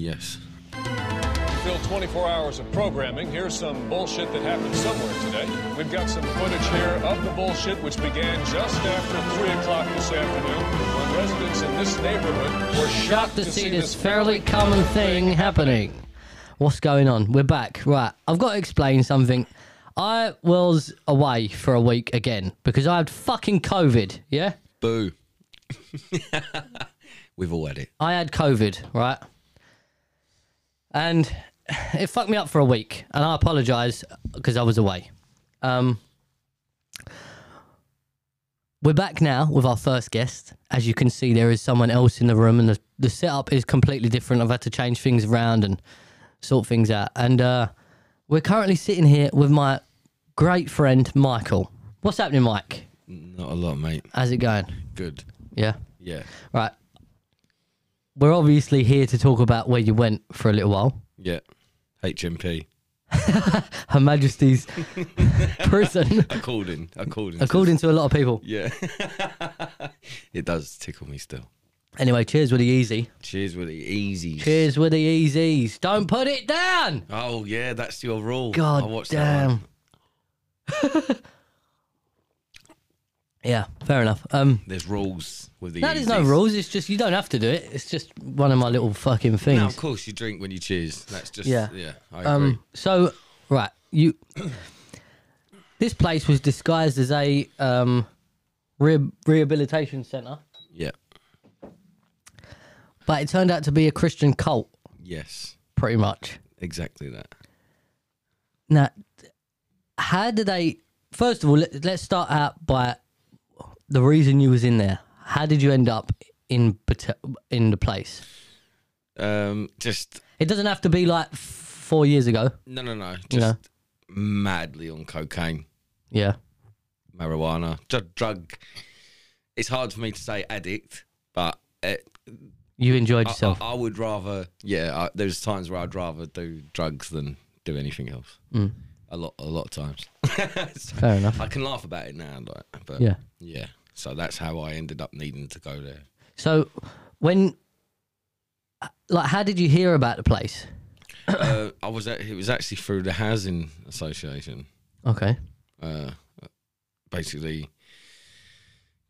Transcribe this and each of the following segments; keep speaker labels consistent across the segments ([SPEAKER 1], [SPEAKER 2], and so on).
[SPEAKER 1] Yes.
[SPEAKER 2] Still 24 hours of programming. Here's some bullshit that happened somewhere today. We've got some footage here of the bullshit, which began just after 3 o'clock this afternoon when residents in this neighborhood were
[SPEAKER 3] shocked to see this fairly common thing happening. What's going on? We're back. Right. I've got to explain something. I was away for a week again because I had fucking COVID. Yeah?
[SPEAKER 1] Boo. We've all had it.
[SPEAKER 3] I had COVID, right? And it fucked me up for a week. And I apologize because I was away. Um, we're back now with our first guest. As you can see, there is someone else in the room, and the, the setup is completely different. I've had to change things around and sort things out. And uh, we're currently sitting here with my great friend, Michael. What's happening, Mike?
[SPEAKER 1] Not a lot, mate.
[SPEAKER 3] How's it going?
[SPEAKER 1] Good.
[SPEAKER 3] Yeah.
[SPEAKER 1] Yeah.
[SPEAKER 3] Right. We're obviously here to talk about where you went for a little while.
[SPEAKER 1] Yeah. HMP.
[SPEAKER 3] Her Majesty's prison,
[SPEAKER 1] According. According.
[SPEAKER 3] according to a lot of people.
[SPEAKER 1] yeah. it does tickle me still.
[SPEAKER 3] Anyway, cheers with the easy.
[SPEAKER 1] Cheers with the easy.
[SPEAKER 3] Cheers with the easies. Don't put it down.
[SPEAKER 1] Oh yeah, that's your rule. I
[SPEAKER 3] God
[SPEAKER 1] watched that one.
[SPEAKER 3] damn. yeah, fair enough. Um,
[SPEAKER 1] There's rules with the.
[SPEAKER 3] no, there's no
[SPEAKER 1] Yeezys.
[SPEAKER 3] rules. It's just you don't have to do it. It's just one of my little fucking
[SPEAKER 1] No, of
[SPEAKER 3] things.
[SPEAKER 1] course you drink when you cheers. That's just yeah.
[SPEAKER 3] Yeah.
[SPEAKER 1] Yeah. I agree.
[SPEAKER 3] um, so right, you. this place was disguised as a um, rehab- rehabilitation center,
[SPEAKER 1] yeah.
[SPEAKER 3] but it turned out to be a Christian cult,
[SPEAKER 1] Yes.
[SPEAKER 3] pretty much.
[SPEAKER 1] Exactly that.
[SPEAKER 3] Now, how did they? First of all, let, let's start out by the reason you was in there. How did you end up in Bata- in the place?
[SPEAKER 1] Um. Just
[SPEAKER 3] It doesn't have to be like f- four years ago.
[SPEAKER 1] no, no, no. Just
[SPEAKER 3] No.
[SPEAKER 1] madly on cocaine.
[SPEAKER 3] Yeah,
[SPEAKER 1] marijuana, dr- drug. It's hard for me to say addict, but uh
[SPEAKER 3] you enjoyed
[SPEAKER 1] I,
[SPEAKER 3] yourself.
[SPEAKER 1] I- I would rather, yeah, I, there's times where I'd rather do drugs than do anything else. A lot, a lot of times. So
[SPEAKER 3] Mm, Fair enough.
[SPEAKER 1] I can laugh about it now, like, but yeah,
[SPEAKER 3] Yeah.
[SPEAKER 1] yeah. So that's how I ended up needing to go there.
[SPEAKER 3] So, when like, how did you hear about the place?
[SPEAKER 1] uh, I was, at, it was actually through the housing association.
[SPEAKER 3] Okay.
[SPEAKER 1] uh, basically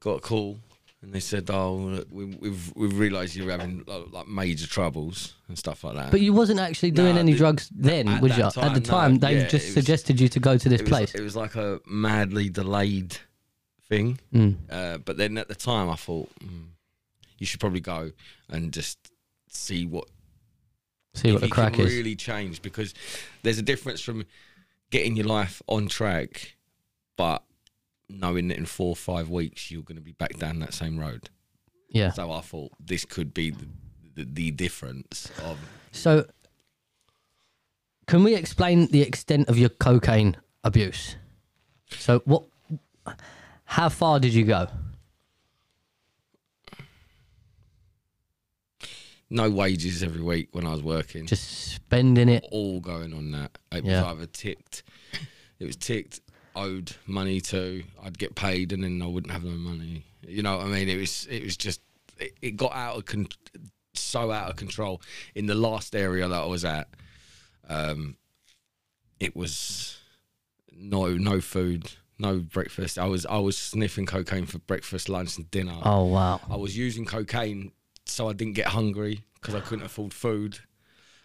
[SPEAKER 1] got a call and they said, "Oh, look, we, we've we've realised you're having like, like major troubles and stuff like that."
[SPEAKER 3] But you wasn't actually doing
[SPEAKER 1] No,
[SPEAKER 3] any
[SPEAKER 1] the-
[SPEAKER 3] drugs then,
[SPEAKER 1] at
[SPEAKER 3] was
[SPEAKER 1] that
[SPEAKER 3] you?
[SPEAKER 1] time,
[SPEAKER 3] at the
[SPEAKER 1] no.
[SPEAKER 3] time, they
[SPEAKER 1] Yeah,
[SPEAKER 3] just
[SPEAKER 1] it was-
[SPEAKER 3] suggested you to go to this
[SPEAKER 1] it was,
[SPEAKER 3] place.
[SPEAKER 1] it was like a madly delayed thing.
[SPEAKER 3] Mm,
[SPEAKER 1] Uh, but then at the time, I thought mm, you should probably go and just see what
[SPEAKER 3] See what
[SPEAKER 1] if
[SPEAKER 3] the
[SPEAKER 1] you
[SPEAKER 3] crack
[SPEAKER 1] can
[SPEAKER 3] is.
[SPEAKER 1] really change because there's a difference from getting your life on track, but knowing that in four or five weeks you're going to be back down that same road.
[SPEAKER 3] yeah.
[SPEAKER 1] So I thought this could be the, the, the difference of
[SPEAKER 3] So, can we explain the extent of your cocaine abuse? So, what? How far did you go?
[SPEAKER 1] no wages every week when I was working.
[SPEAKER 3] Just spending it.
[SPEAKER 1] all going on that. It
[SPEAKER 3] Yeah.
[SPEAKER 1] was either ticked, it was ticked, owed money to. I'd get paid and then I wouldn't have no money. You know what I mean? It was it was just it, it got out of con- so out of control. In the last area that I was at, um, it was no no food, no breakfast. I was I was sniffing cocaine for breakfast, lunch, and dinner.
[SPEAKER 3] Oh wow!
[SPEAKER 1] I was using cocaine so I didn't get hungry because I couldn't afford food.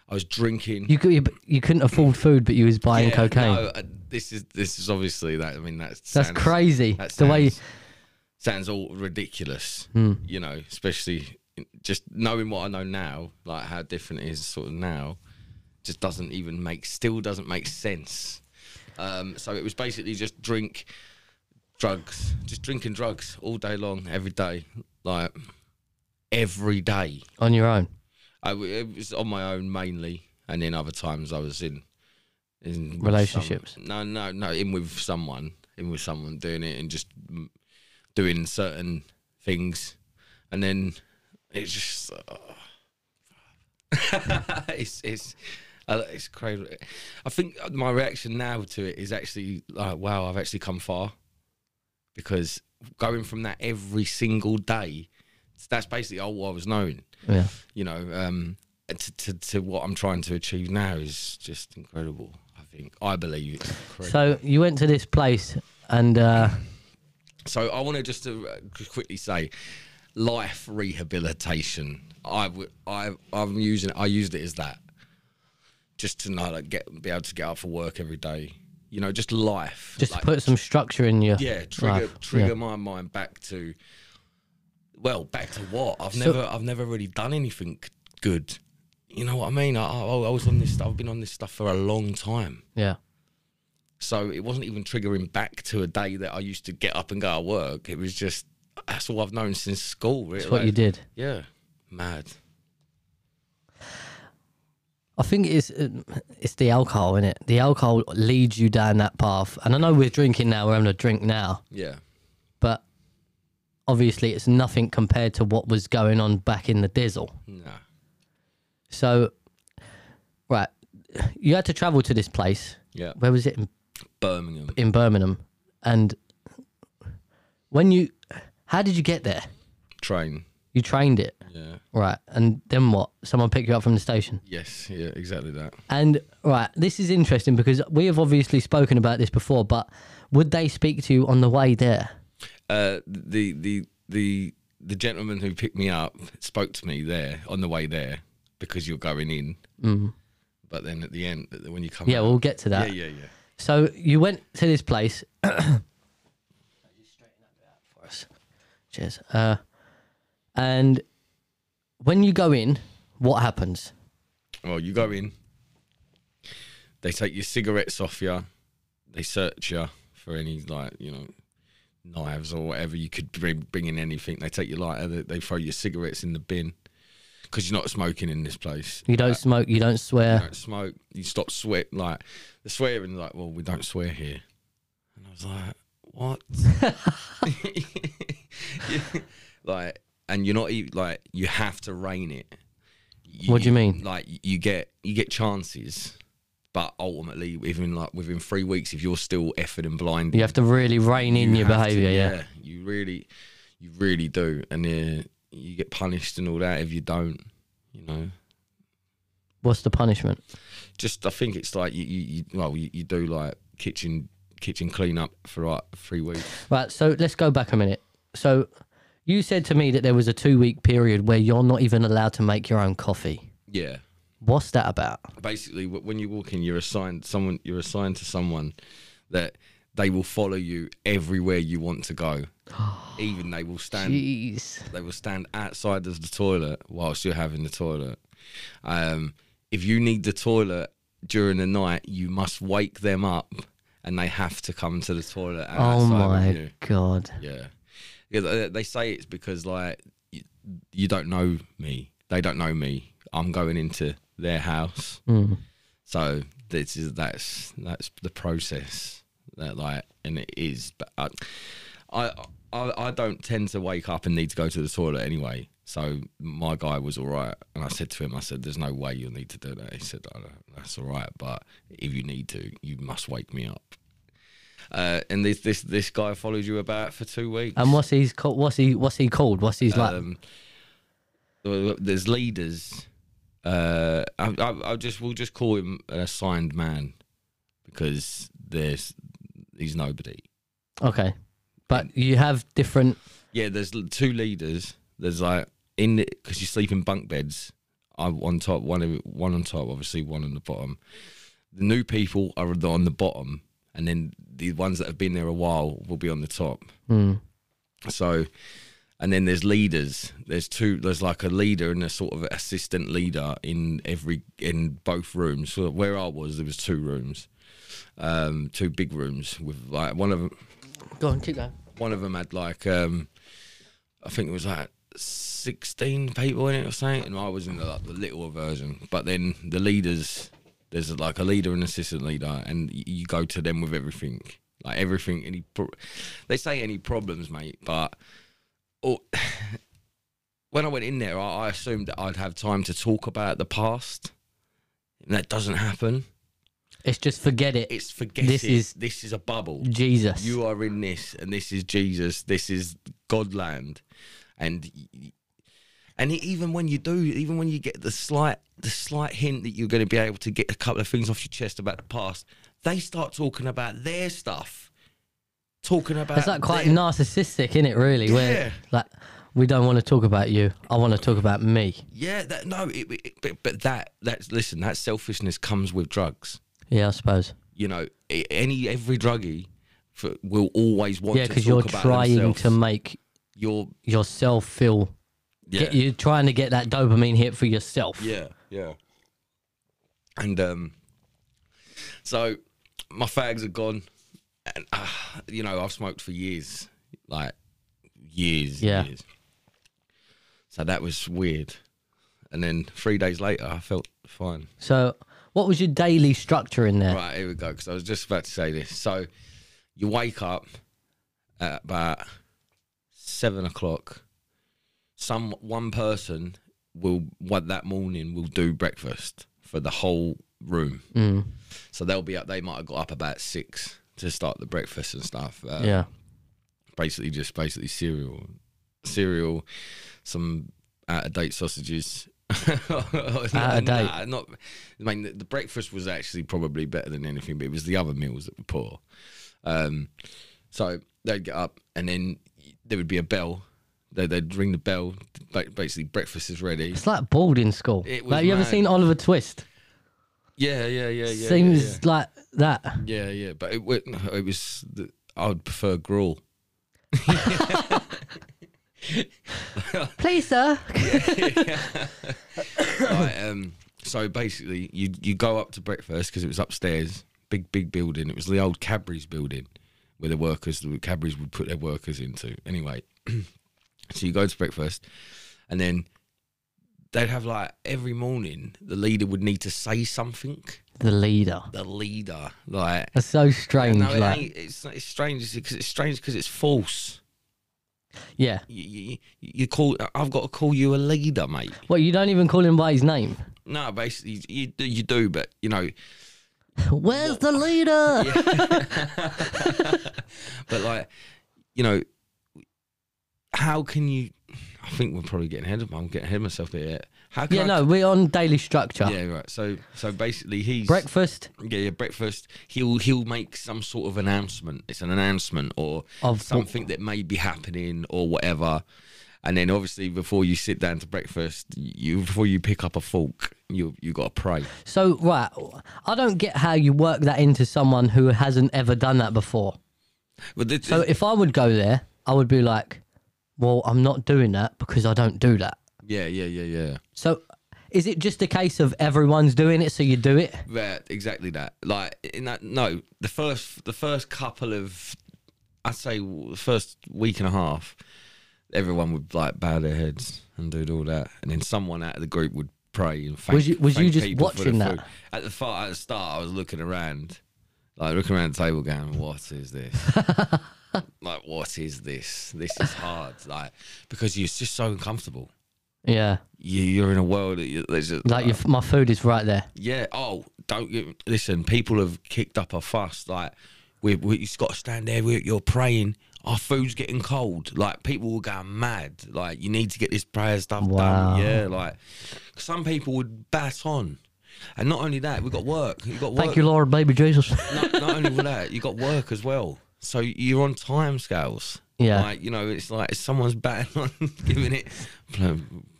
[SPEAKER 1] I was drinking.
[SPEAKER 3] You could, you, you couldn't afford food, but you was buying
[SPEAKER 1] Yeah,
[SPEAKER 3] cocaine.
[SPEAKER 1] No, uh, this is this is obviously that. I mean, that's
[SPEAKER 3] That's crazy. the way. Hmm.
[SPEAKER 1] sounds all ridiculous. You know, especially just knowing what I know now, like how different it is sort of now, just doesn't even make still doesn't make sense. Um, so it was basically just drink, drugs, just drinking drugs all day long, every day, like every day.
[SPEAKER 3] on your own.
[SPEAKER 1] I w it was on my own mainly, and then other times I was in in with
[SPEAKER 3] Relationships.
[SPEAKER 1] some- no, no, no, in with someone, in with someone doing it and just mm, doing certain things, and then it's just uh, it's it's. Uh, it's crazy. I think my reaction now to it is actually like, wow, I've actually come far because going from that every single day, that's basically all I was knowing
[SPEAKER 3] Yeah.
[SPEAKER 1] you know, um, to, to, to what I'm trying to achieve now is just incredible. I think I believe it's incredible.
[SPEAKER 3] So you went to this place and uh,
[SPEAKER 1] So, I want to just to uh, quickly say, life rehabilitation. I would I I'm using it. I used it as that, just to know like get be able to get up for work every day. You know, just life.
[SPEAKER 3] just
[SPEAKER 1] like,
[SPEAKER 3] to put some structure in your
[SPEAKER 1] yeah trigger
[SPEAKER 3] life.
[SPEAKER 1] trigger
[SPEAKER 3] Yeah.
[SPEAKER 1] my mind back to well back to what i've
[SPEAKER 3] So-
[SPEAKER 1] never i've never really done anything good you know what i mean I, I, I was on this i've been on this stuff for a long time
[SPEAKER 3] yeah.
[SPEAKER 1] so it wasn't even triggering back to a day that i used to get up and go to work it was just that's all i've known since school really
[SPEAKER 3] That's what you did.
[SPEAKER 1] yeah mad
[SPEAKER 3] I think it's um, it's the alcohol in it. The alcohol leads you down that path, and I know we're drinking now. We're having a drink now,
[SPEAKER 1] yeah
[SPEAKER 3] but obviously it's nothing compared to what was going on back in the dizzle.
[SPEAKER 1] nah
[SPEAKER 3] So, right, you had to travel to this place.
[SPEAKER 1] yeah
[SPEAKER 3] Where was it in,
[SPEAKER 1] birmingham
[SPEAKER 3] in Birmingham? And when you, how did you get there?
[SPEAKER 1] train
[SPEAKER 3] You trained it,
[SPEAKER 1] yeah
[SPEAKER 3] right? And then what? Someone picked you up from the station.
[SPEAKER 1] yes yeah exactly that
[SPEAKER 3] And right, this is interesting because we have obviously spoken about this before, but would they speak to you on the way there?
[SPEAKER 1] uh, the the the the gentleman who picked me up spoke to me there on the way there because you're going in. Mm. But then at the end, when you come,
[SPEAKER 3] Mm-hmm. Yeah,
[SPEAKER 1] out-
[SPEAKER 3] we'll get to that.
[SPEAKER 1] yeah, yeah, yeah.
[SPEAKER 3] So you went to this place. Cheers. Uh, and when you go in, what happens?
[SPEAKER 1] Well, you go in. They take your cigarettes off you. They search you for any like you know knives or whatever you could bring, bring in anything. They take your lighter. They, they throw your cigarettes in the bin because you're not smoking in this place.
[SPEAKER 3] You don't smoke. You don't swear.
[SPEAKER 1] you don't smoke, you stop sweat. Like the swearing, like, well, we don't swear here. And I was like, what? Yeah, Like, and you're not even like you have to rein it.
[SPEAKER 3] What do you mean?
[SPEAKER 1] Like you get you get chances, but ultimately, even like within three weeks, if you're still effing and blinded,
[SPEAKER 3] You have to really rein in
[SPEAKER 1] you
[SPEAKER 3] your
[SPEAKER 1] have to-
[SPEAKER 3] behaviour. yeah.
[SPEAKER 1] you really, you really do, and uh, you get punished and all that if you don't. You know,
[SPEAKER 3] What's the punishment?
[SPEAKER 1] just I think it's like you you, you well you, you do like kitchen kitchen cleanup for like three weeks.
[SPEAKER 3] Right. So let's go back a minute. So you said to me that there was a two-week period where you're not even allowed to make your own coffee.
[SPEAKER 1] Yeah,
[SPEAKER 3] What's that about?
[SPEAKER 1] basically wh- when you walk in, you're assigned someone. You're assigned to someone that they will follow you everywhere you want to go. Even they will stand.
[SPEAKER 3] Jeez.
[SPEAKER 1] They will stand outside of the toilet whilst you're having the toilet. Um, if you need the toilet during the night, you must wake them up, and they have to come to the toilet.
[SPEAKER 3] Oh
[SPEAKER 1] outside with
[SPEAKER 3] my
[SPEAKER 1] you.
[SPEAKER 3] god.
[SPEAKER 1] Yeah. yeah they, they say it's because, like, you, you don't know me. They don't know me. I'm going into their house. So this is that's that's the process that like and it is but I, I I I don't tend to wake up and need to go to the toilet anyway. So my guy was all right and I said to him I said there's no way you'll need to do that. He said "Oh, no, that's all right but if you need to you must wake me up. Uh, and this this this guy followed you about for 2 weeks.
[SPEAKER 3] And what's he's called? What's he? What's he called? What's he's like?
[SPEAKER 1] um, there's leaders. Uh, I, I, I just we'll just call him an assigned man because there's he's nobody.
[SPEAKER 3] Okay, but you have different.
[SPEAKER 1] Yeah, there's l- two leaders. There's like in because you sleep in bunk beds. I on top one in- one on top, obviously one on the bottom. The new people are the- on the bottom, and then the ones that have been there a while will be on the top. So, and then there's leaders. There's two. There's like a leader and a sort of assistant leader in every in both rooms. So where I was, there was two rooms, um, two big rooms with like one of them
[SPEAKER 3] Go on, keep going.
[SPEAKER 1] one of them had like um I think it was like 16 people in it or something and I was in the, like, the little version but then the leaders there's like a leader and assistant leader and y- you go to them with everything like everything any pro- they say any problems mate but oh, when I went in there I, I assumed that I'd have time to talk about the past and that doesn't happen
[SPEAKER 3] It's just forget it.
[SPEAKER 1] it's forget
[SPEAKER 3] This
[SPEAKER 1] it.
[SPEAKER 3] is-
[SPEAKER 1] this is a bubble
[SPEAKER 3] Jesus.
[SPEAKER 1] you are in this, and this is Jesus. This is Godland, and y- And he, even when you do, even when you get the slight the slight hint that you're going to be able to get a couple of things off your chest about the past, they start talking about their stuff, talking about.
[SPEAKER 3] It's like quite
[SPEAKER 1] their-
[SPEAKER 3] narcissistic, isn't it? Really,
[SPEAKER 1] Yeah.
[SPEAKER 3] where like we don't want to talk about you. I want to talk about me.
[SPEAKER 1] Yeah, that, no, it, it, but, but that that's listen, that selfishness comes with drugs.
[SPEAKER 3] Yeah, I suppose.
[SPEAKER 1] You know, a- any every druggie for, will always want
[SPEAKER 3] Yeah,
[SPEAKER 1] to talk
[SPEAKER 3] because you're
[SPEAKER 1] about
[SPEAKER 3] trying
[SPEAKER 1] themselves.
[SPEAKER 3] to make
[SPEAKER 1] You're
[SPEAKER 3] yourself feel.
[SPEAKER 1] yeah,
[SPEAKER 3] Get, you're trying to get that dopamine hit for yourself.
[SPEAKER 1] Yeah, yeah. And um, so my fags are gone, and uh, you know I've smoked for years, like years,
[SPEAKER 3] Yeah.
[SPEAKER 1] years. So that was weird. And then three days later, I felt fine.
[SPEAKER 3] So, what was your daily structure in there?
[SPEAKER 1] Right, here we go. Because I was just about to say this. So you wake up at about seven o'clock. Some one person will what that morning will do breakfast for the whole room. So they'll be up. They might have got up about six to start the breakfast and stuff. Uh,
[SPEAKER 3] Yeah.
[SPEAKER 1] basically just basically cereal, cereal, some out of date sausages.
[SPEAKER 3] Out of date.
[SPEAKER 1] Nah, not. I mean, the, the breakfast was actually probably better than anything, but it was the other meals that were poor. Um, so they'd get up, and then there would be a bell. They, they'd ring the bell. ba- Basically, breakfast is ready.
[SPEAKER 3] It's like boarding school.
[SPEAKER 1] It was
[SPEAKER 3] like, you ever
[SPEAKER 1] mad.
[SPEAKER 3] seen Oliver Twist?
[SPEAKER 1] Yeah, yeah, yeah, yeah.
[SPEAKER 3] Seems
[SPEAKER 1] yeah,
[SPEAKER 3] like that.
[SPEAKER 1] yeah, yeah, yeah. But it, wa- no, it was. The, I would prefer gruel.
[SPEAKER 3] Please, sir.
[SPEAKER 1] Like, um, so basically, you you go up to breakfast because it was upstairs, big big building. It was the old Cadbury's building where the workers, the Cadbury's would put their workers into. Anyway, so you go to breakfast, and then they'd have like every morning the leader would need to say something.
[SPEAKER 3] the leader.
[SPEAKER 1] The leader, like
[SPEAKER 3] That's so strange.
[SPEAKER 1] no, it
[SPEAKER 3] like,
[SPEAKER 1] ain't, it's it's strange because it's strange because it's false.
[SPEAKER 3] yeah.
[SPEAKER 1] You, you, you call I've got to call you a leader, mate.
[SPEAKER 3] Well, you don't even call him by his name.
[SPEAKER 1] No, basically you do- you do, but you know
[SPEAKER 3] Where's the leader?
[SPEAKER 1] But like, you know, how can you? I think we're probably getting ahead of. I'm getting ahead of myself here. How can
[SPEAKER 3] Yeah,
[SPEAKER 1] I,
[SPEAKER 3] no, we're on daily structure.
[SPEAKER 1] Yeah, right. So, so basically, he's
[SPEAKER 3] Breakfast
[SPEAKER 1] yeah, yeah, breakfast. He'll he'll make some sort of announcement. It's an announcement or
[SPEAKER 3] Of what-
[SPEAKER 1] something that may be happening or whatever. And then obviously, before you sit down to breakfast, you before you pick up a fork, you you got to pray.
[SPEAKER 3] So right, I don't get how you work that into someone who hasn't ever done that before.
[SPEAKER 1] But this,
[SPEAKER 3] So if I would go there, I would be like, "Well, I'm not doing that because I don't do that."
[SPEAKER 1] yeah, yeah, yeah, yeah.
[SPEAKER 3] So is it just a case of everyone's doing it, so you do it?
[SPEAKER 1] Yeah, exactly that. Like in that, no, the first the first couple of, I'd say w- the first week and a half, everyone would like bow their heads and do all that, and then someone out of the group would pray and thank.
[SPEAKER 3] Was you- was you
[SPEAKER 1] thank
[SPEAKER 3] just
[SPEAKER 1] people for the
[SPEAKER 3] watching that?
[SPEAKER 1] food. at the far at the start? I was looking around, like looking around the table, going, "What is this?" like, what is this? This is hard, like because you're just so uncomfortable.
[SPEAKER 3] Yeah,
[SPEAKER 1] You, you're in a world that you, there's just
[SPEAKER 3] like your, f- my food is right there.
[SPEAKER 1] yeah. Oh, don't get, listen. People have kicked up a fuss. Like we, we you've got to stand there. We, you're praying. Our food's getting cold. Like people were going mad. Like you need to get this prayer stuff
[SPEAKER 3] Wow.
[SPEAKER 1] done. Yeah. Like some people would bat on, and not only that, we got work. You got work.
[SPEAKER 3] Thank you, Lord, baby Jesus.
[SPEAKER 1] not, not only with that, you got work as well. So you're on time scales.
[SPEAKER 3] Yeah.
[SPEAKER 1] Like, you know, it's like if someone's batting on giving it.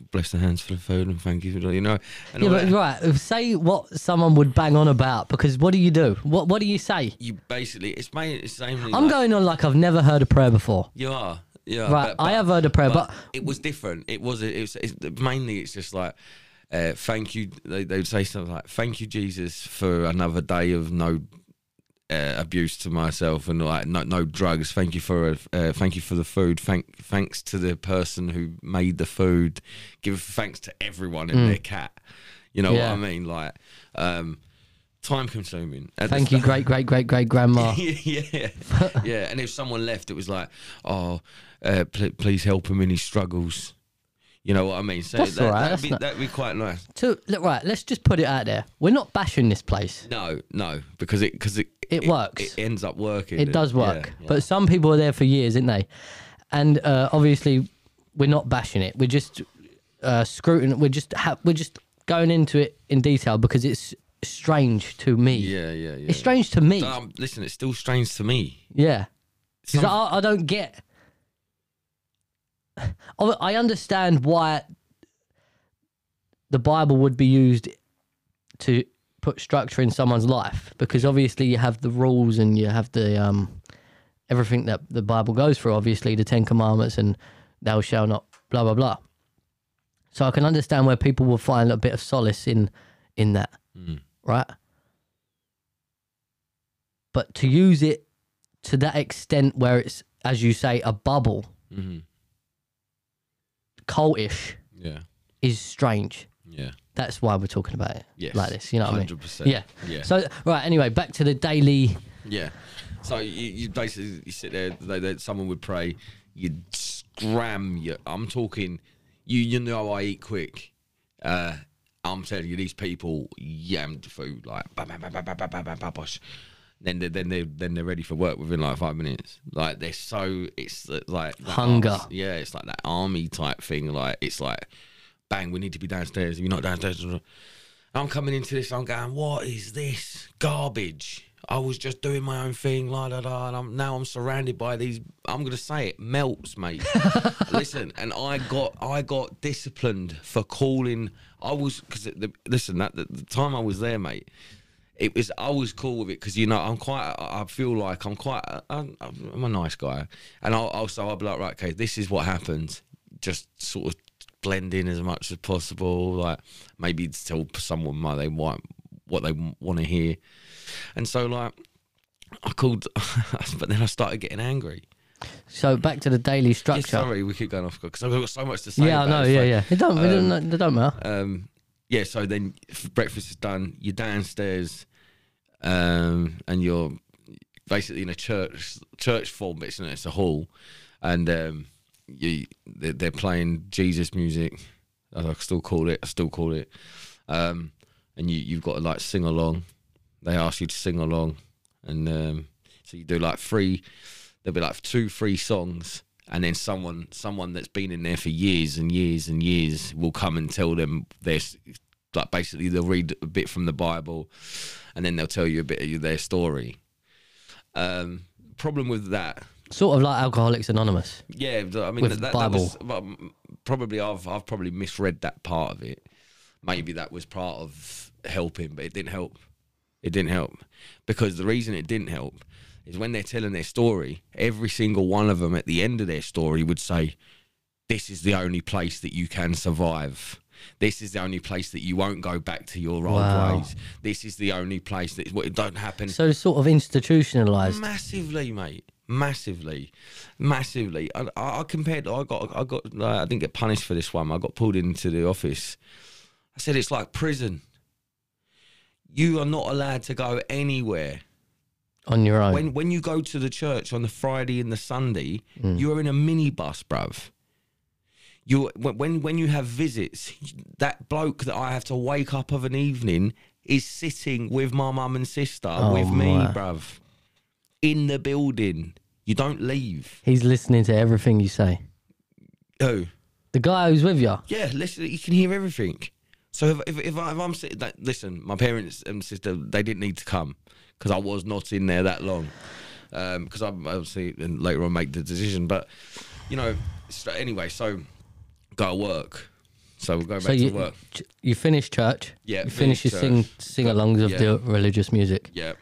[SPEAKER 1] Bless the hands for the food and thank you for the, you know. And
[SPEAKER 3] yeah,
[SPEAKER 1] all
[SPEAKER 3] but
[SPEAKER 1] that.
[SPEAKER 3] right, say what someone would bang on about because what do you do? What what do you say?
[SPEAKER 1] you basically it's mainly it's mainly
[SPEAKER 3] I'm
[SPEAKER 1] like-
[SPEAKER 3] going on like I've never heard a prayer before.
[SPEAKER 1] you are yeah
[SPEAKER 3] Right, I have heard a prayer, but-
[SPEAKER 1] it was different it was it was it's, mainly it's just like uh, thank you they, they would say something like thank you Jesus for another day of no uh, abuse to myself and like no no drugs thank you for uh, thank you for the food thank thanks to the person who made the food give thanks to everyone and their cat you know
[SPEAKER 3] Hmm. Yeah.
[SPEAKER 1] what I mean like um time consuming At the
[SPEAKER 3] Thank you,
[SPEAKER 1] start-
[SPEAKER 3] great great great great grandma.
[SPEAKER 1] yeah, yeah. And if someone left, it was like, oh, uh, pl- please help him in his struggles. You know what I mean? So
[SPEAKER 3] That's
[SPEAKER 1] that,
[SPEAKER 3] all right,
[SPEAKER 1] that'd,
[SPEAKER 3] that's
[SPEAKER 1] be,
[SPEAKER 3] not-
[SPEAKER 1] that'd be quite nice.
[SPEAKER 3] To look, right, let's just put it out there. We're not bashing this place.
[SPEAKER 1] No, no, because it because it,
[SPEAKER 3] It works.
[SPEAKER 1] It ends up working.
[SPEAKER 3] It does
[SPEAKER 1] Yeah,
[SPEAKER 3] work,
[SPEAKER 1] yeah.
[SPEAKER 3] but some people are there for years, aren't they? And uh, obviously, we're not bashing it. We're just uh, uh, scrutin. We're just ha- we're just going into it in detail because it's strange to me.
[SPEAKER 1] Yeah, yeah, yeah.
[SPEAKER 3] It's strange to me.
[SPEAKER 1] Um, listen, it's still strange to me.
[SPEAKER 3] Yeah. Because
[SPEAKER 1] Some-
[SPEAKER 3] I, I don't get. I I understand why the Bible would be used to put structure in someone's life because obviously you have the rules and you have the um, everything that the Bible goes through. Obviously, the Ten Commandments and thou shall not blah blah blah. So I can understand where people will find a bit of solace in in that,
[SPEAKER 1] Hmm,
[SPEAKER 3] right? But to use it to that extent where it's, as you say, a bubble,
[SPEAKER 1] Mhm.
[SPEAKER 3] cultish,
[SPEAKER 1] Yeah,
[SPEAKER 3] is strange.
[SPEAKER 1] yeah.
[SPEAKER 3] That's why we're talking about it
[SPEAKER 1] Yes.
[SPEAKER 3] like this. You know what I
[SPEAKER 1] 100%.
[SPEAKER 3] mean? Yeah.
[SPEAKER 1] Yeah.
[SPEAKER 3] So right. Anyway, back to the daily.
[SPEAKER 1] Yeah. So you, you basically you sit there. They, they, someone would pray. You'd scram. Your, I'm talking. You you know I eat quick. Uh, I'm telling you, these people yammed food like bam bam bam bam bam bam bam bam. bam bosh. Then they then they then they're ready for work within like five minutes. Like they're so it's the- like that
[SPEAKER 3] Hunger.
[SPEAKER 1] arms- yeah, it's like that army type thing. Like it's like bang, we need to be downstairs. If you're not downstairs. I'm coming into this. I'm going, what is this garbage? I was just doing my own thing, la da da. And I'm, now I'm surrounded by these. I'm gonna say it melts, mate. listen, and I got I got disciplined for calling. I was because listen that the, the time I was there, mate. It was I was cool with it because you know I'm quite I I feel like I'm quite I'm, I'm a nice guy and I'll, I'll so I'll be like right okay this is what happened just sort of blend in as much as possible. Like maybe tell someone why they want what they want to hear. And so like I called, but then I started getting angry.
[SPEAKER 3] So back to the daily
[SPEAKER 1] Yeah,
[SPEAKER 3] structure.
[SPEAKER 1] sorry, we keep going off because I've got so much to say.
[SPEAKER 3] yeah, I
[SPEAKER 1] about
[SPEAKER 3] know.
[SPEAKER 1] it, so-
[SPEAKER 3] Yeah, yeah. It don't. it don't. It don't matter.
[SPEAKER 1] um, yeah, so then f- breakfast is done. You're downstairs, um, and you're basically in a church church form, but it's, not, it's a hall, and um, you they're, they're playing Jesus music. as I still call it. I still call it. Um, and you you've got to like sing along. They ask you to sing along, and um, so you do like three. There'll be like two, three songs, and then someone someone that's been in there for years and years and years will come and tell them there's like basically they'll read a bit from the Bible, and then they'll tell you a bit of their story. Um, problem with that
[SPEAKER 3] Sort of like Alcoholics Anonymous.
[SPEAKER 1] yeah, th- I mean,
[SPEAKER 3] With
[SPEAKER 1] that, that
[SPEAKER 3] Bible.
[SPEAKER 1] was well, m- probably I've I've probably misread that part of it. Maybe that was part of helping, but it didn't help. It didn't help because the reason it didn't help is when they're telling their story, every single one of them at the end of their story would say, "This is the only place that you can survive." This is the only place that you won't go back to your old
[SPEAKER 3] Wow.
[SPEAKER 1] ways. This is the only place that what it don't happen.
[SPEAKER 3] So it's sort of institutionalized.
[SPEAKER 1] Massively, mate. Massively, massively. I, I I compared. I got. I got. like, I didn't get punished for this one. I got pulled into the office. I said it's like prison. You are not allowed to go anywhere.
[SPEAKER 3] on your own.
[SPEAKER 1] When when you go to the church on the Friday and the Sunday,
[SPEAKER 3] Mm.
[SPEAKER 1] you are in a minibus, bruv. You when when- when you have visits, that bloke that I have to wake up of an evening is sitting with my mum and sister
[SPEAKER 3] Oh,
[SPEAKER 1] with me,
[SPEAKER 3] my.
[SPEAKER 1] bruv, in the building. You don't leave.
[SPEAKER 3] He's listening to everything you say.
[SPEAKER 1] Oh,
[SPEAKER 3] The guy who's with you.
[SPEAKER 1] yeah. Listen, you can hear everything. So if if, if, I, if I'm sitting, that, listen, my parents and sister they didn't need to come because I was not in there that long. Because I obviously and later on make the decision, but you know, so anyway, so go to work. So we'll go back
[SPEAKER 3] So
[SPEAKER 1] to
[SPEAKER 3] you
[SPEAKER 1] work.
[SPEAKER 3] ch- you finish church.
[SPEAKER 1] Yeah,
[SPEAKER 3] You finish
[SPEAKER 1] finish
[SPEAKER 3] your sing
[SPEAKER 1] church.
[SPEAKER 3] sing-alongs of
[SPEAKER 1] Yeah.
[SPEAKER 3] the religious music.
[SPEAKER 1] Yeah,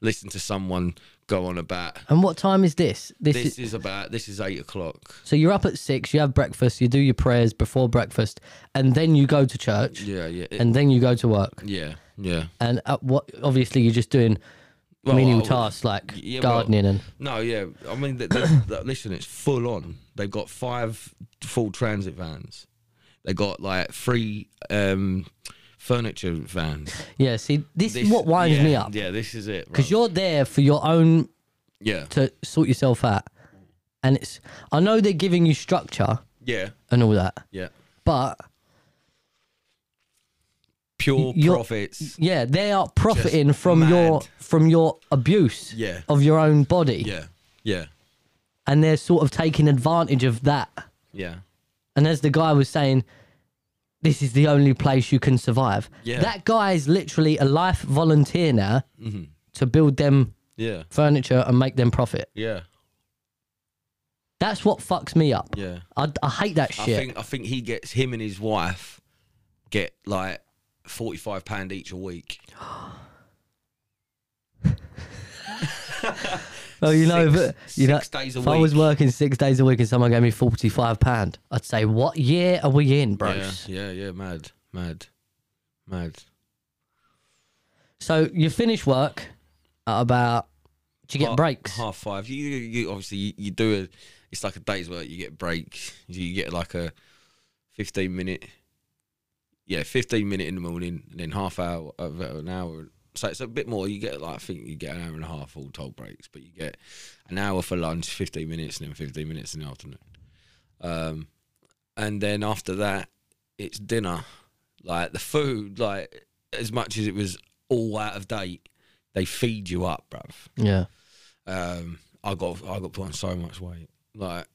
[SPEAKER 1] listen to someone go on about.
[SPEAKER 3] And what time is this? This,
[SPEAKER 1] This
[SPEAKER 3] is,
[SPEAKER 1] is about. This is eight o'clock.
[SPEAKER 3] so you're up at six. You have breakfast. You do your prayers before breakfast, and then you go to church,
[SPEAKER 1] Yeah, yeah, it-
[SPEAKER 3] and then you go to work.
[SPEAKER 1] yeah, yeah.
[SPEAKER 3] And at what? Obviously, you're just doing
[SPEAKER 1] Well,
[SPEAKER 3] menial
[SPEAKER 1] I-
[SPEAKER 3] tasks like
[SPEAKER 1] Yeah, well-
[SPEAKER 3] gardening and
[SPEAKER 1] No, yeah. I mean, th- there's- th- listen, it's full on. They've got five full transit vans. They got like three um, furniture vans.
[SPEAKER 3] yeah. See, this, is what winds
[SPEAKER 1] yeah,
[SPEAKER 3] me up
[SPEAKER 1] Yeah, this is it.
[SPEAKER 3] because
[SPEAKER 1] bro.
[SPEAKER 3] you're there for your own
[SPEAKER 1] yeah,
[SPEAKER 3] to sort yourself out, and it's. I know they're giving you structure
[SPEAKER 1] yeah,
[SPEAKER 3] and all that,
[SPEAKER 1] yeah.
[SPEAKER 3] but
[SPEAKER 1] Pure
[SPEAKER 3] you're-
[SPEAKER 1] profits.
[SPEAKER 3] Yeah, they are profiting
[SPEAKER 1] Just
[SPEAKER 3] from your
[SPEAKER 1] mad.
[SPEAKER 3] from your abuse
[SPEAKER 1] Yeah.
[SPEAKER 3] of your own body,
[SPEAKER 1] Yeah, yeah,
[SPEAKER 3] and they're sort of taking advantage of that.
[SPEAKER 1] yeah.
[SPEAKER 3] And as the guy was saying, this is the only place you can survive.
[SPEAKER 1] Yeah.
[SPEAKER 3] That guy is literally a life volunteer now to build them
[SPEAKER 1] Mm-hmm. Yeah.
[SPEAKER 3] furniture and make them profit.
[SPEAKER 1] Yeah.
[SPEAKER 3] That's what fucks me up.
[SPEAKER 1] Yeah.
[SPEAKER 3] I, I hate that
[SPEAKER 1] I
[SPEAKER 3] shit.
[SPEAKER 1] think I think he gets him and his wife get like forty five pound each a week.
[SPEAKER 3] well, Oh, you know,
[SPEAKER 1] six-
[SPEAKER 3] but, you know,
[SPEAKER 1] six days a
[SPEAKER 3] if I was
[SPEAKER 1] week.
[SPEAKER 3] working six days a week and someone gave me forty five pound, I'd say, "What year are we in, bros?"
[SPEAKER 1] Yeah, yeah, yeah, mad, mad, mad.
[SPEAKER 3] So you finish work at about. Do you get
[SPEAKER 1] Half-
[SPEAKER 3] breaks?
[SPEAKER 1] Half five. You, you, you obviously you, you do a. It's like a day's work. You get breaks. You get like a fifteen minute. Yeah, fifteen minute in the morning, and then half hour, of an hour. So it's a bit more. You get like I think you get an hour and a half all toll breaks, but you get an hour for lunch, fifteen minutes, and then fifteen minutes in the afternoon. Um, and then after that, it's dinner. Like the food, like as much as it was all out of date, they feed you up, bruv
[SPEAKER 3] Yeah.
[SPEAKER 1] um, I got I got put on so much weight, like,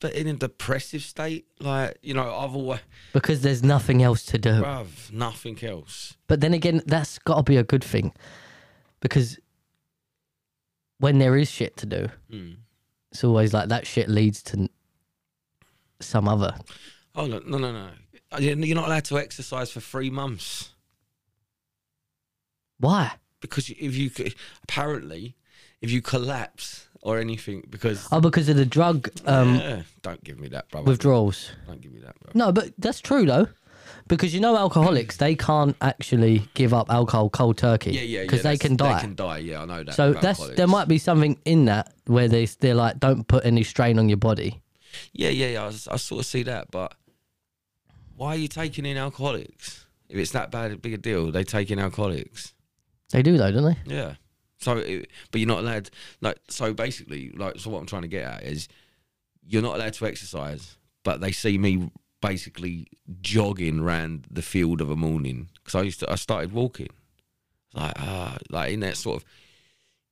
[SPEAKER 1] but in a depressive state, like you know, I've always,
[SPEAKER 3] Because there's nothing else to do.
[SPEAKER 1] bruv, nothing else.
[SPEAKER 3] But then again, that's got to be a good thing because when there is shit to do,
[SPEAKER 1] Mm.
[SPEAKER 3] it's always like that shit leads to n- some other.
[SPEAKER 1] Oh no, no, no, no! Uh, You're not allowed to exercise for three months
[SPEAKER 3] Why?
[SPEAKER 1] because if you c- apparently if you collapse or anything because
[SPEAKER 3] Oh, because of the drug um,
[SPEAKER 1] Yeah, don't give me that, brother.
[SPEAKER 3] withdrawals.
[SPEAKER 1] Don't give me that, bro.
[SPEAKER 3] No, but that's true though. Because you know, alcoholics, they can't actually give up alcohol cold turkey.
[SPEAKER 1] Yeah, yeah, yeah.
[SPEAKER 3] Because they
[SPEAKER 1] that's-
[SPEAKER 3] can die.
[SPEAKER 1] They can die. Yeah, I know that.
[SPEAKER 3] so
[SPEAKER 1] about
[SPEAKER 3] that's there
[SPEAKER 1] alcoholics.
[SPEAKER 3] might be something in that where they they're like, don't put any strain on your body.
[SPEAKER 1] Yeah, yeah, yeah. I, s- I sort of see that, but why are you taking in alcoholics? If it's that bad, big a deal, they take in alcoholics.
[SPEAKER 3] They do though, don't they?
[SPEAKER 1] Yeah. So, it, but you're not allowed. Like, so basically, like, so what I'm trying to get at is, you're not allowed to exercise. But they see me basically jogging round the field of a morning because I used to. I started walking. Like, ah, like in that sort of.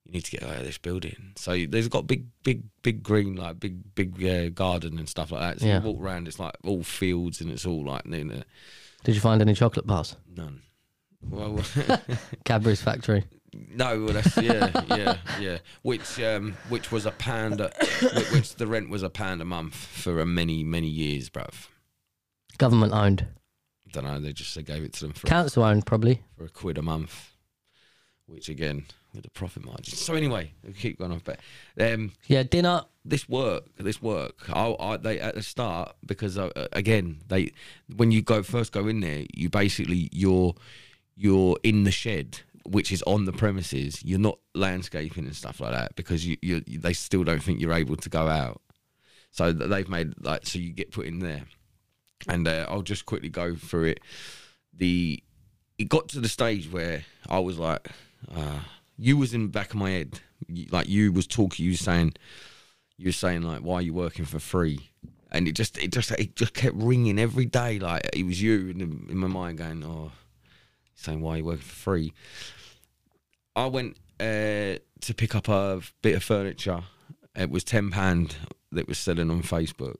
[SPEAKER 1] You need to get out of this building. So there's got big, big, big green, like big, big uh, garden and stuff like that. So
[SPEAKER 3] Yeah.
[SPEAKER 1] you walk around, it's like all fields and it's all like you know,
[SPEAKER 3] Did you find any chocolate bars?
[SPEAKER 1] none. Well,
[SPEAKER 3] Cadbury's factory.
[SPEAKER 1] No, well, that's yeah, yeah, yeah. Which um, which was a pound, a, which, which the rent was a pound a month for a many many years, bruv.
[SPEAKER 3] Government owned.
[SPEAKER 1] Don't know. They just they gave it to them for,
[SPEAKER 3] Council owned, probably.
[SPEAKER 1] for a quid a month, which again with a profit margin. So anyway, we keep going off, but um,
[SPEAKER 3] Yeah, dinner.
[SPEAKER 1] this work, this work. I, I they at the start because uh, uh, again they when you go first go in there, you basically you're you're in the shed which is on the premises. You're not landscaping and stuff like that because you, you they still don't think you're able to go out. So th- they've made like so you get put in there, and uh, I'll just quickly go through it. The it got to the stage where I was like, uh, you was in the back of my head, You- like you was talking, you was saying you were saying like why are you working for free and it just it just it just kept ringing every day like it was you in, the, in my mind going oh saying why are you working for free i went uh, to pick up a bit of furniture it was 10 pound that was selling on facebook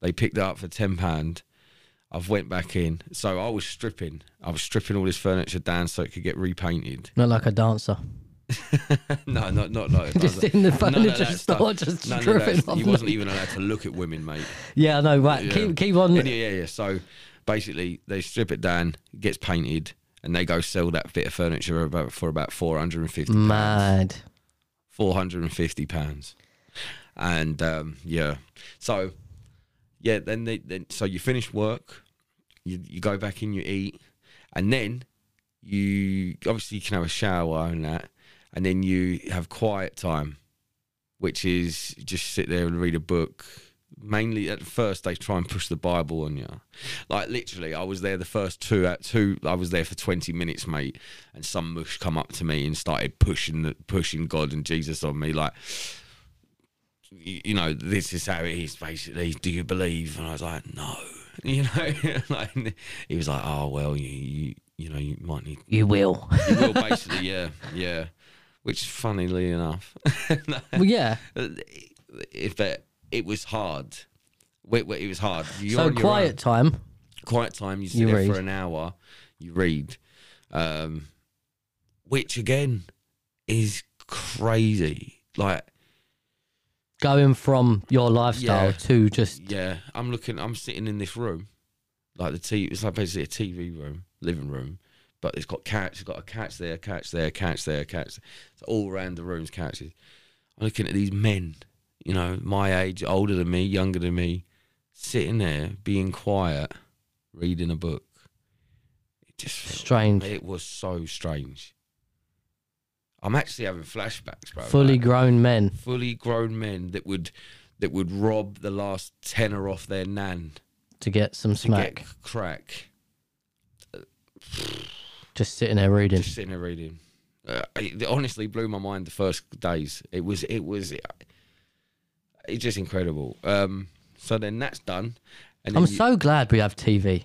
[SPEAKER 1] they picked it up for 10 pound i've went back in so i was stripping i was stripping all this furniture down so it could get repainted
[SPEAKER 3] Not like a dancer.
[SPEAKER 1] no, not not like
[SPEAKER 3] Just in the furniture store, just stripping off
[SPEAKER 1] He
[SPEAKER 3] them.
[SPEAKER 1] wasn't even allowed to look at women, mate.
[SPEAKER 3] Yeah, I know. Right,
[SPEAKER 1] Yeah.
[SPEAKER 3] keep keep on.
[SPEAKER 1] Yeah, yeah, yeah. So basically, they strip it down, it gets painted, and they go sell that bit of furniture about for about four hundred and fifty.
[SPEAKER 3] Mad.
[SPEAKER 1] Four hundred and fifty pounds, and um, yeah. So yeah, then they then so you finish work, you you go back in, you eat, and then you obviously you can have a shower and that, and then you have quiet time, which is just sit there and read a book. Mainly at first they try and push the Bible on you, like literally. I was there the first two at two. I was there for twenty minutes, mate, and some mush come up to me and started pushing the, pushing God and Jesus on me, like you you know, this is how it is, basically. Do you believe? And I was like, no. You know, like, he was like, oh, well, you, you, you know, you might need,
[SPEAKER 3] You will.
[SPEAKER 1] you will, basically, yeah, yeah. Which, funnily enough,
[SPEAKER 3] well, yeah.
[SPEAKER 1] if it, it was hard. Wait, wait, it was hard. You're
[SPEAKER 3] so
[SPEAKER 1] on your
[SPEAKER 3] quiet
[SPEAKER 1] own.
[SPEAKER 3] time.
[SPEAKER 1] quiet time, you sit
[SPEAKER 3] You
[SPEAKER 1] there
[SPEAKER 3] read.
[SPEAKER 1] for an hour, you read, um, which again is crazy. Like,
[SPEAKER 3] Going from your lifestyle
[SPEAKER 1] Yeah.
[SPEAKER 3] to just
[SPEAKER 1] yeah, I'm looking, I'm sitting in this room, like the TV, it's like basically a TV room, living room, but it's got couch, it's got a couch there, couch there, couch there, couch. It's all around the rooms, couches. I'm looking at these men, you know, my age, older than me, younger than me, sitting there being quiet, reading a book. It just felt
[SPEAKER 3] strange,
[SPEAKER 1] It was so strange. I'm actually having flashbacks, bro.
[SPEAKER 3] fully
[SPEAKER 1] like,
[SPEAKER 3] grown men.
[SPEAKER 1] fully grown men that would that would rob the last tenner off their nan
[SPEAKER 3] to get some
[SPEAKER 1] to
[SPEAKER 3] smack,
[SPEAKER 1] get crack,
[SPEAKER 3] just sitting there reading.
[SPEAKER 1] just sitting there reading. Uh, it honestly blew my mind the first days. It was it was it's just incredible. Um, so then that's done. And then
[SPEAKER 3] I'm
[SPEAKER 1] you-
[SPEAKER 3] so glad we have TV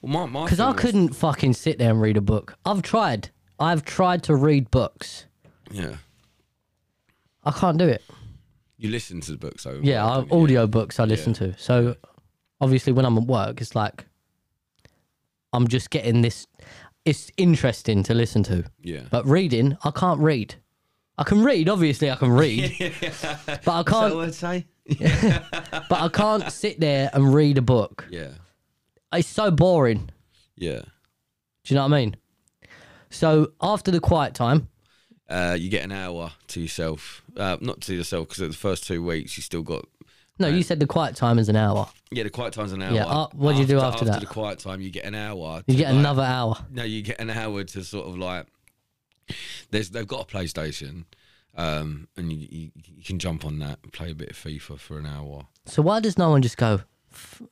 [SPEAKER 1] well, my, my
[SPEAKER 3] because I
[SPEAKER 1] thing was-
[SPEAKER 3] couldn't fucking sit there and read a book. I've tried. I've tried to read books.
[SPEAKER 1] yeah.
[SPEAKER 3] I can't do it.
[SPEAKER 1] You listen to the book, so
[SPEAKER 3] Yeah, I, audio books I listen to. So obviously, when I'm at work, it's like I'm just getting this. It's interesting to listen to,
[SPEAKER 1] yeah.
[SPEAKER 3] but reading, I can't read. I can read, obviously, I can read, but I
[SPEAKER 1] So
[SPEAKER 3] can't.
[SPEAKER 1] I'd say
[SPEAKER 3] But I can't sit there and read a book.
[SPEAKER 1] yeah,
[SPEAKER 3] It's so boring.
[SPEAKER 1] yeah.
[SPEAKER 3] Do you know what I mean? So after the quiet time,
[SPEAKER 1] Uh, you get an hour to yourself, uh, not to yourself, because the first two weeks you still got
[SPEAKER 3] no, you said the quiet time is an hour.
[SPEAKER 1] Yeah, the quiet time's an hour.
[SPEAKER 3] Yeah, uh, what do you do after that?
[SPEAKER 1] the quiet time, you get an hour.
[SPEAKER 3] You
[SPEAKER 1] to,
[SPEAKER 3] get
[SPEAKER 1] like-
[SPEAKER 3] another hour.
[SPEAKER 1] No, you get an hour to sort of like. There's they've got a PlayStation, um, and you, you, you can jump on that and play a bit of FIFA for an hour.
[SPEAKER 3] So why does no one just go? "F-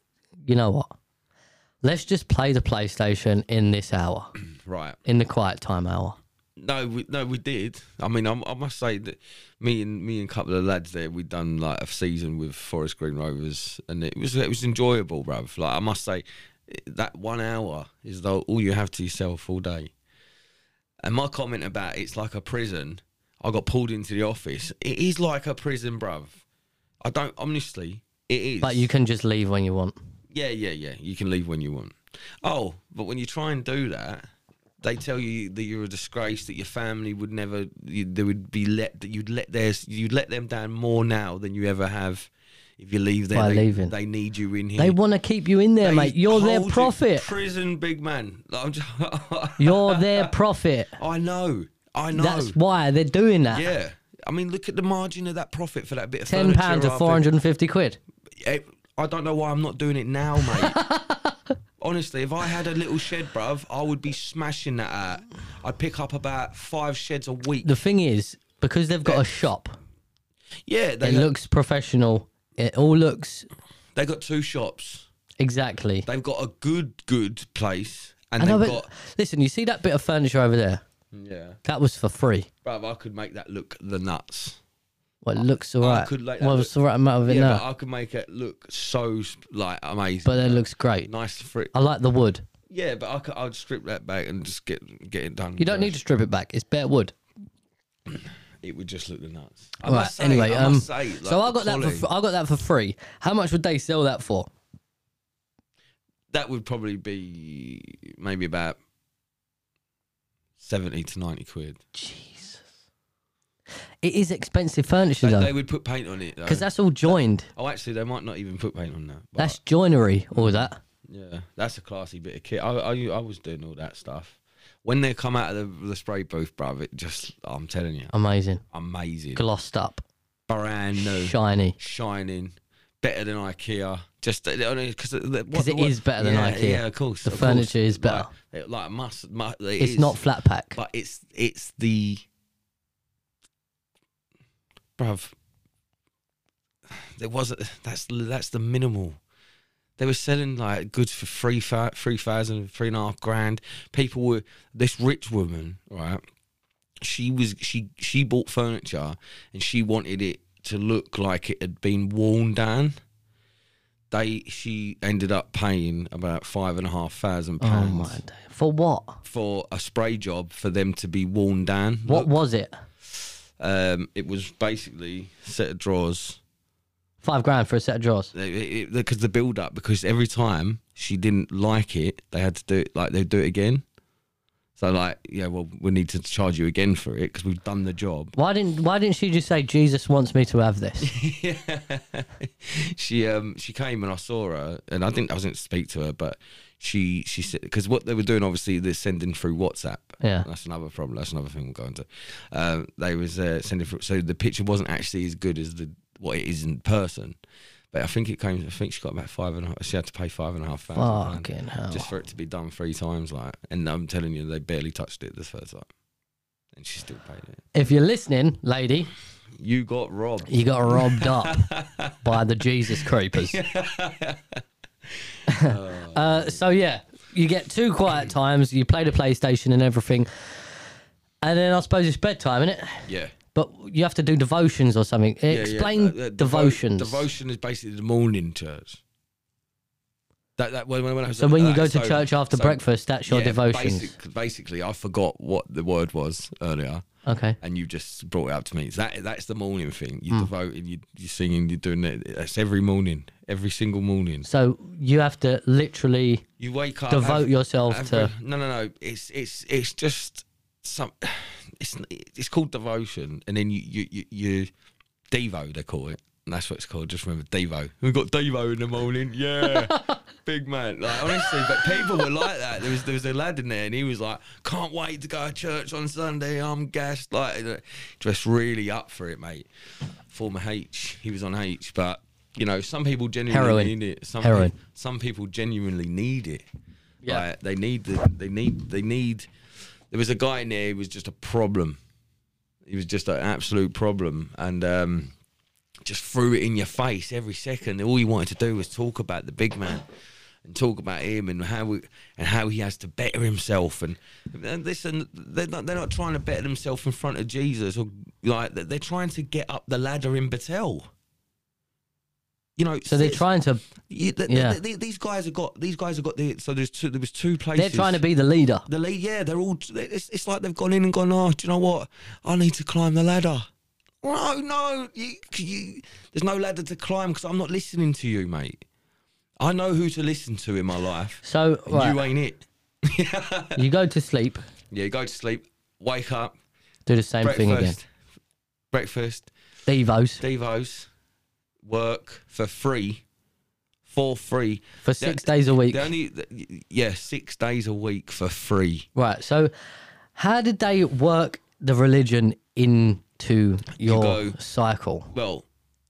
[SPEAKER 3] You know what? Let's just play the PlayStation in this hour,
[SPEAKER 1] Right?
[SPEAKER 3] in the quiet time hour.
[SPEAKER 1] No, we, no, we did. I mean, I, I must say that me and me and a couple of lads there, we'd done like a season with Forest Green Rovers, and it was it was enjoyable, bruv. Like I must say, that one hour is though all you have to yourself all day. And my comment about it's like a prison. I got pulled into the office. It is like a prison, bruv. I don't honestly. It is.
[SPEAKER 3] But you can just leave when you want.
[SPEAKER 1] Yeah, yeah, yeah. You can leave when you want. Oh, but when you try and do that, they tell you that you're a disgrace. That your family would never. You, they would be let. That you'd let theirs. You'd let them down more now than you ever have. If you leave there,
[SPEAKER 3] By
[SPEAKER 1] they,
[SPEAKER 3] leaving.
[SPEAKER 1] they need you in here.
[SPEAKER 3] They want to keep you in there,
[SPEAKER 1] They
[SPEAKER 3] mate. You're their
[SPEAKER 1] hold you
[SPEAKER 3] profit.
[SPEAKER 1] Prison, big man. Like, I'm just,
[SPEAKER 3] You're their profit.
[SPEAKER 1] I know. I know.
[SPEAKER 3] That's why they're doing that.
[SPEAKER 1] yeah. I mean, look at the margin of that profit for that bit of
[SPEAKER 3] Ten pounds
[SPEAKER 1] furniture
[SPEAKER 3] or
[SPEAKER 1] I've
[SPEAKER 3] four
[SPEAKER 1] been-
[SPEAKER 3] hundred and fifty quid.
[SPEAKER 1] it, I don't know why I'm not doing it now, mate. Honestly, if I had a little shed, bruv, I would be smashing that out. I'd pick up about five sheds a week.
[SPEAKER 3] The thing is, because they've got a shop,
[SPEAKER 1] yeah, they
[SPEAKER 3] it
[SPEAKER 1] got,
[SPEAKER 3] looks professional. It all looks
[SPEAKER 1] they got two shops.
[SPEAKER 3] exactly.
[SPEAKER 1] They've got a good, good place, and
[SPEAKER 3] I know,
[SPEAKER 1] they've
[SPEAKER 3] but
[SPEAKER 1] got
[SPEAKER 3] listen, you see that bit of furniture over there?
[SPEAKER 1] yeah,
[SPEAKER 3] That was for free.
[SPEAKER 1] bruv. I could make that look the nuts.
[SPEAKER 3] Well, it looks alright.
[SPEAKER 1] could like that
[SPEAKER 3] well,
[SPEAKER 1] look-
[SPEAKER 3] it's the right amount of it
[SPEAKER 1] Yeah,
[SPEAKER 3] now,
[SPEAKER 1] but I could make it look so sp- like amazing.
[SPEAKER 3] but it looks great.
[SPEAKER 1] nice for it.
[SPEAKER 3] I like the wood.
[SPEAKER 1] Yeah, but I could, I'd strip that back and just get get it done.
[SPEAKER 3] You don't need to strip it back. It's bare wood.
[SPEAKER 1] It would just look the nuts. I
[SPEAKER 3] All right.
[SPEAKER 1] must say,
[SPEAKER 3] anyway,
[SPEAKER 1] I
[SPEAKER 3] um,
[SPEAKER 1] must say, like,
[SPEAKER 3] so I
[SPEAKER 1] the
[SPEAKER 3] got that. For,
[SPEAKER 1] quality-
[SPEAKER 3] fr- I got that for free. How much would they sell that for?
[SPEAKER 1] that would probably be maybe about 70 to 90 quid.
[SPEAKER 3] Jesus, it is expensive furniture
[SPEAKER 1] They,
[SPEAKER 3] though,
[SPEAKER 1] they would put paint on it though.
[SPEAKER 3] because that's all joined.
[SPEAKER 1] oh, actually, they might not even put paint on that. but
[SPEAKER 3] That's joinery. All that.
[SPEAKER 1] yeah, that's a classy bit of kit. I, I, I was doing all that stuff. When they come out of the, the spray booth, bruv, it just, I'm telling you,
[SPEAKER 3] Amazing.
[SPEAKER 1] amazing.
[SPEAKER 3] Glossed up.
[SPEAKER 1] Brand new,
[SPEAKER 3] Shiny.
[SPEAKER 1] shining, better than Ikea. Just because
[SPEAKER 3] Because it is better than
[SPEAKER 1] yeah,
[SPEAKER 3] Ikea.
[SPEAKER 1] Yeah, of course.
[SPEAKER 3] The
[SPEAKER 1] of course.
[SPEAKER 3] furniture is better.
[SPEAKER 1] Like, it, like must, must it
[SPEAKER 3] It's
[SPEAKER 1] is.
[SPEAKER 3] not flat pack.
[SPEAKER 1] but it's it's the bruv there wasn't that's that's the minimal they were selling like goods for three fa- three thousand three and a half grand people were this rich woman right she was she she bought furniture and she wanted it to look like it had been worn down they she ended up paying about five and a half thousand
[SPEAKER 3] oh
[SPEAKER 1] pounds
[SPEAKER 3] my day. For what?
[SPEAKER 1] for a spray job for them to be worn down.
[SPEAKER 3] What was it?
[SPEAKER 1] Um, it was basically a set of drawers
[SPEAKER 3] Five grand for a set of drawers.
[SPEAKER 1] because the build up because every time she didn't like it they had to do it like they'd do it again so like yeah well we need to charge you again for it because we've done the job
[SPEAKER 3] Why didn't Why didn't she just say Jesus wants me to have this?
[SPEAKER 1] she um she came and i saw her and i didn't i wasn't speak to her but she she said because what they were doing obviously they're sending through whatsapp
[SPEAKER 3] Yeah.
[SPEAKER 1] that's another problem that's another thing we'll go into um they was uh, sending through so the picture wasn't actually as good as the what it is in person but I think it came. I think she got about five and a half. She had to pay five and a half thousand pounds.
[SPEAKER 3] Fucking hell.
[SPEAKER 1] just for it to be done three times, like, and I'm telling you, they barely touched it the third time, and she still paid it.
[SPEAKER 3] If you're listening, lady,
[SPEAKER 1] You got robbed.
[SPEAKER 3] you got robbed up by the Jesus creepers. uh, so yeah, you get two quiet times. You play the PlayStation and everything, and then I suppose it's bedtime, isn't it?
[SPEAKER 1] Yeah.
[SPEAKER 3] But you have to do devotions or something.
[SPEAKER 1] Yeah, yeah.
[SPEAKER 3] Explain
[SPEAKER 1] Uh, uh, devo-
[SPEAKER 3] devotions.
[SPEAKER 1] Devotion is basically the morning church. That, that when, when, when I was
[SPEAKER 3] So
[SPEAKER 1] at-
[SPEAKER 3] when you
[SPEAKER 1] uh,
[SPEAKER 3] go to
[SPEAKER 1] so-
[SPEAKER 3] church after
[SPEAKER 1] so-
[SPEAKER 3] breakfast, that's your
[SPEAKER 1] yeah,
[SPEAKER 3] devotions.
[SPEAKER 1] basic- basically, I forgot what the word was earlier,
[SPEAKER 3] Okay.
[SPEAKER 1] and you just brought it up to me. It's that that's the morning thing. You
[SPEAKER 3] Hmm.
[SPEAKER 1] devoting, you you singing, you're doing it. That's every morning, every single morning.
[SPEAKER 3] So you have to literally
[SPEAKER 1] You wake up,
[SPEAKER 3] devote
[SPEAKER 1] have-
[SPEAKER 3] yourself to.
[SPEAKER 1] no, no, no. It's it's it's just some. It's it's called devotion, and then you you you, you devo they call it. And that's what it's called. Just remember devo. We've got devo in the morning. Yeah, big man. Like honestly, but people were like that. There was there was a lad in there, and he was like, "Can't wait to go to church on Sunday. I'm gassed." Like uh, just really up for it, mate. Former H, he was on H, but. You know, some people genuinely
[SPEAKER 3] Heroin.
[SPEAKER 1] need it. Some
[SPEAKER 3] Heroin.
[SPEAKER 1] some people genuinely need it.
[SPEAKER 3] Yeah.
[SPEAKER 1] Like, they need the they need they need there was a guy in there who was just a problem. He was just an absolute problem and um just threw it in your face every second. All you wanted to do was talk about the big man and talk about him and how we, and how he has to better himself and, and listen they're not they're not trying to better themselves in front of Jesus or like they're trying to get up the ladder in Battelle. You know,
[SPEAKER 3] So they're
[SPEAKER 1] sit-
[SPEAKER 3] trying to.
[SPEAKER 1] yeah, th-
[SPEAKER 3] Yeah.
[SPEAKER 1] th- th- these guys have got these guys have got the so there's two there was two places
[SPEAKER 3] They're trying to be the leader.
[SPEAKER 1] the lead yeah they're all it's, it's like they've gone in and gone oh do you know what I need to climb the ladder no no you, you there's no ladder to climb because I'm not listening to you mate I know who to listen to in my life
[SPEAKER 3] So
[SPEAKER 1] and you
[SPEAKER 3] right,
[SPEAKER 1] ain't it
[SPEAKER 3] you, go to sleep,
[SPEAKER 1] yeah you go to sleep wake up
[SPEAKER 3] do the same thing again.
[SPEAKER 1] breakfast breakfast
[SPEAKER 3] Devos
[SPEAKER 1] devos work for free for free
[SPEAKER 3] for six days a week.
[SPEAKER 1] The only, the- yeah, six days a week for free.
[SPEAKER 3] Right. So, how did they work the religion into your
[SPEAKER 1] go-
[SPEAKER 3] cycle?
[SPEAKER 1] Well,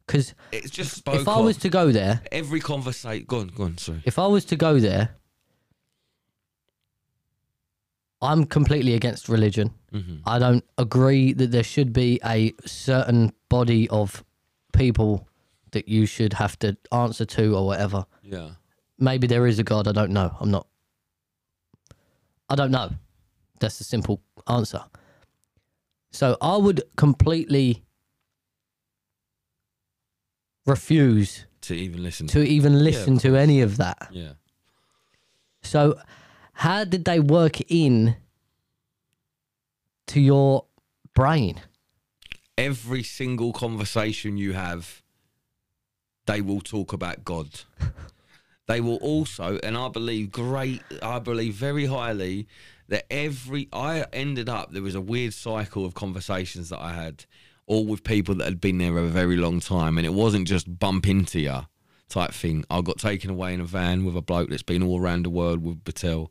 [SPEAKER 3] Because
[SPEAKER 1] it's just spoke
[SPEAKER 3] if I was
[SPEAKER 1] of.
[SPEAKER 3] to go there,
[SPEAKER 1] every conversation. Go on, go on. Sorry.
[SPEAKER 3] if I was to go there, I'm completely against religion.
[SPEAKER 1] Mm-hmm.
[SPEAKER 3] I don't agree that there should be a certain body of people that you should have to answer to or whatever.
[SPEAKER 1] Yeah.
[SPEAKER 3] Maybe there is a God. I don't know. I'm not. I don't know. That's the simple answer. So I would completely refuse
[SPEAKER 1] To even listen.
[SPEAKER 3] to even listen to any of that.
[SPEAKER 1] yeah.
[SPEAKER 3] So, how did they work in to your brain?
[SPEAKER 1] Every single conversation you have, they will talk about God. they will also, and I believe great, I believe very highly that every, I ended up, there was a weird cycle of conversations that I had, all with people that had been there a very long time. And it wasn't just bump into ya type thing. I got taken away in a van with a bloke that's been all around the world with Battelle,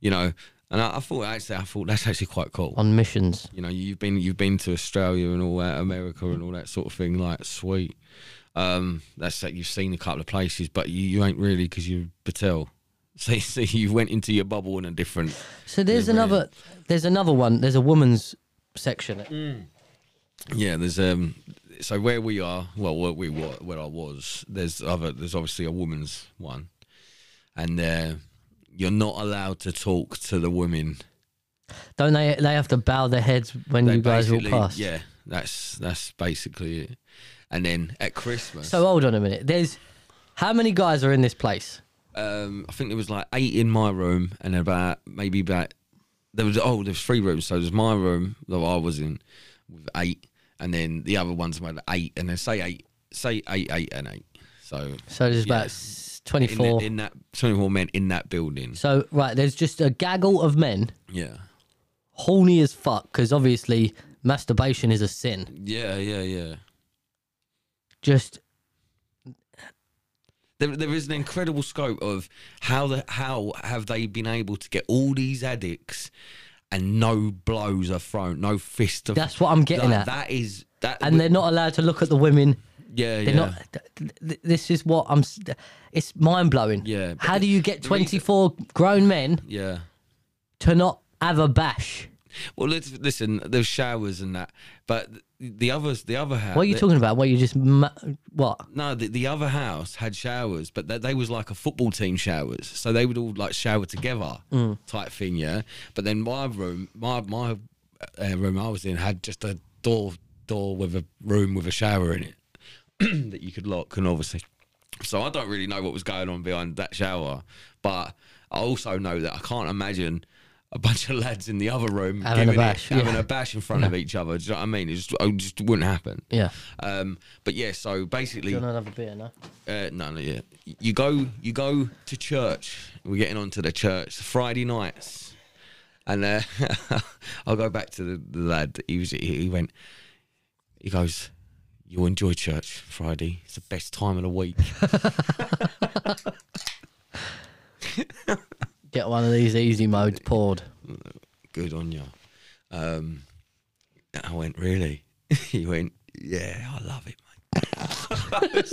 [SPEAKER 1] you know. And I, I thought, actually, I thought that's actually quite cool.
[SPEAKER 3] On missions.
[SPEAKER 1] You know, you've been you've been to Australia and all that, America and all that sort of thing. Like, sweet. Um, that's that you've seen a couple of places, but you, you ain't really because you're Patel. So, so you went into your bubble in a different.
[SPEAKER 3] So there's
[SPEAKER 1] Yeah, brilliant.
[SPEAKER 3] another. There's another one. There's a woman's section.
[SPEAKER 1] Mm. Yeah, there's um. So where we are, well, where we were, where I was, there's other. There's obviously a woman's one, and uh, you're not allowed to talk to the women
[SPEAKER 3] Don't they? They have to bow their heads when
[SPEAKER 1] They
[SPEAKER 3] you guys walk
[SPEAKER 1] basically-
[SPEAKER 3] past.
[SPEAKER 1] Yeah, that's that's basically it. And then at Christmas,
[SPEAKER 3] So hold on a minute. There's how many guys are in this place?
[SPEAKER 1] um, I think there was like eight in my room, and about maybe about there was oh there was three rooms. So there's my room that I was in with eight, and then the other ones were eight, and then say eight say eight, eight, and eight. So
[SPEAKER 3] So there's
[SPEAKER 1] yeah.
[SPEAKER 3] about s- 24.
[SPEAKER 1] in, in that twenty-four men in that building.
[SPEAKER 3] so, right, there's just a gaggle of men,
[SPEAKER 1] Yeah,
[SPEAKER 3] horny as fuck, because obviously masturbation is a sin.
[SPEAKER 1] yeah, yeah, yeah.
[SPEAKER 3] Just,
[SPEAKER 1] There, there is an incredible scope of how the how have they been able to get all these addicts and no blows are thrown, no fists. Are
[SPEAKER 3] That's what I'm getting
[SPEAKER 1] That-
[SPEAKER 3] at.
[SPEAKER 1] That is that,
[SPEAKER 3] and they're not allowed to look at the women.
[SPEAKER 1] yeah, yeah.
[SPEAKER 3] They're not. th- th- th- This is what I'm. s- It's mind blowing.
[SPEAKER 1] Yeah, but
[SPEAKER 3] How
[SPEAKER 1] the-
[SPEAKER 3] do you get
[SPEAKER 1] the reason-
[SPEAKER 3] 24 grown men
[SPEAKER 1] yeah.
[SPEAKER 3] to not have a bash?
[SPEAKER 1] Well, let's, listen, there's showers and that, but the others, the other house.
[SPEAKER 3] What are you talking about? What you just ma- what?
[SPEAKER 1] No, the, the other house had showers, but they, they was like a football team showers, so they would all like shower together
[SPEAKER 3] Mm.
[SPEAKER 1] type thing, yeah. But then my room, my my uh, room I was in had just a door door with a room with a shower in it that you could lock, and obviously, so I don't really know what was going on behind that shower, but I also know that I can't imagine. A bunch of lads in the other room
[SPEAKER 3] Having a
[SPEAKER 1] giving it-
[SPEAKER 3] bash,
[SPEAKER 1] having
[SPEAKER 3] yeah.
[SPEAKER 1] a bash in front of each other. Do you know what I mean? It just, it just wouldn't happen.
[SPEAKER 3] Yeah.
[SPEAKER 1] Um, but yeah, so basically,
[SPEAKER 3] You want another beer? No.
[SPEAKER 1] uh, no, no, yeah. You go, you go to church. We're getting on to the church Friday nights, and uh, I'll go back to the, the lad. He was, he went, he goes, "You'll enjoy church Friday. It's the best time of the week."
[SPEAKER 3] Get one of these easy modes poured.
[SPEAKER 1] Good on you. Um, and I went, really? he went, yeah, I love it, mate.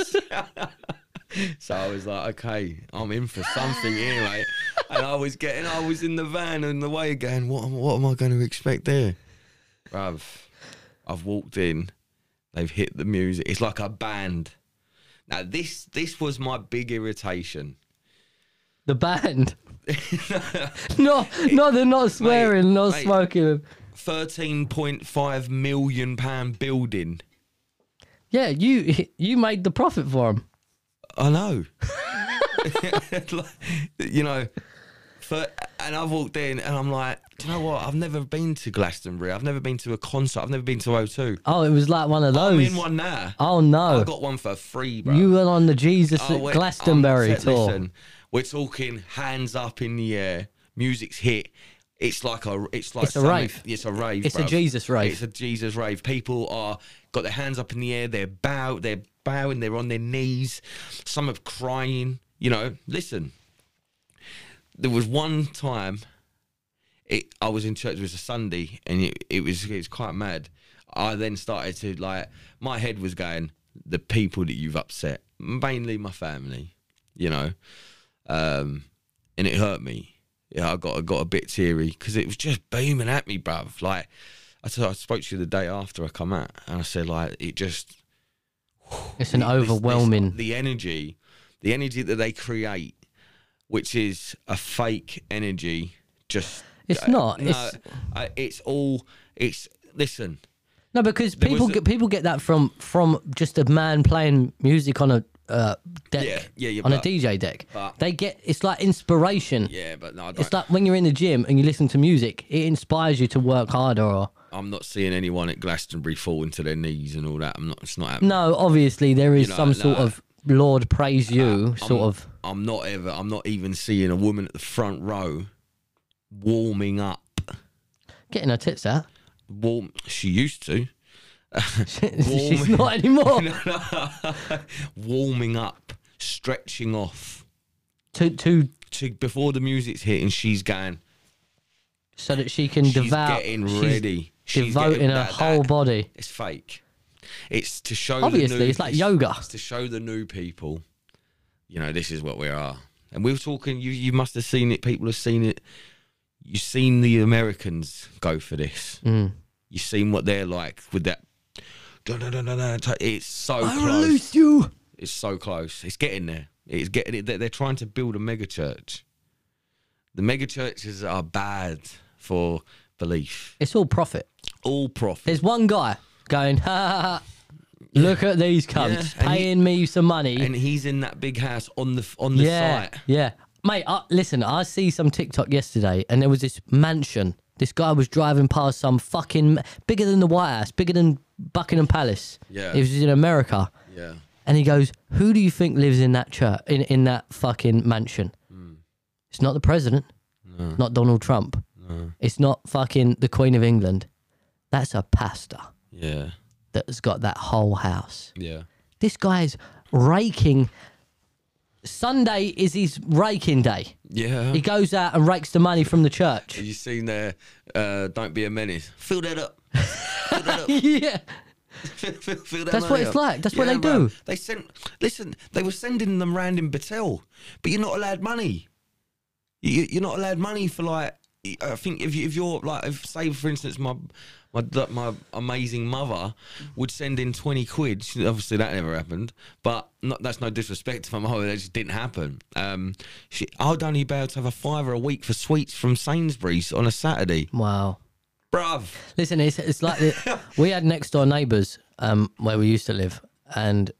[SPEAKER 1] so I was like, okay, I'm in for something here, mate. And I was getting, I was in the van on the way going, what am, what am I going to expect there? Bruv, I've walked in, they've hit the music. It's like a band. Now, this this was my big irritation.
[SPEAKER 3] The band. no, no, they're not swearing, not
[SPEAKER 1] mate.
[SPEAKER 3] smoking.
[SPEAKER 1] £13.5 million pound building.
[SPEAKER 3] Yeah, you you made the profit for them.
[SPEAKER 1] I know. you know, for, and I've walked in and I'm like, do you know what? I've never been to Glastonbury. I've never been to a concert. I've never been to O2.
[SPEAKER 3] Oh, it was like one of those.
[SPEAKER 1] I'm in one now.
[SPEAKER 3] Oh no,
[SPEAKER 1] I got one for free, bro.
[SPEAKER 3] you were on the Jesus
[SPEAKER 1] I
[SPEAKER 3] at
[SPEAKER 1] went-
[SPEAKER 3] Glastonbury
[SPEAKER 1] I'm-
[SPEAKER 3] tour.
[SPEAKER 1] Listen, we're talking hands up in the air. Music's hit. It's like a. It's like
[SPEAKER 3] It's a
[SPEAKER 1] something-
[SPEAKER 3] rave.
[SPEAKER 1] It's a rave.
[SPEAKER 3] It's a
[SPEAKER 1] bruv.
[SPEAKER 3] Jesus rave.
[SPEAKER 1] It's a Jesus rave. People are got their hands up in the air. They're bow. They're bowing. They're on their knees. Some are crying. You know. Listen. There was one time. It, I was in church. It was a Sunday, and it, it was it was quite mad. I then started to like my head was going the people that you've upset, mainly my family, you know, um, and it hurt me. Yeah, I got I got a bit teary because it was just booming at me, bruv. Like I, t- I spoke to you the day after I come out, and I said like it just
[SPEAKER 3] It's an
[SPEAKER 1] this- this-
[SPEAKER 3] overwhelming.
[SPEAKER 1] the energy, the energy that they create, which is a fake energy. Just
[SPEAKER 3] It's
[SPEAKER 1] uh,
[SPEAKER 3] not,
[SPEAKER 1] No,
[SPEAKER 3] it's-
[SPEAKER 1] uh, it's all. It's listen.
[SPEAKER 3] No, because
[SPEAKER 1] There was
[SPEAKER 3] people
[SPEAKER 1] a-
[SPEAKER 3] get people get that from from just a man playing music on a uh, deck,
[SPEAKER 1] Yeah, yeah, yeah,
[SPEAKER 3] on a
[SPEAKER 1] but-
[SPEAKER 3] DJ deck.
[SPEAKER 1] but-
[SPEAKER 3] they get it's like inspiration.
[SPEAKER 1] Yeah, but no, I
[SPEAKER 3] It's
[SPEAKER 1] don't,
[SPEAKER 3] like when you're in the gym and you listen to music, it inspires you to work harder. Or
[SPEAKER 1] I'm not seeing anyone at Glastonbury falling to their knees and all that. I'm not. It's not happening.
[SPEAKER 3] no, obviously there is
[SPEAKER 1] know,
[SPEAKER 3] some sort
[SPEAKER 1] no.
[SPEAKER 3] of Lord praise you sort
[SPEAKER 1] I'm-
[SPEAKER 3] of.
[SPEAKER 1] I'm not ever. I'm not even seeing a woman at the front row warming up.
[SPEAKER 3] Getting her tits out.
[SPEAKER 1] Warm. She used to.
[SPEAKER 3] She's not anymore.
[SPEAKER 1] warming up, stretching off
[SPEAKER 3] To to
[SPEAKER 1] to before the music's hit, and she's going.
[SPEAKER 3] so that she can
[SPEAKER 1] She's
[SPEAKER 3] devout.
[SPEAKER 1] getting
[SPEAKER 3] she's
[SPEAKER 1] ready. She's
[SPEAKER 3] devoting
[SPEAKER 1] getting
[SPEAKER 3] her
[SPEAKER 1] that-
[SPEAKER 3] whole
[SPEAKER 1] that-
[SPEAKER 3] body.
[SPEAKER 1] It's fake. It's to show.
[SPEAKER 3] Obviously,
[SPEAKER 1] the new,
[SPEAKER 3] it's like yoga.
[SPEAKER 1] It's to show the new people. You know, this is what we are, and we were talking. You you must have seen it. People have seen it. You've seen the Americans go for this.
[SPEAKER 3] Mm.
[SPEAKER 1] You've seen what they're like with that. dun, dun, dun, dun, dun, t- It's so close.
[SPEAKER 3] you.
[SPEAKER 1] It's so close. It's getting there. It's getting it. They're they're trying to build a mega church. The mega churches are bad for belief.
[SPEAKER 3] It's all profit.
[SPEAKER 1] All profit.
[SPEAKER 3] There's one guy going, ha, ha, ha, ha, look at these cunts
[SPEAKER 1] Yeah, and he-
[SPEAKER 3] paying me some money.
[SPEAKER 1] and he's in that big house on the on the
[SPEAKER 3] yeah,
[SPEAKER 1] site.
[SPEAKER 3] yeah. Mate, I, listen, I see some TikTok yesterday and there was this mansion. This guy was driving past some fucking, bigger than the White House, bigger than Buckingham Palace.
[SPEAKER 1] Yeah.
[SPEAKER 3] It was in America.
[SPEAKER 1] Yeah,
[SPEAKER 3] and he goes, "Who do you think lives in that church in in that fucking mansion?
[SPEAKER 1] Hmm.
[SPEAKER 3] It's not the president, It's not Donald Trump, it's not fucking the Queen of England. That's a pastor
[SPEAKER 1] Yeah.
[SPEAKER 3] that's got that whole house.
[SPEAKER 1] Yeah.
[SPEAKER 3] This guy's raking. Sunday is his raking day.
[SPEAKER 1] Yeah.
[SPEAKER 3] He goes out and rakes the money from the church.
[SPEAKER 1] you seen there? Uh, don't be a menace. Fill that up. Fill that up.
[SPEAKER 3] yeah.
[SPEAKER 1] Fill- fill- fill that
[SPEAKER 3] That's what
[SPEAKER 1] money
[SPEAKER 3] it's
[SPEAKER 1] up.
[SPEAKER 3] like. That's what they
[SPEAKER 1] bro.
[SPEAKER 3] do.
[SPEAKER 1] They sent. Listen, they were sending them round in Battelle, but you're not allowed money. You, you're not allowed money for like. I think if you, if you're like, if say for instance, my my d- my amazing mother would send in twenty quid. She- Obviously, that never happened. But not, that's no disrespect to my mother. That just didn't happen. Um, she, I'd only be able to have a fiver a week for sweets from Sainsbury's on a Saturday,
[SPEAKER 3] Wow.
[SPEAKER 1] bruv.
[SPEAKER 3] Listen, it's, it's like the, we had next door neighbours um, where we used to live, and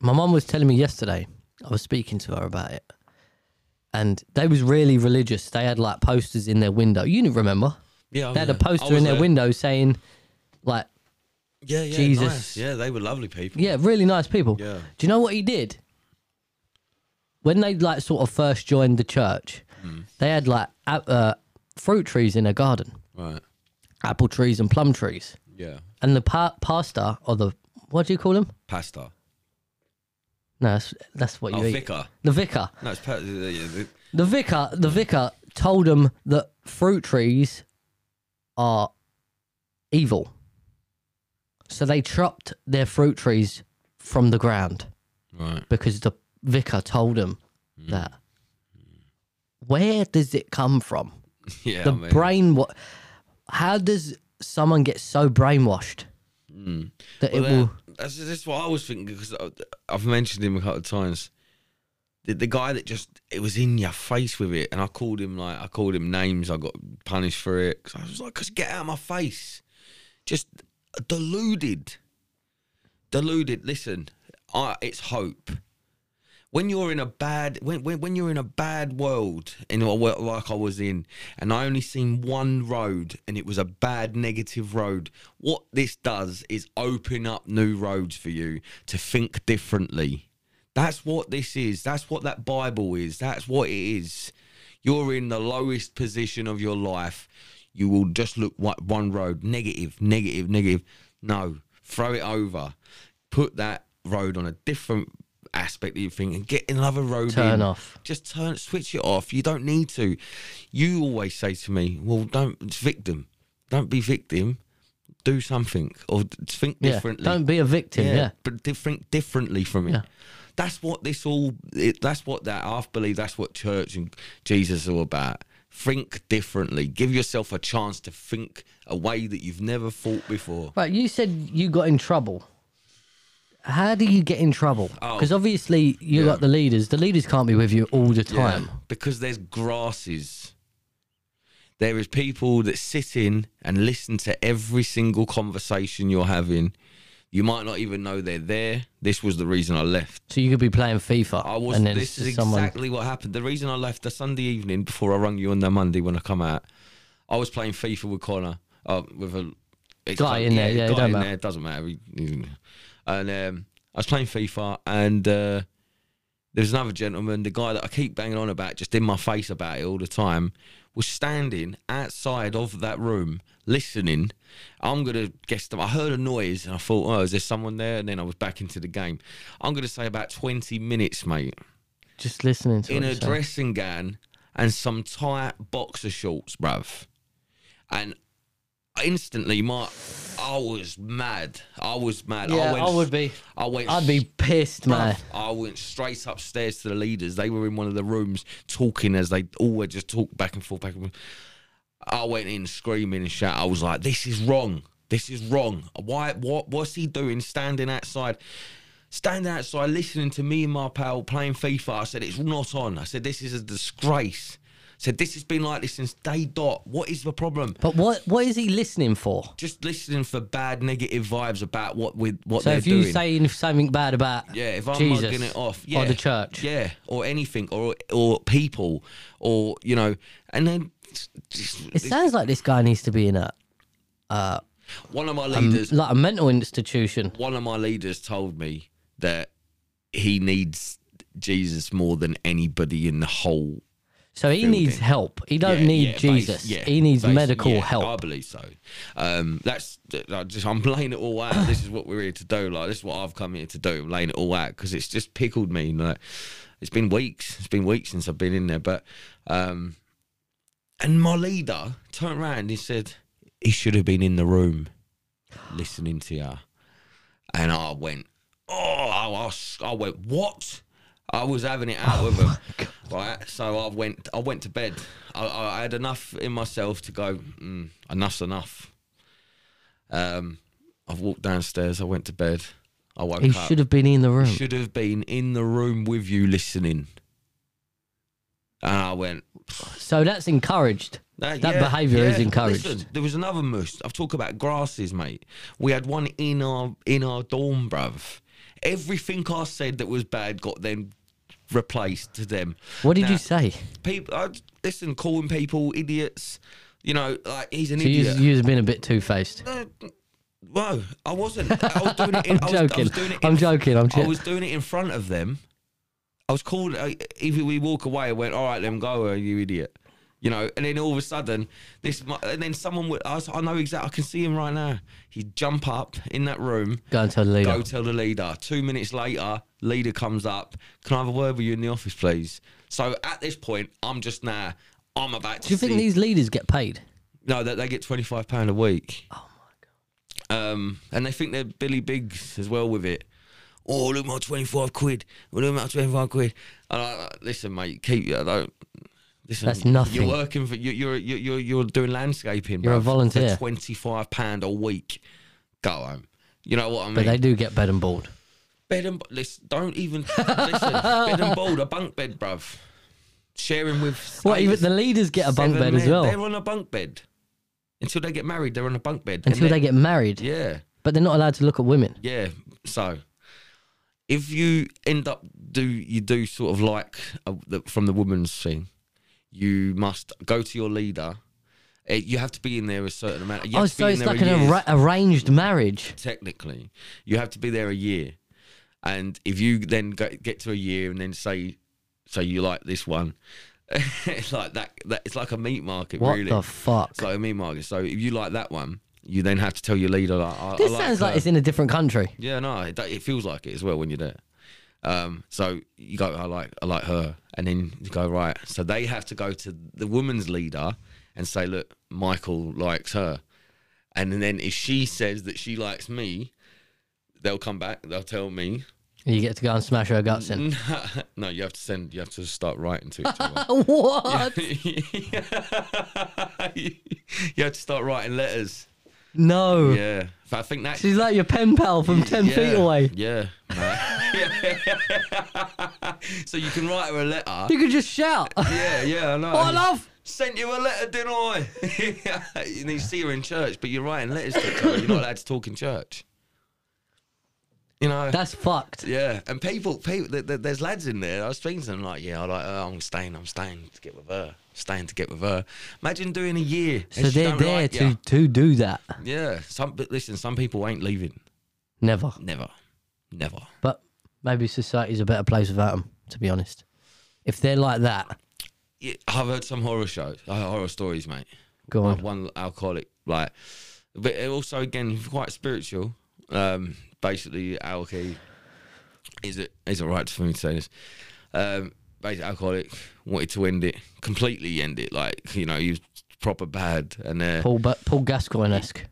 [SPEAKER 3] my mum was telling me yesterday. I was speaking to her about it, and they was really religious. They had like posters in their window. You didn't remember?
[SPEAKER 1] Oh, Yeah, I
[SPEAKER 3] They had a
[SPEAKER 1] was there. I
[SPEAKER 3] poster
[SPEAKER 1] was
[SPEAKER 3] in their
[SPEAKER 1] there.
[SPEAKER 3] window saying, like,
[SPEAKER 1] Yeah, yeah,
[SPEAKER 3] Jesus.
[SPEAKER 1] nice. Yeah, they were lovely people.
[SPEAKER 3] yeah, really nice people.
[SPEAKER 1] Yeah.
[SPEAKER 3] Do you know what he did? When they like sort of first joined the church,
[SPEAKER 1] Mm.
[SPEAKER 3] they had like a- uh, fruit trees in their garden,
[SPEAKER 1] Right.
[SPEAKER 3] apple trees and plum trees.
[SPEAKER 1] Yeah.
[SPEAKER 3] and the pa- pastor or the what do you call him?
[SPEAKER 1] Pasta.
[SPEAKER 3] No, that's, that's what you
[SPEAKER 1] Oh,
[SPEAKER 3] eat.
[SPEAKER 1] vicar.
[SPEAKER 3] The vicar,
[SPEAKER 1] No, it's pa- yeah, yeah, the-
[SPEAKER 3] the vicar, the vicar told him that fruit trees are evil, so they chopped their fruit trees from the ground
[SPEAKER 1] Right.
[SPEAKER 3] because the vicar told him
[SPEAKER 1] Hmm.
[SPEAKER 3] that. Where does it come from?
[SPEAKER 1] Yeah.
[SPEAKER 3] The
[SPEAKER 1] I mean,
[SPEAKER 3] brain. What? How does someone get so brainwashed that
[SPEAKER 1] Hmm. well,
[SPEAKER 3] it
[SPEAKER 1] that-
[SPEAKER 3] will?
[SPEAKER 1] That's, that's what I was thinking because I've mentioned him a couple of times. The, the guy that just it was in your face with it, and I called him like I called him names. I got punished for it 'cause I was like, "Cause get out of my face!" Just deluded, deluded. Listen, I, it's hope. when you're in a bad when, when, when you're in a bad world in a world like I was in and I only seen one road and it was a bad negative road what this does is open up new roads for you to think differently that's what this is that's what that bible is that's what it is you're in the lowest position of your life you will just look what one road negative negative negative no throw it over put that road on a different aspect of your thing and get another road
[SPEAKER 3] Turn
[SPEAKER 1] in.
[SPEAKER 3] off.
[SPEAKER 1] just turn switch it off you don't need to you always say to me well don't it's victim don't be victim do something or think
[SPEAKER 3] Yeah,
[SPEAKER 1] differently
[SPEAKER 3] don't be a victim. yeah.
[SPEAKER 1] but different differently from it.
[SPEAKER 3] Yeah.
[SPEAKER 1] That's what this all. It, that's what that I believe. That's what church and Jesus are all about. Think differently. Give yourself a chance to think a way that you've never thought before.
[SPEAKER 3] Right, you said you got in trouble. How do you get in trouble?
[SPEAKER 1] Oh.
[SPEAKER 3] Because obviously you
[SPEAKER 1] Yeah.
[SPEAKER 3] got the leaders. The leaders can't be with you all the
[SPEAKER 1] Yeah,
[SPEAKER 3] time.
[SPEAKER 1] because there's grasses. There is people that sit in and listen to every single conversation you're having. You might not even know they're there. This was the reason I left.
[SPEAKER 3] So you could be playing FIFA,
[SPEAKER 1] I was.
[SPEAKER 3] and then
[SPEAKER 1] This
[SPEAKER 3] it's
[SPEAKER 1] is
[SPEAKER 3] just someone.
[SPEAKER 1] exactly what happened. The reason I left the Sunday evening before I rung you on the Monday when I come out, I was playing FIFA with Connor, uh, with a it's
[SPEAKER 3] Guy in there, yeah, it
[SPEAKER 1] guy
[SPEAKER 3] don't
[SPEAKER 1] in
[SPEAKER 3] matter.
[SPEAKER 1] there, it doesn't matter. He- he- And um, I was playing FIFA, and uh, there was another gentleman, the guy that I keep banging on about, just in my face about it all the time, was standing outside of that room listening. I'm gonna guess them. I heard a noise, and I thought, oh, is there someone there? And then I was back into the game. I'm gonna say about 20 minutes, mate
[SPEAKER 3] Just listening to
[SPEAKER 1] in
[SPEAKER 3] what
[SPEAKER 1] a
[SPEAKER 3] you say.
[SPEAKER 1] dressing gown and some tight boxer shorts, bruv. And instantly, my I was mad. I was mad.
[SPEAKER 3] Yeah,
[SPEAKER 1] I, went,
[SPEAKER 3] I would be.
[SPEAKER 1] I went.
[SPEAKER 3] I'd be pissed, man.
[SPEAKER 1] Bruv, I went straight upstairs to the leaders. They were in one of the rooms talking as they all were just talk back and forth, back and forth. I went in screaming and shout. I was like, "This is wrong. This is wrong. Why? What? What's he doing? Standing outside." Standing outside listening to me and my pal playing FIFA, I said, It's not on. I said, This is a disgrace. I said, This has been like this since day dot. What is the problem?
[SPEAKER 3] But what what is he listening for?
[SPEAKER 1] Just listening for bad negative vibes about what with what
[SPEAKER 3] So
[SPEAKER 1] they're
[SPEAKER 3] if you
[SPEAKER 1] doing.
[SPEAKER 3] saying something bad about
[SPEAKER 1] Yeah, if I'm
[SPEAKER 3] Jesus
[SPEAKER 1] mugging it off, yeah,
[SPEAKER 3] or the church,
[SPEAKER 1] yeah, or anything, or or people, or you know, and then just-
[SPEAKER 3] it sounds like this guy needs to be in a
[SPEAKER 1] one of my leaders,
[SPEAKER 3] like a mental institution.
[SPEAKER 1] one of my leaders told me that he needs Jesus more than anybody in the whole.
[SPEAKER 3] So he needs
[SPEAKER 1] building.
[SPEAKER 3] help. He don't
[SPEAKER 1] Yeah,
[SPEAKER 3] need
[SPEAKER 1] yeah, bas-
[SPEAKER 3] Jesus.
[SPEAKER 1] yeah,
[SPEAKER 3] he needs
[SPEAKER 1] bas-
[SPEAKER 3] medical
[SPEAKER 1] yeah, I
[SPEAKER 3] help.
[SPEAKER 1] believe so. Um, that's I just I'm laying it all out. this is what we're here to do. Like this is what I've come here to do. I'm laying it all out because it's just pickled me. Like it's been weeks. It's been weeks since I've been in there. But um, and my leader turned around. and He said he should have been in the room listening to you. And I went, oh, I, was- I went, what? I was having it out
[SPEAKER 3] Oh
[SPEAKER 1] with him. Right, so I went, I went to bed. I, I I had enough in myself to go, mm, enough's enough. Um, I've walked downstairs. I went to bed. I woke
[SPEAKER 3] He
[SPEAKER 1] up.
[SPEAKER 3] should have been in the room.
[SPEAKER 1] Should have been in the room with you listening. And I went,
[SPEAKER 3] So that's encouraged.
[SPEAKER 1] uh,
[SPEAKER 3] That
[SPEAKER 1] yeah,
[SPEAKER 3] behaviour is
[SPEAKER 1] yeah.
[SPEAKER 3] encouraged.
[SPEAKER 1] Listen, there was another moose. I've talked about grasses, mate. We had one in our in our dorm, bruv. Everything I said that was bad got then replaced to them.
[SPEAKER 3] What did
[SPEAKER 1] Now,
[SPEAKER 3] you say?
[SPEAKER 1] People, I, listen, calling people idiots. You know, like he's an
[SPEAKER 3] So you
[SPEAKER 1] idiot.
[SPEAKER 3] you've been a bit two faced.
[SPEAKER 1] No, no, I wasn't. I was doing it. In,
[SPEAKER 3] I'm
[SPEAKER 1] I was- I was
[SPEAKER 3] joking.
[SPEAKER 1] doing it in-
[SPEAKER 3] I'm joking. I'm
[SPEAKER 1] I
[SPEAKER 3] joking.
[SPEAKER 1] was doing it in front of them. I was called. I- If we walk away, I went, "All right, let them go, uh, you idiot." You know, and then all of a sudden, this, mu- and then someone would. I, was, I know exactly. I can see him right now. He'd jump up in that room,
[SPEAKER 3] Go and tell the leader.
[SPEAKER 1] go tell the leader. Two minutes later, leader comes up. Can I have a word with you in the office, please? So at this point, I'm just now. I'm about to.
[SPEAKER 3] Do you think
[SPEAKER 1] see-
[SPEAKER 3] these leaders get paid?
[SPEAKER 1] no, that they get twenty five pound a week. Oh my god. Um, and they think they're Billy Biggs as well with it. Oh, look at my twenty five quid. Oh, look at my twenty five quid. And I, I- listen, mate, keep I don't. Listen,
[SPEAKER 3] That's nothing.
[SPEAKER 1] You're working for you're you're you're, you're, you're doing landscaping.
[SPEAKER 3] You're a
[SPEAKER 1] bruv,
[SPEAKER 3] volunteer.
[SPEAKER 1] For twenty five pound a week. Go home. You know what I mean?
[SPEAKER 3] But they do get bed and board.
[SPEAKER 1] bed and listen, don't even listen. Bed and board, a bunk bed, bruv. Sharing with
[SPEAKER 3] What, even
[SPEAKER 1] eight-
[SPEAKER 3] the leaders get a bunk
[SPEAKER 1] seven
[SPEAKER 3] bed as
[SPEAKER 1] men.
[SPEAKER 3] well
[SPEAKER 1] They're on a bunk bed until they get married. They're on a bunk bed And
[SPEAKER 3] until they
[SPEAKER 1] then-
[SPEAKER 3] get married.
[SPEAKER 1] yeah,
[SPEAKER 3] But they're not allowed to look at women.
[SPEAKER 1] yeah. So if you end up do you do sort of like uh the, from the woman's thing, you must go to your leader. Eh, you have to be in there a certain amount. You
[SPEAKER 3] Oh,
[SPEAKER 1] have to
[SPEAKER 3] so
[SPEAKER 1] be in
[SPEAKER 3] it's
[SPEAKER 1] there
[SPEAKER 3] like
[SPEAKER 1] a
[SPEAKER 3] an
[SPEAKER 1] year's-
[SPEAKER 3] arra- arranged marriage.
[SPEAKER 1] technically you have to be there a year and if you then go, get to a year and then say say you like this one it's like that, that it's like a meat market
[SPEAKER 3] What
[SPEAKER 1] really
[SPEAKER 3] the fuck?
[SPEAKER 1] it's like a meat market so if you like that one you then have to tell your leader like I,
[SPEAKER 3] this
[SPEAKER 1] I
[SPEAKER 3] sounds
[SPEAKER 1] her.
[SPEAKER 3] like it's in a different country.
[SPEAKER 1] yeah no it, it feels like it as well when you're there um so you go i like i like her and then you go right so they have to go to the woman's leader and say look michael likes her and then if she says that she likes me they'll come back they'll tell me
[SPEAKER 3] You get to go and smash her guts in.
[SPEAKER 1] no you have to send you have to start writing to each other
[SPEAKER 3] What?
[SPEAKER 1] you have to start writing letters
[SPEAKER 3] No.
[SPEAKER 1] yeah i think that
[SPEAKER 3] She's like your pen pal from 10
[SPEAKER 1] yeah,
[SPEAKER 3] feet away.
[SPEAKER 1] yeah man. so you can write her a letter
[SPEAKER 3] You could just shout.
[SPEAKER 1] Yeah, yeah, I know.
[SPEAKER 3] What I love.
[SPEAKER 1] Sent you a letter, didn't I? and you see her in church, but you're writing letters to each other. You're not allowed to talk in church. You know.
[SPEAKER 3] That's fucked.
[SPEAKER 1] yeah, and people, people, th- th- there's lads in there. I was speaking to them like, yeah, I like her. I'm staying. I'm staying to get with her. Staying to get with her. Imagine doing a year.
[SPEAKER 3] So they're there to,
[SPEAKER 1] you.
[SPEAKER 3] to do that.
[SPEAKER 1] Yeah. Some, but listen, some people ain't leaving.
[SPEAKER 3] Never.
[SPEAKER 1] Never, never.
[SPEAKER 3] But maybe society's a better place without them, to be honest. If they're like that,
[SPEAKER 1] Yeah, I've heard some horror shows, uh, horror stories, mate.
[SPEAKER 3] go
[SPEAKER 1] like
[SPEAKER 3] on.
[SPEAKER 1] one alcoholic like but it also again quite spiritual um basically alky is it is it right for me to say this um basically alcoholic wanted to end it completely end it like you know he was proper bad and uh
[SPEAKER 3] Paul, but Paul Gascoigne esque.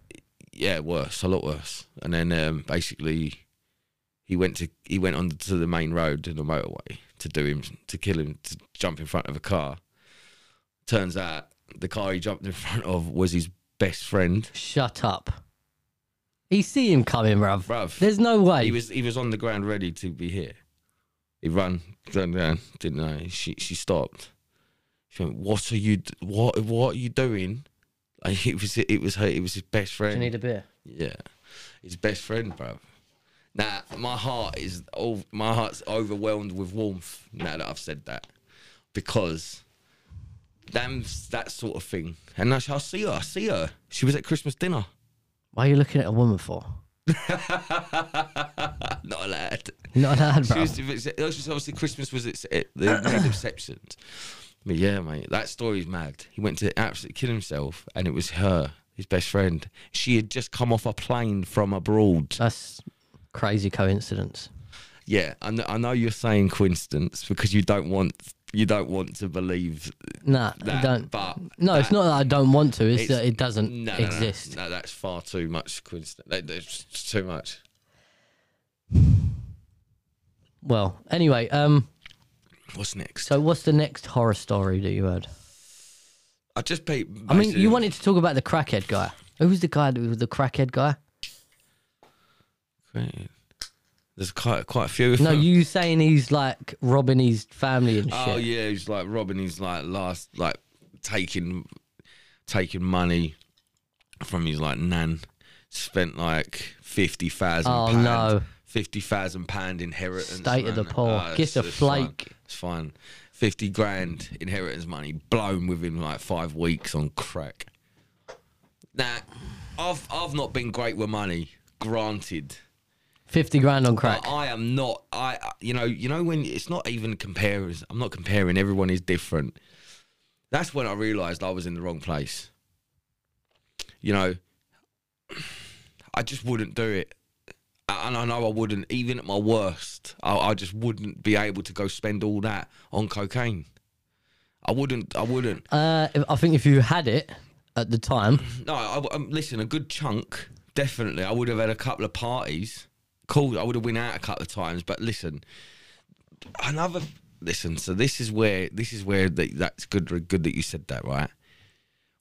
[SPEAKER 1] yeah worse a lot worse and then um basically he went to he went onto the main road in the motorway to do him to kill him to jump in front of a car turns out the car he jumped in front of was his best friend
[SPEAKER 3] Shut up. You see him coming, bruv.
[SPEAKER 1] Bruv.
[SPEAKER 3] There's no way.
[SPEAKER 1] He was he was on the ground ready to be here. He ran, turned around, didn't know. She she stopped. She went, "What are you? d- What what are you doing?" Like, it was it was her. It was his best
[SPEAKER 3] Do
[SPEAKER 1] friend.
[SPEAKER 3] you need a beer?
[SPEAKER 1] yeah, his best friend, bro. Now my heart is all my heart's overwhelmed with warmth now that I've said that because them that sort of thing. And I, I see her. I see her. She was at Christmas dinner.
[SPEAKER 3] Why are you looking at a woman for?
[SPEAKER 1] Not allowed.
[SPEAKER 3] Not allowed,
[SPEAKER 1] She
[SPEAKER 3] bro.
[SPEAKER 1] was, it was- it was obviously Christmas was its it, the main exceptions. But yeah, mate, that story's mad. He went to absolutely kill himself, and it was her, his best friend. She had just come off a plane from abroad.
[SPEAKER 3] That's crazy coincidence.
[SPEAKER 1] Yeah, I know, I know you're saying coincidence because you don't want you don't want to believe
[SPEAKER 3] Nah, I
[SPEAKER 1] that,
[SPEAKER 3] don't.
[SPEAKER 1] but
[SPEAKER 3] no, it's
[SPEAKER 1] that-
[SPEAKER 3] not that I don't want to. It's,
[SPEAKER 1] It's-
[SPEAKER 3] that it doesn't
[SPEAKER 1] no, no,
[SPEAKER 3] exist.
[SPEAKER 1] No, no, that's far too much coincidence. That- That's just too much.
[SPEAKER 3] Well, anyway, um,
[SPEAKER 1] What's next?
[SPEAKER 3] so what's the next horror story that you heard?
[SPEAKER 1] I just beat.
[SPEAKER 3] I mean, you wanted to talk about the crackhead guy. Who was the guy that was the crackhead guy?
[SPEAKER 1] There's quite quite a few. of
[SPEAKER 3] No,
[SPEAKER 1] them.
[SPEAKER 3] you saying he's like robbing his family and shit.
[SPEAKER 1] Oh yeah, he's like robbing his like last like taking taking money from his like nan. Spent like fifty thousand.
[SPEAKER 3] Oh,
[SPEAKER 1] pound,
[SPEAKER 3] no.
[SPEAKER 1] Fifty thousand pound inheritance.
[SPEAKER 3] State of the
[SPEAKER 1] man. Uh,
[SPEAKER 3] poor. Get
[SPEAKER 1] it's-
[SPEAKER 3] a
[SPEAKER 1] it's fine.
[SPEAKER 3] flake.
[SPEAKER 1] It's fine. Fifty grand inheritance money blown within like five weeks on crack. Now, I've I've not been great with money. Granted.
[SPEAKER 3] 50 grand on crack.
[SPEAKER 1] But I am not. I I- you know you know when it's not even comparers. I'm not comparing. Everyone is different. That's when I realised I was in the wrong place. You know, I just wouldn't do it, A- and I know I wouldn't. Even at my worst, I, I just wouldn't be able to go spend all that on cocaine. I wouldn't. I wouldn't.
[SPEAKER 3] Uh, if- I think if you had it at the time,
[SPEAKER 1] No, I, I- um, listen, a good chunk, definitely. I would have had a couple of parties. Cool, I would have went out a couple of times. But listen, another listen. So this is where this is where the, that's good. Good that you said that, right?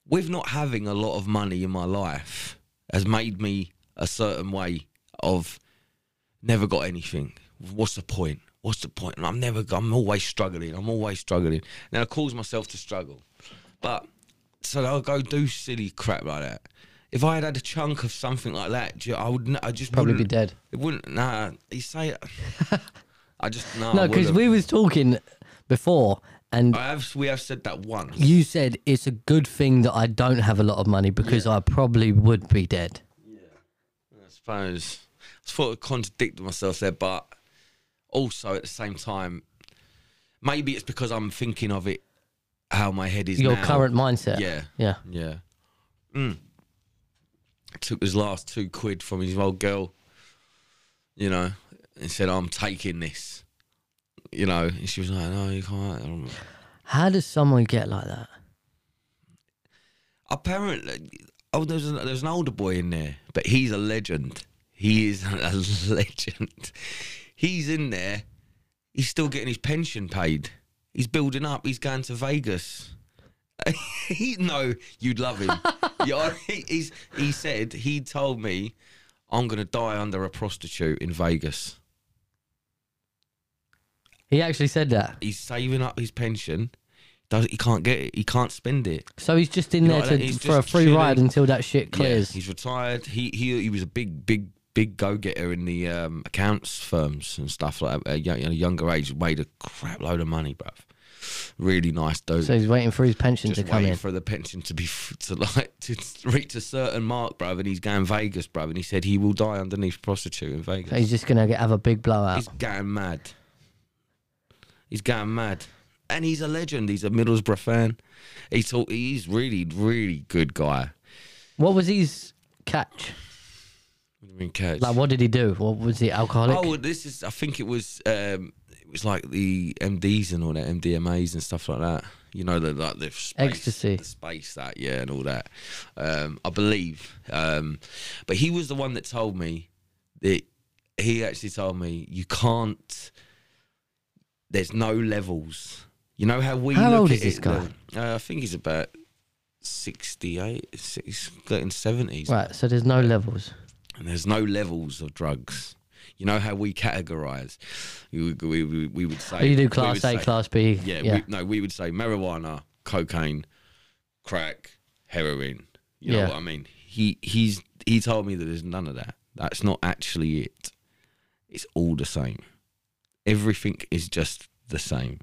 [SPEAKER 1] With not having a lot of money in my life has made me a certain way of never got anything. What's the point? What's the point? And I'm never. I'm always struggling. I'm always struggling. Now I cause myself to struggle, but so I'll go do silly crap like that. If I had had a chunk of something like that, ju- I would. n- I just
[SPEAKER 3] probably be
[SPEAKER 1] wouldn't-
[SPEAKER 3] dead.
[SPEAKER 1] It wouldn't. Nah, you say it. I just nah,
[SPEAKER 3] No,
[SPEAKER 1] I
[SPEAKER 3] because
[SPEAKER 1] wouldn't.
[SPEAKER 3] we was talking before, and
[SPEAKER 1] I have we have said that once.
[SPEAKER 3] you said it's a good thing that I don't have a lot of money because I probably would be dead.
[SPEAKER 1] I suppose I sort of contradicted myself there, but also at the same time, maybe it's because I'm thinking of it how my head is
[SPEAKER 3] Your
[SPEAKER 1] now.
[SPEAKER 3] current mindset.
[SPEAKER 1] yeah,
[SPEAKER 3] Yeah.
[SPEAKER 1] yeah. Mm. Took his last two quid from his old girl, you know, and said, "I'm taking this," you know, and she was like, "No, you can't." I'm-
[SPEAKER 3] How does someone get like that?
[SPEAKER 1] apparently, oh, there's an, there's an older boy in there, but he's a legend. He is a legend. He's in there. He's still getting his pension paid. He's building up. He's going to Vegas. he no, you'd love him. yeah, he, he's, he said he told me, I'm gonna die under a prostitute in Vegas.
[SPEAKER 3] He actually said that.
[SPEAKER 1] He's saving up his pension. Does he can't get it? He can't spend it.
[SPEAKER 3] So he's just in
[SPEAKER 1] You know
[SPEAKER 3] there
[SPEAKER 1] what,
[SPEAKER 3] to,
[SPEAKER 1] he's
[SPEAKER 3] for a
[SPEAKER 1] just
[SPEAKER 3] free ride
[SPEAKER 1] chilling.
[SPEAKER 3] until that shit
[SPEAKER 1] Yeah,
[SPEAKER 3] clears.
[SPEAKER 1] he's retired. He he he was a big big big go getter in the um, accounts firms and stuff like that. At a young- at a younger age, made a crap load of money, bruv. Really nice dude.
[SPEAKER 3] so he's waiting for his pension
[SPEAKER 1] just
[SPEAKER 3] to come
[SPEAKER 1] waiting
[SPEAKER 3] in.
[SPEAKER 1] for the pension to be f- to like to reach a certain mark, bruv. And he's going Vegas, bruv. And he said he will die underneath prostitute in Vegas.
[SPEAKER 3] So he's just gonna get, have a big blowout.
[SPEAKER 1] He's going mad. He's going mad. And he's a legend. He's a Middlesbrough fan. He's all, he's really really good guy.
[SPEAKER 3] what was his catch?
[SPEAKER 1] What do you mean, Kurt?
[SPEAKER 3] Like, what did he do? What was he alcoholic?
[SPEAKER 1] Oh, well, this is. I think it was. Um, it was like the MDs and all that, MDMA's and stuff like that. You know, the like the space,
[SPEAKER 3] Ecstasy.
[SPEAKER 1] the space that yeah, and all that. Um, I believe. Um, but he was the one that told me that he actually told me you can't. There's no levels. You know how we.
[SPEAKER 3] How
[SPEAKER 1] look
[SPEAKER 3] old
[SPEAKER 1] at
[SPEAKER 3] is this
[SPEAKER 1] it,
[SPEAKER 3] guy?
[SPEAKER 1] Uh, I think he's about. 68, he's getting 70s
[SPEAKER 3] right. So there's no levels.
[SPEAKER 1] and there's no levels of drugs. You know how we categorize. We, would- we, we, we would say
[SPEAKER 3] you do
[SPEAKER 1] we
[SPEAKER 3] class A,
[SPEAKER 1] would say-
[SPEAKER 3] class B.
[SPEAKER 1] Yeah, We, no, we would say marijuana, cocaine, crack, heroin. You know
[SPEAKER 3] Yeah.
[SPEAKER 1] what I mean? He he's he told me that there's none of that. That's not actually it. It's all the same. Everything is just the same.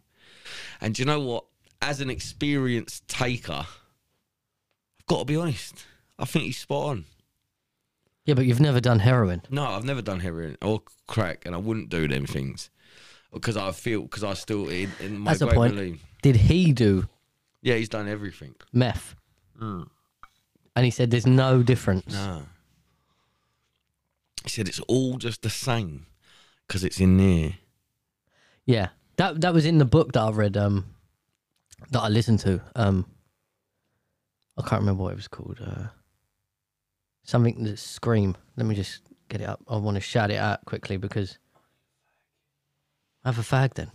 [SPEAKER 1] And do you know what? As an experienced taker, I've got to be honest. I think he's spot on.
[SPEAKER 3] Yeah, but you've never done heroin.
[SPEAKER 1] No, I've never done heroin or crack, and I wouldn't do them things because I feel because I still in, in my
[SPEAKER 3] That's a
[SPEAKER 1] great
[SPEAKER 3] point.
[SPEAKER 1] belief.
[SPEAKER 3] Did he do
[SPEAKER 1] Yeah, he's done everything.
[SPEAKER 3] meth? And he said there's no difference.
[SPEAKER 1] No. He said it's all just the same because it's in there.
[SPEAKER 3] Yeah, that that was in the book that I read, um, that I listened to. Um, I can't remember what it was called. Uh, something that scream. Let me just get it up. I want to shout it out quickly because have a fag then.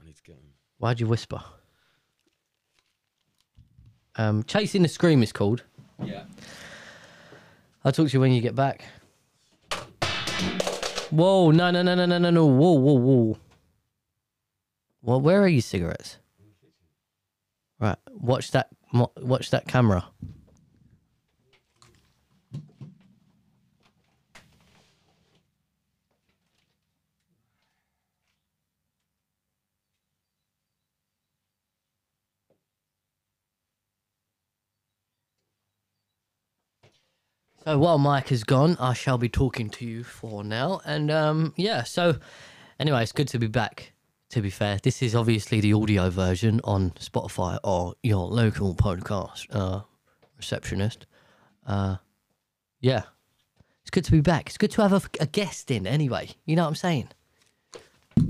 [SPEAKER 1] I need to get him.
[SPEAKER 3] Why'd you whisper? Um, chasing the scream is called.
[SPEAKER 1] Yeah.
[SPEAKER 3] I'll talk to you when you get back. Whoa, no, no, no, no, no, no, no. Whoa, whoa, whoa. Well, where are your cigarettes? Right, watch that, mo- watch that camera. So while Mike is gone, I shall be talking to you for now. And um, yeah, so anyway, it's good to be back. To be fair, this is obviously the audio version on Spotify or your local podcast uh, receptionist. Uh, yeah, it's good to be back. It's good to have a, a guest in anyway. You know what I'm saying? uh, Why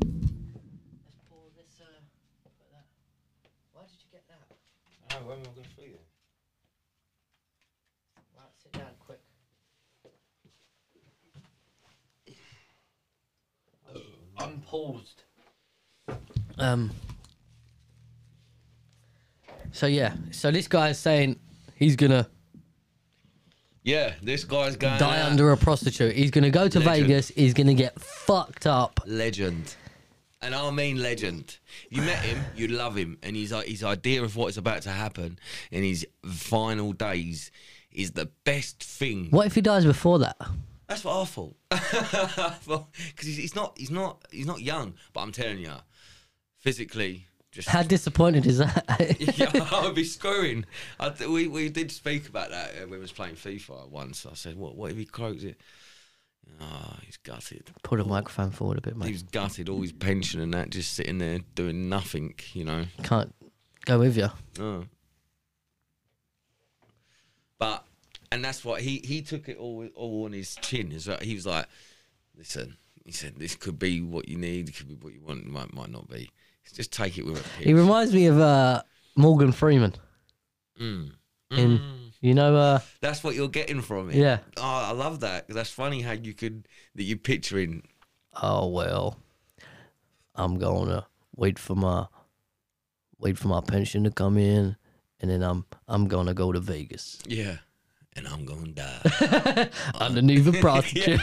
[SPEAKER 3] did you get that?
[SPEAKER 1] when am I going to see you?
[SPEAKER 3] Right, sit down quick. Unpaused. Um. So yeah, so this guy's saying he's gonna
[SPEAKER 1] Yeah, this guy's going
[SPEAKER 3] die
[SPEAKER 1] out.
[SPEAKER 3] under a prostitute. He's gonna go to
[SPEAKER 1] Uh, Legend.
[SPEAKER 3] Vegas. He's gonna get fucked up.
[SPEAKER 1] legend. And I mean legend. You met him, you love him, and his uh, his idea of what's about to happen in his final days is the best thing.
[SPEAKER 3] What if he dies before that?
[SPEAKER 1] That's what I thought. Because he's, he's not he's not he's not young, but I'm telling you, physically, just
[SPEAKER 3] How disappointed is that?
[SPEAKER 1] yeah, I'd be screwing. I th- we we did speak about that uh, when we was playing FIFA once. I said, "What what if he croaks it?" Ah, he's gutted.
[SPEAKER 3] Pull the microphone forward a bit,
[SPEAKER 1] He
[SPEAKER 3] mate.
[SPEAKER 1] was gutted. All his pension and that, just sitting there doing nothing. You know.
[SPEAKER 3] Can't go with you.
[SPEAKER 1] Oh. But and that's what he he took it all all on his chin. Is that he was like, listen, he said this could be what you need, it could be what you want, might might not be. Just take it with a
[SPEAKER 3] He
[SPEAKER 1] pinch.
[SPEAKER 3] reminds me of uh, Morgan Freeman. In you know, uh,
[SPEAKER 1] Mm. that's what you're getting from it.
[SPEAKER 3] Yeah.
[SPEAKER 1] Oh, I love that. 'cause That's funny how you could that you're picturing.
[SPEAKER 3] oh well, I'm gonna wait for my wait for my pension to come in, and then I'm I'm gonna go to Vegas
[SPEAKER 1] Yeah. And I'm gonna die.
[SPEAKER 3] underneath a prostitute.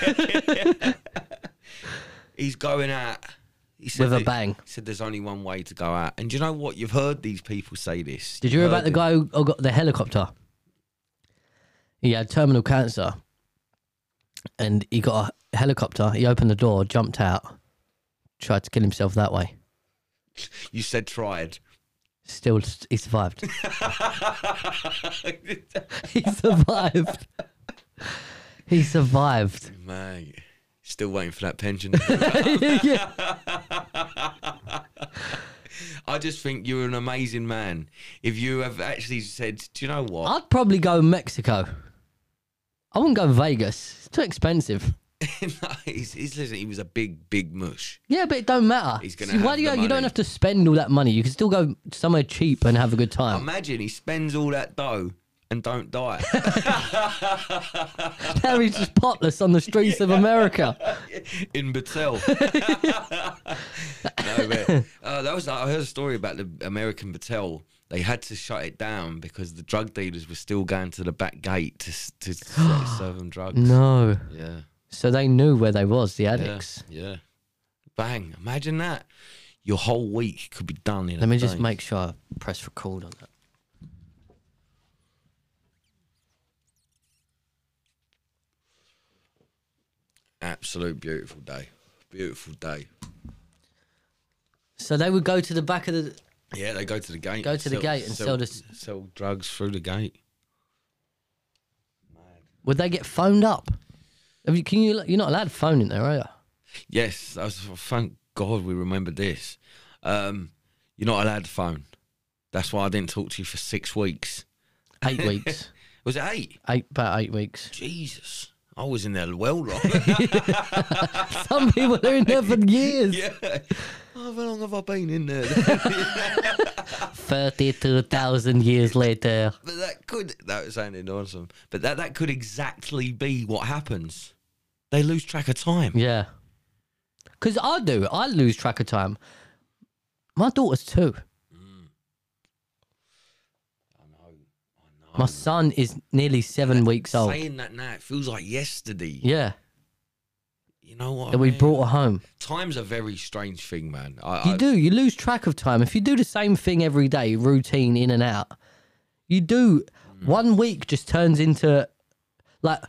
[SPEAKER 1] He's going out. He said
[SPEAKER 3] With a
[SPEAKER 1] that-
[SPEAKER 3] bang.
[SPEAKER 1] He said there's only one way to go out. And do you know what? You've heard these people say this.
[SPEAKER 3] Did you hear
[SPEAKER 1] You've
[SPEAKER 3] about the
[SPEAKER 1] heard
[SPEAKER 3] guy who got the helicopter? He had terminal cancer, and he got a helicopter. He opened the door, jumped out, tried to kill himself that way.
[SPEAKER 1] it. You said tried.
[SPEAKER 3] Still, he survived. he survived. He survived.
[SPEAKER 1] Mate, still waiting for that pension.
[SPEAKER 3] yeah.
[SPEAKER 1] I just think you're an amazing man. If you have actually said, do you know what?
[SPEAKER 3] I'd probably go Mexico. I wouldn't go Vegas. It's too expensive.
[SPEAKER 1] No, he's, he's, listen, he was a big, big mush.
[SPEAKER 3] Yeah, but it don't matter.
[SPEAKER 1] He's gonna
[SPEAKER 3] See, why
[SPEAKER 1] have
[SPEAKER 3] do you
[SPEAKER 1] the
[SPEAKER 3] go, you don't
[SPEAKER 1] money.
[SPEAKER 3] have to spend all that money? You can still go somewhere cheap and have a good time.
[SPEAKER 1] Imagine he spends all that dough and don't die.
[SPEAKER 3] Now he's just potless on the streets of America.
[SPEAKER 1] in Battelle. no, but, uh, that was I heard a story about the American Battelle. They had to shut it down because the drug dealers were still going to the back gate to s- to s- serve them drugs.
[SPEAKER 3] No.
[SPEAKER 1] Yeah.
[SPEAKER 3] So they knew where they was, the
[SPEAKER 1] Yeah,
[SPEAKER 3] addicts.
[SPEAKER 1] Yeah. Bang. Imagine that. Your whole week could be done in a
[SPEAKER 3] Let me just
[SPEAKER 1] day.
[SPEAKER 3] make sure I press record on that.
[SPEAKER 1] absolute beautiful day. Beautiful day.
[SPEAKER 3] So they would go to the back of the
[SPEAKER 1] Yeah, they go to the gate.
[SPEAKER 3] Go
[SPEAKER 1] and
[SPEAKER 3] to the gate and sell this-
[SPEAKER 1] sell drugs through the gate.
[SPEAKER 3] would they get phoned up? Have you, can you? You're not allowed to phone in there, are you?
[SPEAKER 1] Yes, I was, thank God we remembered this. Um, you're not allowed to phone. That's why I didn't talk to you for six weeks.
[SPEAKER 3] Eight weeks,
[SPEAKER 1] Was it eight?
[SPEAKER 3] eight about eight weeks.
[SPEAKER 1] Jesus, I was in there well wrong.
[SPEAKER 3] Some people are in there for years.
[SPEAKER 1] yeah. Oh, how long have I been in there?
[SPEAKER 3] Thirty-two thousand years later.
[SPEAKER 1] but that could that sounded awesome. But that that could exactly be what happens. They lose track of time.
[SPEAKER 3] Yeah. Because I do. I lose track of time. My daughter's two.
[SPEAKER 1] Mm.
[SPEAKER 3] My son is nearly seven weeks old.
[SPEAKER 1] Saying that now, it feels like yesterday.
[SPEAKER 3] Yeah.
[SPEAKER 1] You know what? I
[SPEAKER 3] That we
[SPEAKER 1] mean?
[SPEAKER 3] brought her home.
[SPEAKER 1] Time's a very strange thing, man. I,
[SPEAKER 3] You
[SPEAKER 1] I,
[SPEAKER 3] do. You lose track of time. If you do the same thing every day, routine in and out, you do.
[SPEAKER 1] Mm.
[SPEAKER 3] One week just turns into, like,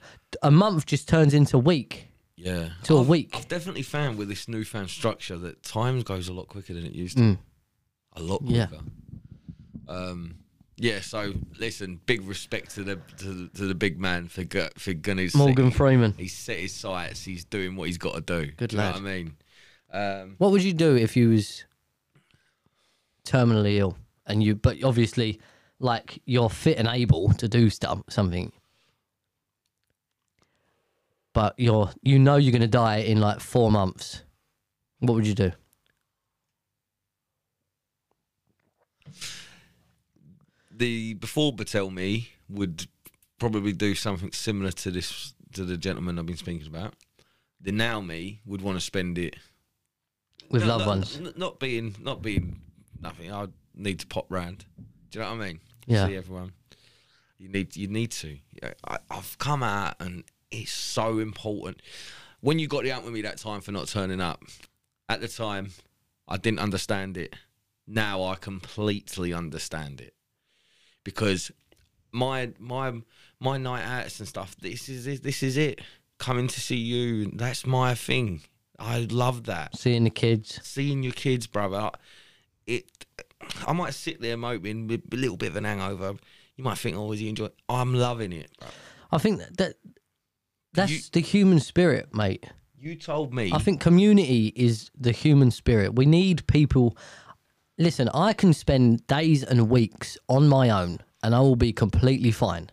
[SPEAKER 3] a month just turns into week.
[SPEAKER 1] Yeah.
[SPEAKER 3] To a
[SPEAKER 1] I've-
[SPEAKER 3] week.
[SPEAKER 1] I've definitely found with this newfound structure that time goes a lot quicker than it used to. A lot
[SPEAKER 3] Yeah.
[SPEAKER 1] quicker. Um, yeah, so listen, big respect to the to, the- to the big man for gu- for Gunny's
[SPEAKER 3] Morgan Freeman.
[SPEAKER 1] He's set his sights, he's doing what he's got to do.
[SPEAKER 3] Good
[SPEAKER 1] do you know
[SPEAKER 3] lad.
[SPEAKER 1] what I mean? Um,
[SPEAKER 3] What would you do if you was terminally ill and you, but obviously, like you're fit and able to do stuff, something, but you're you know you're gonna die in like four months. What would you do?
[SPEAKER 1] the before Batel me would probably do something similar to this to the gentleman I've been speaking about. The now me would want to spend it
[SPEAKER 3] With
[SPEAKER 1] No,
[SPEAKER 3] loved
[SPEAKER 1] no,
[SPEAKER 3] ones,
[SPEAKER 1] n- not being, not being nothing. I need to pop round. Do you know what I mean?
[SPEAKER 3] Yeah.
[SPEAKER 1] See everyone. You need, you need to. Yeah, I, I've come out, and it's so important. When you got the out with me that time for not turning up, at the time, I didn't understand it. Now I completely understand it because my my my night outs and stuff. This is it- this is it. Coming to see you. That's my thing. I love that
[SPEAKER 3] seeing the kids.
[SPEAKER 1] seeing your kids, brother, it. I might sit there moping with a little bit of an hangover. You might think, "Oh, is he enjoying?" I'm loving it. Bro.
[SPEAKER 3] I think that, that that's the human spirit, mate.
[SPEAKER 1] You told me.
[SPEAKER 3] I think community is the human spirit. We need people. Listen, I can spend days and weeks on my own and I will be completely fine.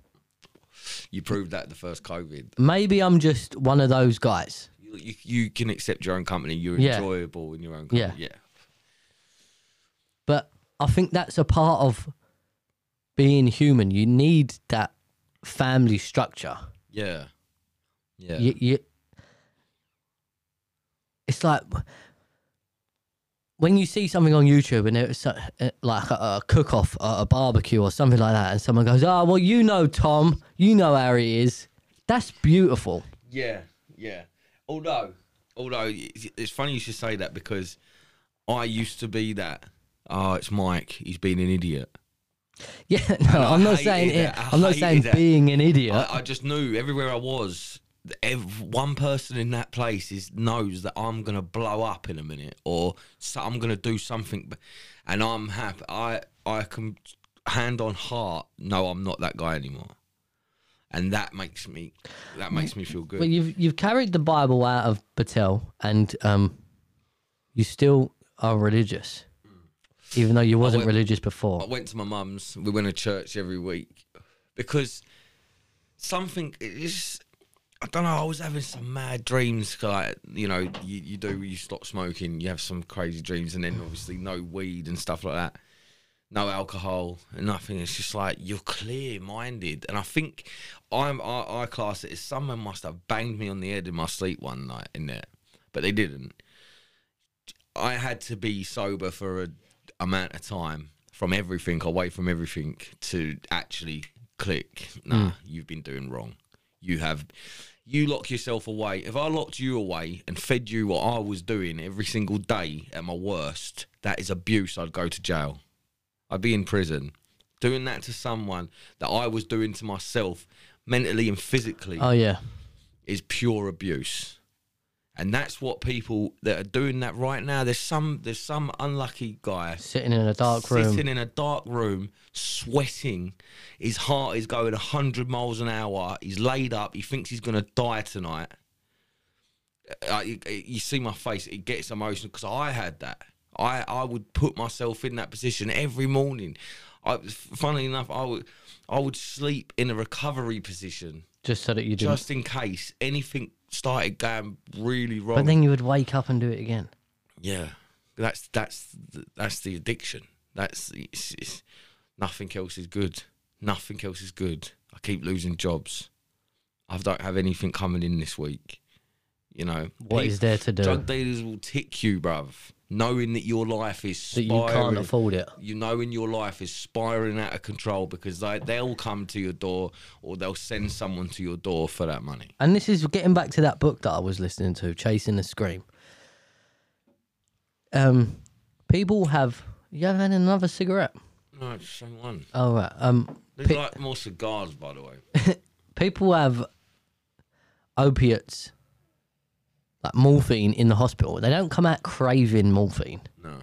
[SPEAKER 1] you proved that the first COVID.
[SPEAKER 3] Maybe I'm just one of those guys.
[SPEAKER 1] You, you, you can accept your own company. You're
[SPEAKER 3] Yeah.
[SPEAKER 1] enjoyable in your own company. Yeah.
[SPEAKER 3] But I think that's a part of being human. You need that family structure.
[SPEAKER 1] Yeah. Yeah.
[SPEAKER 3] You, you, it's like when you see something on YouTube and it's uh, uh, like a, a cook off, a, a barbecue, or something like that, and someone goes, Oh, well, you know Tom, you know how he is. That's beautiful.
[SPEAKER 1] Yeah, yeah. Although, although it's it's funny you should say that because I used to be that. Oh, it's Mike. He's been an idiot.
[SPEAKER 3] Yeah, no,
[SPEAKER 1] I
[SPEAKER 3] I'm not
[SPEAKER 1] hated
[SPEAKER 3] saying it.
[SPEAKER 1] that. I
[SPEAKER 3] I'm not
[SPEAKER 1] hated
[SPEAKER 3] saying
[SPEAKER 1] that.
[SPEAKER 3] being an idiot.
[SPEAKER 1] I, I just knew everywhere I was, th- ev- one person in that place is knows that I'm gonna blow up in a minute, or so I'm gonna do something, b- and I'm happy. I I can hand on heart. No, I'm not that guy anymore, and that makes me that makes me feel good.
[SPEAKER 3] Well, you've you've carried the Bible out of Patel, and um, you still are religious, even though you wasn't
[SPEAKER 1] went-
[SPEAKER 3] religious
[SPEAKER 1] I
[SPEAKER 3] before.
[SPEAKER 1] went to my mum's. We went to church every week because something is. I don't know. I was having some mad dreams. Like you know, you, you do. You stop smoking. You have some crazy dreams, and then obviously no weed and stuff like that. No alcohol and nothing. It's just like you're clear minded, and I think I'm. I, I class it as someone must have banged me on the head in my sleep one night in there, but they didn't. I had to be sober for a amount of time from everything, away from everything, to actually click. Nah, you've been doing wrong. You have, you lock yourself away. If I locked you away and fed you what I was doing every single day at my worst, that is abuse. I'd go to jail. I'd be in prison. Doing that to someone that I was doing to myself, mentally and physically
[SPEAKER 3] Oh yeah,
[SPEAKER 1] is pure abuse. And that's what people that are doing that right now. There's some there's some unlucky guy
[SPEAKER 3] sitting in a dark room.
[SPEAKER 1] sitting in a dark room, sweating. His heart is going 100 miles an hour. He's laid up. He thinks he's going to die tonight. uh, you, you see my face, it gets emotional because I had that. I, I would put myself in that position every morning. I, funnily enough, I would I would sleep in a recovery position
[SPEAKER 3] just so that you do.
[SPEAKER 1] just in case anything started going really wrong.
[SPEAKER 3] But then you would wake up and do it again.
[SPEAKER 1] yeah, that's that's the, that's the addiction. That's it's, it's, nothing else is good. Nothing else is good. I keep losing jobs. I don't have anything coming in this week. You know
[SPEAKER 3] What is there to do?
[SPEAKER 1] Drug dealers will tick you, bruv, knowing that your life is
[SPEAKER 3] That
[SPEAKER 1] spiraling.
[SPEAKER 3] you can't afford it.
[SPEAKER 1] You know, in your life is spiraling out of control because they they'll come to your door or they'll send someone to your door for that money.
[SPEAKER 3] And this is getting back to that book that I was listening to, Chasing the Scream. Um, people have. You ever had another cigarette?
[SPEAKER 1] No, it's the same one.
[SPEAKER 3] Oh right. Um,
[SPEAKER 1] There's
[SPEAKER 3] Pe-
[SPEAKER 1] like more cigars, by the way.
[SPEAKER 3] people have opiates, like morphine, in the hospital. They don't come out craving morphine.
[SPEAKER 1] No.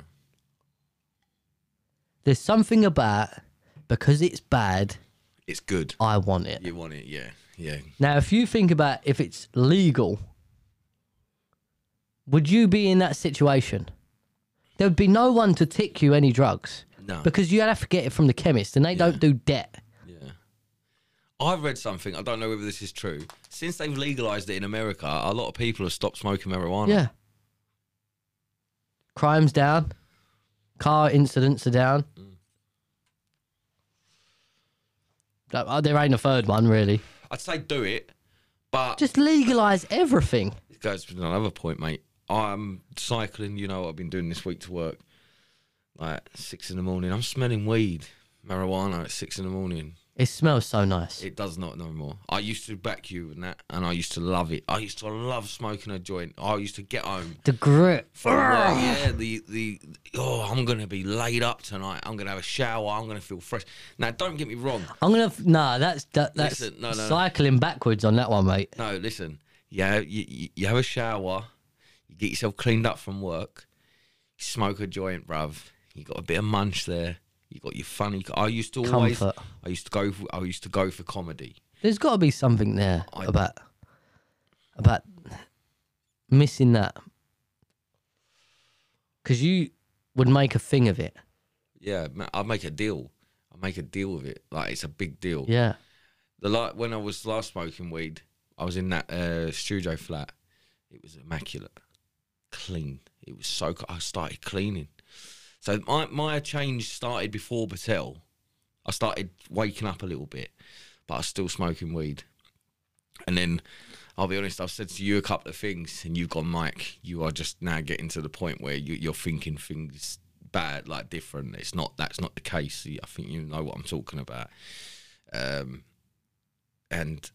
[SPEAKER 3] There's something about because it's bad.
[SPEAKER 1] It's good.
[SPEAKER 3] I want it.
[SPEAKER 1] You want it, yeah. Yeah.
[SPEAKER 3] Now, if you think about if it's legal, would you be in that situation? There would be no one to tick you any drugs
[SPEAKER 1] No.
[SPEAKER 3] because you'd have to get it from the chemist, and they don't do debt.
[SPEAKER 1] Yeah. I've read something, I don't know whether this is true. Since they've legalized it in America, a lot of people have stopped smoking marijuana.
[SPEAKER 3] Yeah. Crimes down, car incidents are down.
[SPEAKER 1] Mm.
[SPEAKER 3] Like, oh, There ain't a third one really.
[SPEAKER 1] I'd say do it, but
[SPEAKER 3] Just legalise everything.
[SPEAKER 1] It goes to another point, mate. I'm cycling, you know what I've been doing this week to work. Like six in the morning. I'm smelling weed, marijuana at six in the morning.
[SPEAKER 3] It smells so nice.
[SPEAKER 1] It does not no more. I used to back you and that and I used to love it. I used to love smoking a joint. I used to get home
[SPEAKER 3] the grit.
[SPEAKER 1] from work, yeah, the, the oh, I'm gonna be laid up tonight. I'm gonna have a shower, I'm gonna feel fresh. Now don't get me wrong.
[SPEAKER 3] I'm gonna f- nah. That's that, that's
[SPEAKER 1] Listen, no, no, no.
[SPEAKER 3] cycling backwards on that one, mate.
[SPEAKER 1] No, listen. Yeah, you, you, you have a shower, you get yourself cleaned up from work, you smoke a joint, bruv. You got a bit of munch there. You got your funny. I used to always.
[SPEAKER 3] Comfort.
[SPEAKER 1] I used to go. For, I used to go for comedy.
[SPEAKER 3] There's got to be something there
[SPEAKER 1] I-
[SPEAKER 3] about about missing that because you would make a thing of it.
[SPEAKER 1] Yeah, ma- I make a deal. I make a deal with it. Like it's a big deal.
[SPEAKER 3] Yeah,
[SPEAKER 1] The like when I was last smoking weed, I was in that uh, studio flat. It was immaculate, clean. It was so. co- I started cleaning. So my my change started before Patel. I started waking up a little bit, but I was still smoking weed. And then, I'll be honest. I've said to you a couple of things, and you've gone, Mike. You are just now getting to the point where you, you're thinking things bad, like different. It's not. That's not the case. I think you know what I'm talking about. Um, and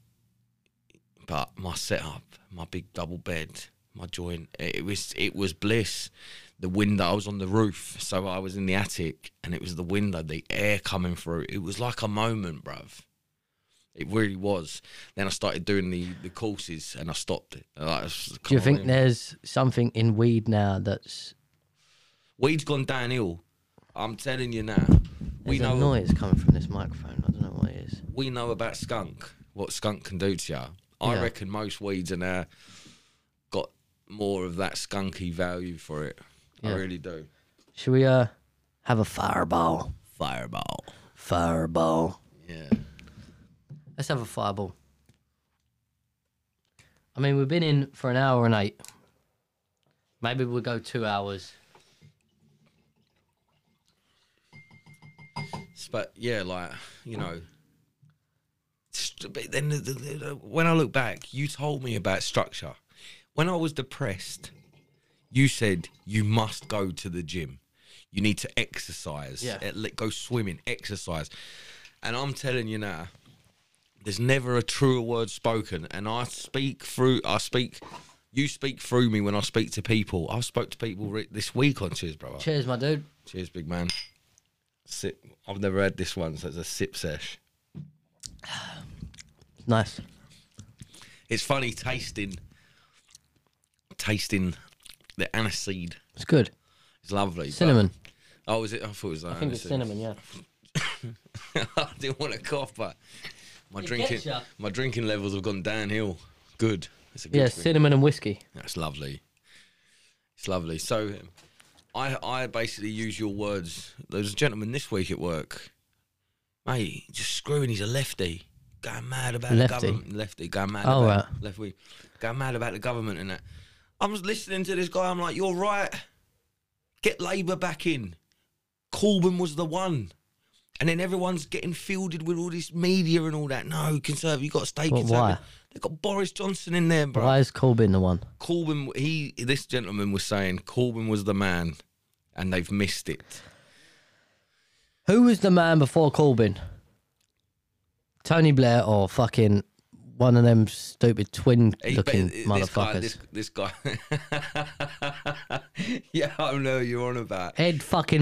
[SPEAKER 1] but my setup, my big double bed, my joint, it was it was bliss. The window, I was on the roof, so I was in the attic, and it was the window, the air coming through. It was like a moment, bruv. It really was. Then I started doing the, the courses, and I stopped it. And I was-
[SPEAKER 3] do you
[SPEAKER 1] can't
[SPEAKER 3] think
[SPEAKER 1] really-
[SPEAKER 3] there's something in weed now that's
[SPEAKER 1] weed's gone downhill? I'm telling you now. We
[SPEAKER 3] there's a
[SPEAKER 1] know
[SPEAKER 3] noise coming from this microphone? I don't know what it is.
[SPEAKER 1] we know about skunk, what skunk can do to you. I
[SPEAKER 3] Yeah.
[SPEAKER 1] reckon most weeds are now got more of that skunky value for it. I
[SPEAKER 3] Yeah.
[SPEAKER 1] really do.
[SPEAKER 3] Should we uh have a fireball?
[SPEAKER 1] Fireball.
[SPEAKER 3] Fireball.
[SPEAKER 1] Yeah.
[SPEAKER 3] Let's have a fireball. I mean, we've been in for an hour and eight. Maybe we'll go two hours.
[SPEAKER 1] But yeah, like, you know. st- But then the, the, the- when I look back, you told me about structure. When I was depressed, you said you must go to the gym. You need to exercise.
[SPEAKER 3] Yeah.
[SPEAKER 1] Eh, Let go swimming, exercise. And I'm telling you now, there's never a truer word spoken and i speak through i speak you speak through me when i speak to people i spoke to people re- this week on cheers brother
[SPEAKER 3] Cheers, my dude.
[SPEAKER 1] cheers big man sip i've never had this one so it's a sip sesh
[SPEAKER 3] Nice.
[SPEAKER 1] it's funny tasting tasting the aniseed
[SPEAKER 3] It's good.
[SPEAKER 1] it's lovely but-
[SPEAKER 3] Cinnamon.
[SPEAKER 1] oh is it i thought it was like
[SPEAKER 3] I think it's cinnamon, yeah.
[SPEAKER 1] i didn't want to cough but my
[SPEAKER 3] It gets
[SPEAKER 1] drinking
[SPEAKER 3] ya.
[SPEAKER 1] my drinking levels have gone downhill good It's a good
[SPEAKER 3] Yeah,
[SPEAKER 1] thing.
[SPEAKER 3] cinnamon and whiskey.
[SPEAKER 1] That's lovely. It's lovely. So, I I basically use your words. There was a gentleman this week at work, mate, just screwing. He's a lefty, going mad about
[SPEAKER 3] Lefty?
[SPEAKER 1] the government. Lefty, going mad.
[SPEAKER 3] Oh,
[SPEAKER 1] about,
[SPEAKER 3] right.
[SPEAKER 1] Left wing, going mad about the government and that. I was listening to this guy. I'm like, you're right. Get Labour back in. Corbyn was the one. And then everyone's getting fielded with all this media and all that. No, conservative, you got to stay
[SPEAKER 3] Well, why?
[SPEAKER 1] conservative. They've got Boris Johnson in there, bro.
[SPEAKER 3] Why is Corbyn the one?
[SPEAKER 1] Corbyn, he, this gentleman was saying Corbyn was the man, and they've missed it.
[SPEAKER 3] Who was the man before Corbyn? Tony Blair or fucking one of them stupid twin
[SPEAKER 1] He-
[SPEAKER 3] looking
[SPEAKER 1] but this guy,
[SPEAKER 3] motherfuckers?
[SPEAKER 1] this, this guy. yeah, I know who you're on about
[SPEAKER 3] Ed fucking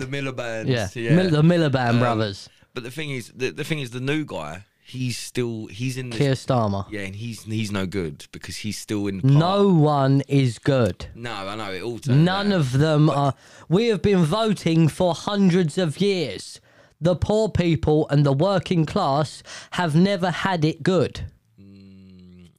[SPEAKER 1] the Miliband.
[SPEAKER 3] yeah,
[SPEAKER 1] yeah.
[SPEAKER 3] Mil- the Miliband
[SPEAKER 1] Um,
[SPEAKER 3] brothers.
[SPEAKER 1] But the thing is, the, the thing is, the new guy, he's still he's in this.
[SPEAKER 3] Keir Starmer.
[SPEAKER 1] Yeah, and he's he's no good because he's still in. Part.
[SPEAKER 3] No one is good.
[SPEAKER 1] no, I know it all. turned
[SPEAKER 3] None
[SPEAKER 1] out.
[SPEAKER 3] of them are. We have been voting for hundreds of years. The poor people and the working class have never had it good.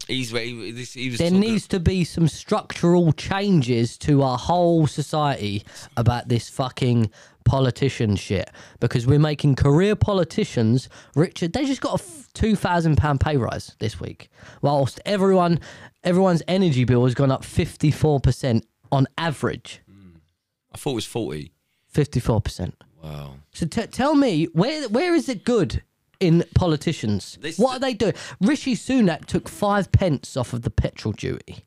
[SPEAKER 1] he's he, this, he was
[SPEAKER 3] There
[SPEAKER 1] talking-
[SPEAKER 3] needs to be some structural changes to our whole society about this fucking politician shit because we're making career politicians richer. They just got a f- two thousand pound pay rise this week, whilst everyone everyone's energy bill has gone up fifty four percent on average.
[SPEAKER 1] I thought it was forty.
[SPEAKER 3] Fifty four percent.
[SPEAKER 1] Wow.
[SPEAKER 3] So t- tell me, where where is it good in politicians?
[SPEAKER 1] This-
[SPEAKER 3] what are they doing? Rishi Sunak took five pence off of the petrol duty.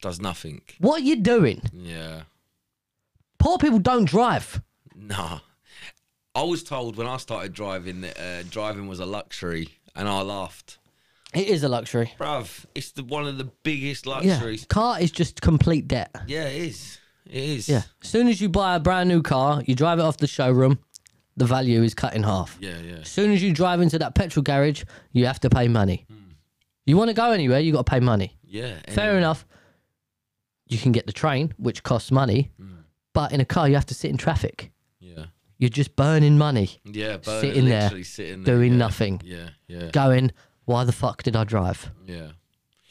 [SPEAKER 1] Does nothing.
[SPEAKER 3] What are you doing?
[SPEAKER 1] Yeah.
[SPEAKER 3] Poor people don't drive.
[SPEAKER 1] Nah. I was told when I started driving that uh, driving was a luxury, and I laughed.
[SPEAKER 3] It is a luxury.
[SPEAKER 1] Bruv, it's the one of the biggest
[SPEAKER 3] Yeah,
[SPEAKER 1] luxuries.
[SPEAKER 3] car is just complete debt.
[SPEAKER 1] Yeah, it is. It is.
[SPEAKER 3] Yeah, as soon as you buy a brand new car, you drive it off the showroom, the value is cut in half.
[SPEAKER 1] Yeah, yeah.
[SPEAKER 3] As soon as you drive into that petrol garage, you have to pay money.
[SPEAKER 1] Hmm.
[SPEAKER 3] You want to go anywhere, you got to pay money.
[SPEAKER 1] Yeah.
[SPEAKER 3] Fair
[SPEAKER 1] anyway.
[SPEAKER 3] enough. You can get the train, which costs money,
[SPEAKER 1] Mm.
[SPEAKER 3] but in a car you have to sit in traffic.
[SPEAKER 1] Yeah.
[SPEAKER 3] You're just burning money,
[SPEAKER 1] Yeah, but
[SPEAKER 3] Sitting there,
[SPEAKER 1] literally sitting there,
[SPEAKER 3] doing
[SPEAKER 1] yeah.
[SPEAKER 3] nothing,
[SPEAKER 1] Yeah, yeah,
[SPEAKER 3] going, "Why the fuck did I drive?"
[SPEAKER 1] yeah.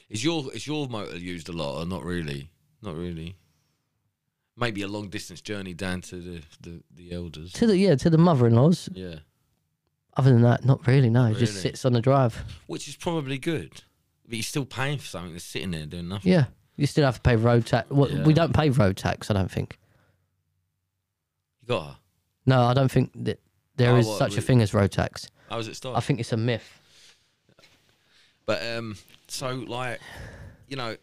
[SPEAKER 1] Is your is your motor used a lot or not really? Not really. Maybe a long distance journey down to the the, the elders.
[SPEAKER 3] To the yeah, to the mother-in-laws.
[SPEAKER 1] Yeah,
[SPEAKER 3] Other than that, not really. No, it just
[SPEAKER 1] really.
[SPEAKER 3] sits on the drive.
[SPEAKER 1] which is probably good, but you're still paying for something that's sitting there doing nothing.
[SPEAKER 3] Yeah, you still have to pay road tax. Well,
[SPEAKER 1] Yeah.
[SPEAKER 3] We don't pay road tax, I don't think.
[SPEAKER 1] You got.
[SPEAKER 3] No, I don't think that there
[SPEAKER 1] Oh,
[SPEAKER 3] is
[SPEAKER 1] what,
[SPEAKER 3] such a
[SPEAKER 1] we- Oh.
[SPEAKER 3] thing as road tax.
[SPEAKER 1] How was it start?
[SPEAKER 3] I think it's a myth.
[SPEAKER 1] But um, so like, you know,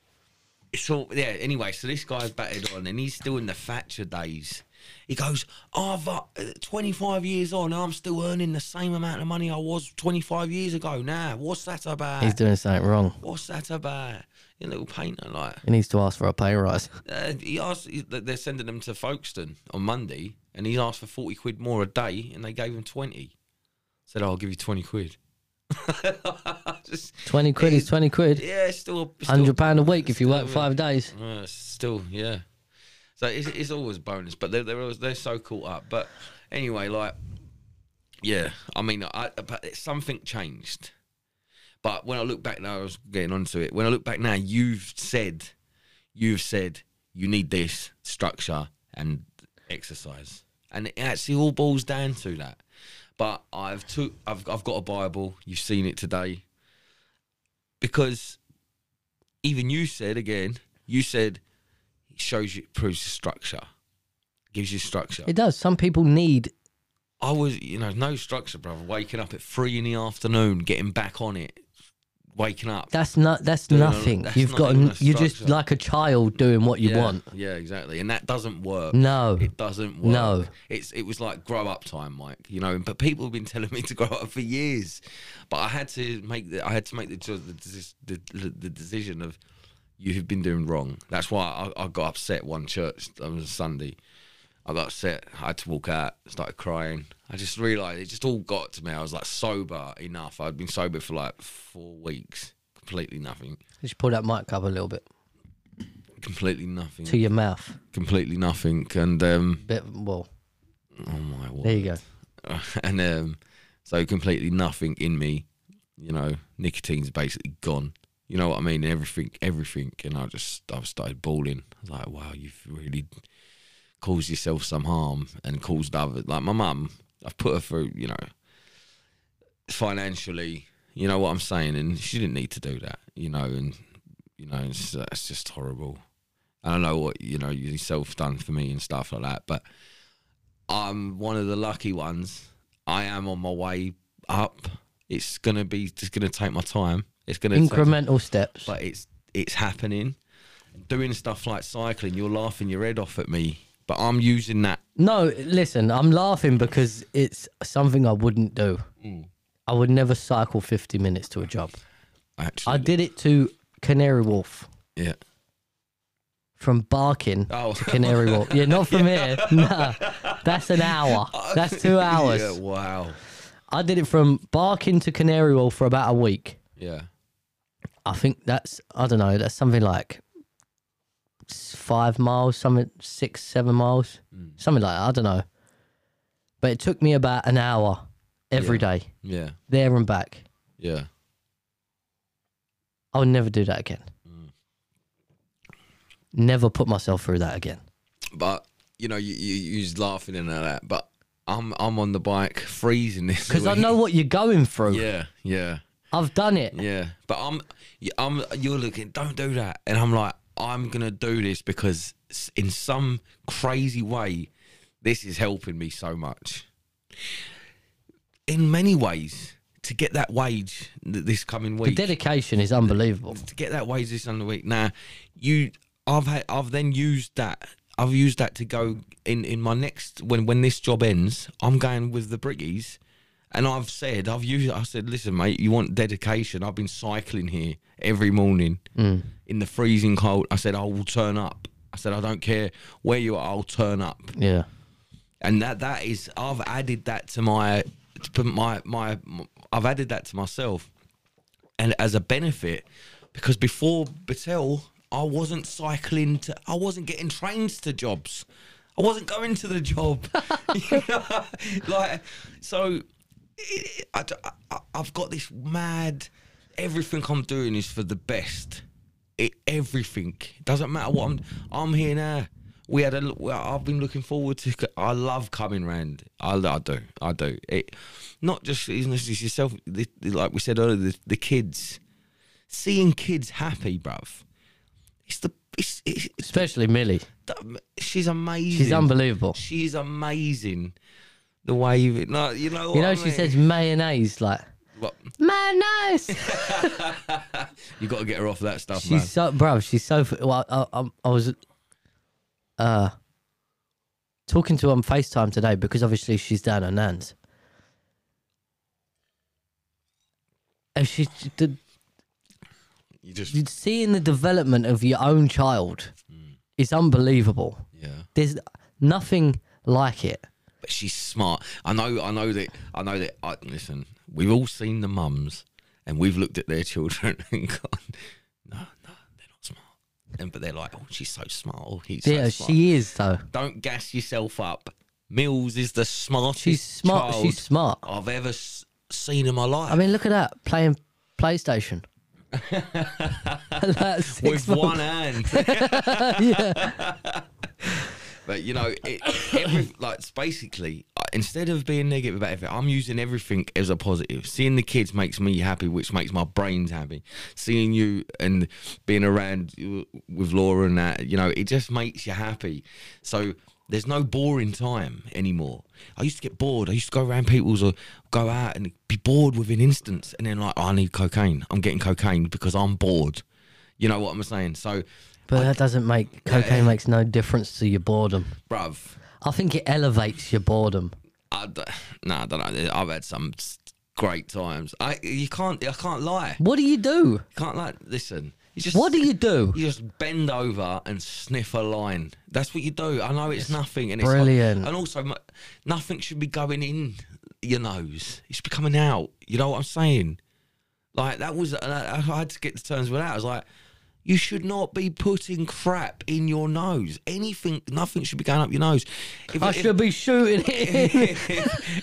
[SPEAKER 1] it's all yeah. Anyway, so this guy's batted on, and he's still in the Thatcher days. He goes, "I've uh, 25 years on, and I'm still earning the same amount of money I was 25 years ago. Now, what's that about?
[SPEAKER 3] He's doing something wrong.
[SPEAKER 1] what's that about? You little painter, like."
[SPEAKER 3] He needs to ask for a pay rise.
[SPEAKER 1] Uh, he asked. He, that they're sending him to Folkestone on Monday, and he asked for forty quid more a day, and they gave him twenty. Said, "Oh, "I'll give you twenty quid." Just-
[SPEAKER 3] Twenty quid is twenty quid.
[SPEAKER 1] yeah, it's still a still-
[SPEAKER 3] Hundred pound a week if you work
[SPEAKER 1] still-
[SPEAKER 3] five days.
[SPEAKER 1] Uh, it's still, yeah. So it's, it's always bonus, but they're they're, always, they're so caught up. But anyway, like, yeah, I mean, I, but it's- something changed. But when I look back now, I was getting onto it. When I look back now, you've said, you've said you need this structure and exercise, and it actually all boils down to that. But I've took, I've I've got a Bible. You've seen it today, because even you said again, you said it shows you proves the structure, gives you structure.
[SPEAKER 3] It does. Some people need
[SPEAKER 1] I was, you know, no structure, brother. Waking up at three in the afternoon, getting back on it, waking up.
[SPEAKER 3] That's not. That's
[SPEAKER 1] Doing a-
[SPEAKER 3] nothing.
[SPEAKER 1] that's
[SPEAKER 3] You've
[SPEAKER 1] not
[SPEAKER 3] got.
[SPEAKER 1] even
[SPEAKER 3] n-
[SPEAKER 1] a
[SPEAKER 3] You're just
[SPEAKER 1] structure.
[SPEAKER 3] like a child doing what you
[SPEAKER 1] yeah,
[SPEAKER 3] want.
[SPEAKER 1] Yeah, exactly. And that doesn't work.
[SPEAKER 3] No.
[SPEAKER 1] It doesn't work.
[SPEAKER 3] No.
[SPEAKER 1] It's it was like grow up time, Mike. You know, but people have been telling me to grow up for years, but I had to make the I had to make the cho- the, deci- the, the, the decision of you have been doing wrong. That's why I, I got upset one church on a Sunday. I got upset. I had to walk out. Started crying. I just realised it just all got to me. I was like sober enough. I'd been sober for like four weeks. Completely nothing.
[SPEAKER 3] Just pull that mic up a little bit
[SPEAKER 1] Completely nothing.
[SPEAKER 3] to your mouth.
[SPEAKER 1] Completely nothing. And um,
[SPEAKER 3] Bit. Well,
[SPEAKER 1] oh my word.
[SPEAKER 3] there you go.
[SPEAKER 1] and um, so completely nothing in me. you know, nicotine's basically gone. You know what I mean? Everything, everything, and I just I started bawling. I was like, wow, you've really caused yourself some harm and caused others. Like my mum, I've put her through, you know, financially. You know what I'm saying? And she didn't need to do that. You know, and you know, it's, that's just horrible. I don't know what you know yourself done for me and stuff like that, but I'm one of the lucky ones. I am on my way up. It's gonna be. It's gonna take my time. It's gonna take-
[SPEAKER 3] Incremental steps.
[SPEAKER 1] but it's it's happening. Doing stuff like cycling, you're laughing your head off at me, but I'm using that.
[SPEAKER 3] No, listen, I'm laughing because it's something I wouldn't do.
[SPEAKER 1] Mm.
[SPEAKER 3] I would never cycle 50 minutes to a job.
[SPEAKER 1] Actually,
[SPEAKER 3] I did it to Canary Wharf
[SPEAKER 1] Yeah.
[SPEAKER 3] from Barking
[SPEAKER 1] Oh.
[SPEAKER 3] to Canary Wharf. Yeah, not from here. Nah, that's an hour. That's two hours.
[SPEAKER 1] Yeah. Wow.
[SPEAKER 3] I did it from Barking to Canary Wharf for about a week.
[SPEAKER 1] Yeah.
[SPEAKER 3] I think that's I don't know. That's something like s- five miles, something six, seven miles,
[SPEAKER 1] Hmm.
[SPEAKER 3] something like that. I don't know. But it took me about an hour every day,
[SPEAKER 1] Yeah.
[SPEAKER 3] there and back.
[SPEAKER 1] Yeah.
[SPEAKER 3] I would never do that again.
[SPEAKER 1] Hmm.
[SPEAKER 3] Never put myself through that again.
[SPEAKER 1] But you know, you you you was laughing and all that, but I'm I'm on the bike freezing this
[SPEAKER 3] Because I
[SPEAKER 1] week.
[SPEAKER 3] know what you're going through.
[SPEAKER 1] Yeah. Yeah.
[SPEAKER 3] I've done it.
[SPEAKER 1] Yeah, but I'm, y- I'm. You're looking. Don't do that. And I'm like, I'm gonna do this because s- in some crazy way, this is helping me so much. In many ways, to get that wage th- this coming
[SPEAKER 3] The
[SPEAKER 1] week,
[SPEAKER 3] dedication is unbelievable.
[SPEAKER 1] to get that wage this under week. Now, you, I've had, I've then used that. I've used that to go in in my next when when this job ends. I'm going with the brickies, and I've said I've used. I said, listen, mate, you want dedication? I've been cycling here every morning in the freezing cold. I said I will turn up. I said I don't care where you are. I'll turn up
[SPEAKER 3] Yeah.
[SPEAKER 1] and that that is I've added that to my to my my I've added that to myself, and as a benefit, because before Battelle, I wasn't cycling to I wasn't getting trains to jobs, I wasn't going to the job, You know? like so. It, I, I, I've got this mad. Everything I'm doing is for the best it, everything. Doesn't matter what I'm. I'm here now. We had a. l- well, I've been looking forward to. c- I love coming round. I, l- I do. I do. It. Not just it's not just yourself. The, the- like we said earlier, the, the kids. Seeing kids happy, bruv. It's the. It's, it's, it's
[SPEAKER 3] Especially Millie.
[SPEAKER 1] the- she's amazing.
[SPEAKER 3] She's unbelievable.
[SPEAKER 1] She's amazing. The way you, no, you know. What
[SPEAKER 3] You know,
[SPEAKER 1] I
[SPEAKER 3] she
[SPEAKER 1] mean?
[SPEAKER 3] says mayonnaise, like,
[SPEAKER 1] Well,
[SPEAKER 3] mayonnaise.
[SPEAKER 1] you got to get her off that stuff, man.
[SPEAKER 3] She's so, bro. She's so. f- Well, I, I, I was, uh, talking to her on Facetime today because obviously she's down her nan's. And she, the,
[SPEAKER 1] You just,
[SPEAKER 3] you'd seeing the development of your own child
[SPEAKER 1] Mm.
[SPEAKER 3] is unbelievable.
[SPEAKER 1] yeah.
[SPEAKER 3] There's nothing like it.
[SPEAKER 1] but she's smart. I know, I know that, I know that. I, listen, we've all seen the mums, and we've looked at their children and gone, no, no, they're not smart. And but they're like, oh, she's so smart. Oh, he's
[SPEAKER 3] yeah,
[SPEAKER 1] so smart.
[SPEAKER 3] she is though.
[SPEAKER 1] Don't gas yourself up. Mills is the smartest
[SPEAKER 3] She's smart.
[SPEAKER 1] child
[SPEAKER 3] She's smart.
[SPEAKER 1] I've ever s- seen in my life.
[SPEAKER 3] I mean, look at that playing PlayStation. Like six
[SPEAKER 1] with
[SPEAKER 3] months.
[SPEAKER 1] one hand. But you know, it, every, like it's basically, uh, instead of being negative about everything, I'm using everything as a positive. Seeing the kids makes me happy, which makes my brains happy. Seeing you and being around you with Laura and that, you know, it just makes you happy. So there's no boring time anymore. I used to get bored. I used to go around people's or go out and be bored within instance, and then like, oh, I need cocaine. I'm getting cocaine because I'm bored. You know what I'm saying? So,
[SPEAKER 3] But that doesn't make cocaine makes no difference to your boredom.
[SPEAKER 1] bruv,
[SPEAKER 3] I think it elevates your boredom.
[SPEAKER 1] I d- nah, I don't know. I've had some s- great times. I you can't I can't lie.
[SPEAKER 3] What do you do?
[SPEAKER 1] Can't lie. Listen, you just
[SPEAKER 3] What do you do?
[SPEAKER 1] You just bend over and sniff a line. That's what you do. I know it's nothing, and It's
[SPEAKER 3] brilliant.
[SPEAKER 1] like, and also, mu- nothing should be going in your nose. It should be coming out. You know what I'm saying? Like that was. and I, I had to get to terms with that. I was like, You should not be putting crap in your nose. Anything, nothing should be going up your nose. If,
[SPEAKER 3] I
[SPEAKER 1] if-
[SPEAKER 3] should be shooting it.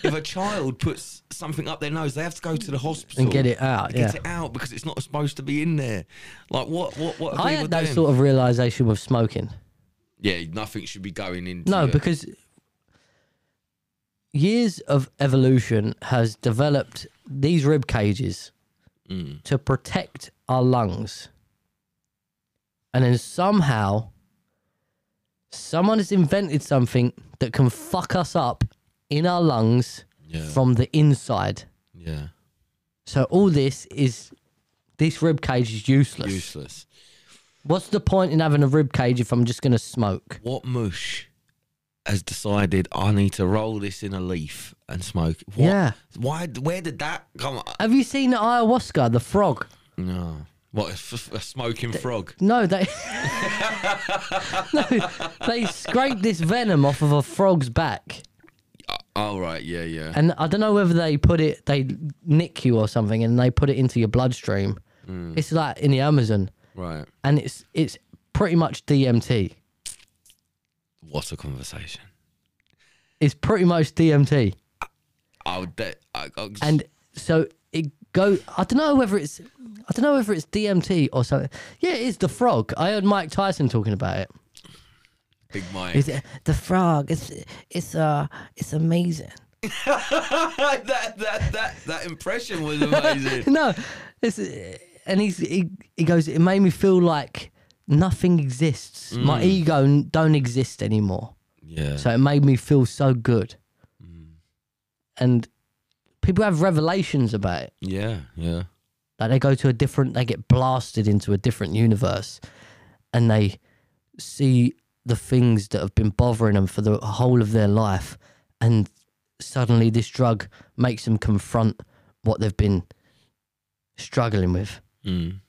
[SPEAKER 1] if a child puts something up their nose, they have to go to the hospital
[SPEAKER 3] And get it out,
[SPEAKER 1] Get
[SPEAKER 3] yeah.
[SPEAKER 1] it out because it's not supposed to be in there. Like what? What? What?
[SPEAKER 3] I had that sort of realization with smoking.
[SPEAKER 1] Yeah, nothing should be going in.
[SPEAKER 3] No, because years of evolution has developed these rib cages to protect our lungs. And then somehow someone has invented something that can fuck us up in our lungs
[SPEAKER 1] Yeah.
[SPEAKER 3] from the inside.
[SPEAKER 1] yeah,
[SPEAKER 3] So all this is this rib cage is useless.
[SPEAKER 1] useless.
[SPEAKER 3] What's the point in having a rib cage if I'm just going to smoke?
[SPEAKER 1] What mush has decided I need to roll this in a leaf and smoke? it? What?
[SPEAKER 3] Yeah.
[SPEAKER 1] Why? Where did that come?
[SPEAKER 3] Have you seen the ayahuasca, the frog?
[SPEAKER 1] No. What? A, f- a smoking frog?
[SPEAKER 3] No, they no, they scraped this venom off of a frog's back,
[SPEAKER 1] Oh right, yeah, yeah.
[SPEAKER 3] and I don't know whether they put it, they nick you or something, and they put it into your bloodstream. It's like in the Amazon,
[SPEAKER 1] Right.
[SPEAKER 3] and it's it's pretty much DMT.
[SPEAKER 1] What a conversation.
[SPEAKER 3] It's pretty much DMT,
[SPEAKER 1] Oh, that. I, I,
[SPEAKER 3] and so it go. I don't know whether it's I don't know whether it's DMT or something. Yeah, it is the frog. I heard Mike Tyson talking about it.
[SPEAKER 1] big Mike.
[SPEAKER 3] It's, uh, the frog. It's it's uh it's amazing.
[SPEAKER 1] that, that, that, that impression was amazing.
[SPEAKER 3] no, it's, and he's, he he goes. It made me feel like nothing exists. My ego n- don't exist anymore.
[SPEAKER 1] yeah.
[SPEAKER 3] So it made me feel so good. And people have revelations about it.
[SPEAKER 1] yeah, yeah.
[SPEAKER 3] Like they go to a different, they get blasted into a different universe, and they see the things that have been bothering them for the whole of their life, and suddenly this drug makes them confront what they've been struggling with.
[SPEAKER 1] Mm.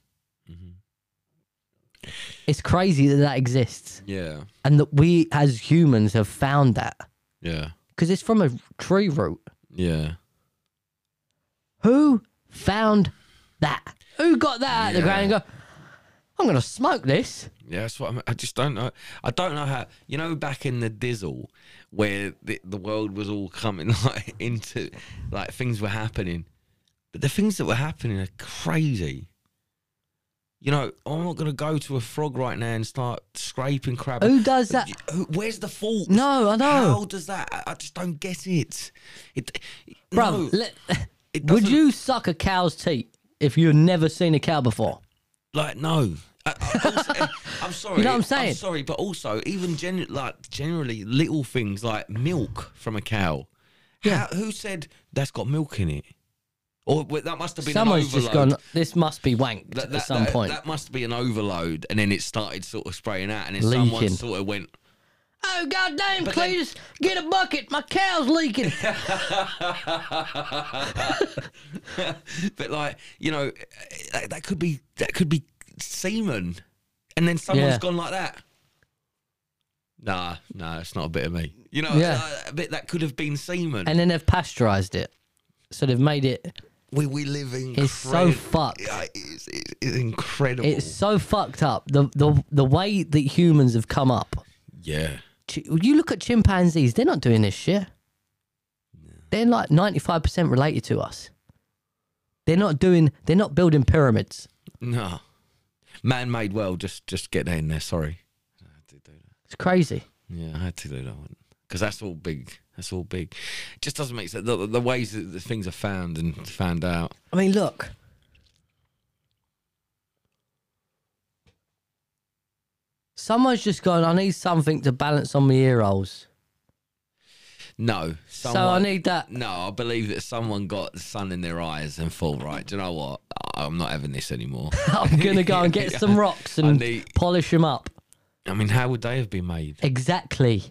[SPEAKER 3] It's crazy that that exists
[SPEAKER 1] Yeah,
[SPEAKER 3] and that we as humans have found that
[SPEAKER 1] yeah,
[SPEAKER 3] because it's from a tree root.
[SPEAKER 1] yeah.
[SPEAKER 3] Who found that? Who got that out of the ground and go, I'm going to smoke this?
[SPEAKER 1] Yeah, that's what I'm, I just don't know. I don't know how. You know, back in the Dizzle, where the, the world was all coming like into, like things were happening, but the things that were happening are crazy. You know, I'm not going to go to a frog right now and start scraping crab.
[SPEAKER 3] Who does that?
[SPEAKER 1] Who- Where's the fault?
[SPEAKER 3] No, I know.
[SPEAKER 1] How does that? I- I just don't get it. It,
[SPEAKER 3] Bro,
[SPEAKER 1] no,
[SPEAKER 3] let-
[SPEAKER 1] it
[SPEAKER 3] would
[SPEAKER 1] doesn't-
[SPEAKER 3] you suck a cow's teat if you've never seen a cow before?
[SPEAKER 1] like no? I, am sorry.
[SPEAKER 3] You know what I'm saying?
[SPEAKER 1] sorry, but also even gen, like generally little things like milk from a cow. Yeah. who said that's got milk in it? Or well, that must have been
[SPEAKER 3] Someone's
[SPEAKER 1] an
[SPEAKER 3] just
[SPEAKER 1] overload.
[SPEAKER 3] gone, this must be wanked
[SPEAKER 1] that, that,
[SPEAKER 3] at some
[SPEAKER 1] that-
[SPEAKER 3] point.
[SPEAKER 1] that must be an overload, and then it started sort of spraying out, and then someone
[SPEAKER 3] Leaking.
[SPEAKER 1] sort of went,
[SPEAKER 3] oh, goddamn,
[SPEAKER 1] then-
[SPEAKER 3] Cletus, get a bucket. My cow's leaking.
[SPEAKER 1] but like you know, that, that could be that could be semen, and then someone's
[SPEAKER 3] Yeah.
[SPEAKER 1] gone like that. Nah, nah, it's not a bit of me. You know,
[SPEAKER 3] Yeah.
[SPEAKER 1] uh, but that could have been semen.
[SPEAKER 3] and then they've pasteurized it. So they've made it
[SPEAKER 1] we we live in
[SPEAKER 3] It's so fucked.
[SPEAKER 1] It's, it's, it's incredible.
[SPEAKER 3] It's so fucked up. The the the way that humans have come up.
[SPEAKER 1] yeah,
[SPEAKER 3] Chi- You look at chimpanzees; they're not doing this shit. They're like ninety five percent related to us. They're not doing. They're not building pyramids.
[SPEAKER 1] no, man-made world. Just just get that in there. Sorry, I had to do that.
[SPEAKER 3] It's crazy.
[SPEAKER 1] Yeah, I had to do that one because that's all big. That's all big. It just doesn't make sense. The, the ways that the things are found and found out.
[SPEAKER 3] I mean, look. Someone's just gone. I need something to balance on my ear holes.
[SPEAKER 1] No.
[SPEAKER 3] so I need that.
[SPEAKER 1] No, I believe that someone got the sun in their eyes and thought, right, do you know what? I- I'm not having this anymore.
[SPEAKER 3] I'm gonna go and get some rocks and
[SPEAKER 1] need-
[SPEAKER 3] polish them up.
[SPEAKER 1] I mean, how would they have been made?
[SPEAKER 3] Exactly.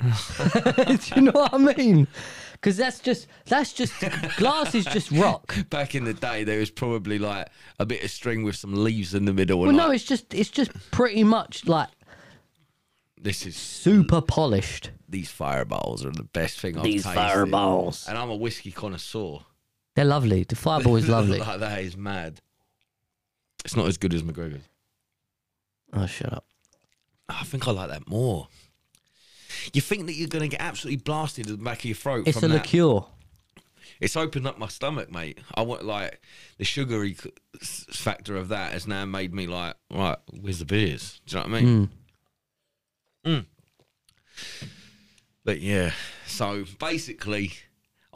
[SPEAKER 3] Do you know what I mean? Because that's just that's just glass is just rock.
[SPEAKER 1] Back in the day, there was probably like a bit of string with some leaves in the middle.
[SPEAKER 3] Well,
[SPEAKER 1] and
[SPEAKER 3] no,
[SPEAKER 1] like,
[SPEAKER 3] it's just it's just pretty much like
[SPEAKER 1] this is
[SPEAKER 3] super polished.
[SPEAKER 1] these fireballs are the best thing I've tasted. and I'm a whiskey connoisseur.
[SPEAKER 3] they're lovely. The fireball is lovely.
[SPEAKER 1] like that is mad. It's not as good as McGregor's.
[SPEAKER 3] Oh, shut up.
[SPEAKER 1] I think I like that more. You think that you're going to get absolutely blasted in the back of your throat
[SPEAKER 3] It's a
[SPEAKER 1] from that.
[SPEAKER 3] liqueur.
[SPEAKER 1] it's opened up my stomach, mate. I want like the sugary c- s- factor of that has now made me like, right, where's the beers? Do you know what I mean? Mm. But yeah, so basically,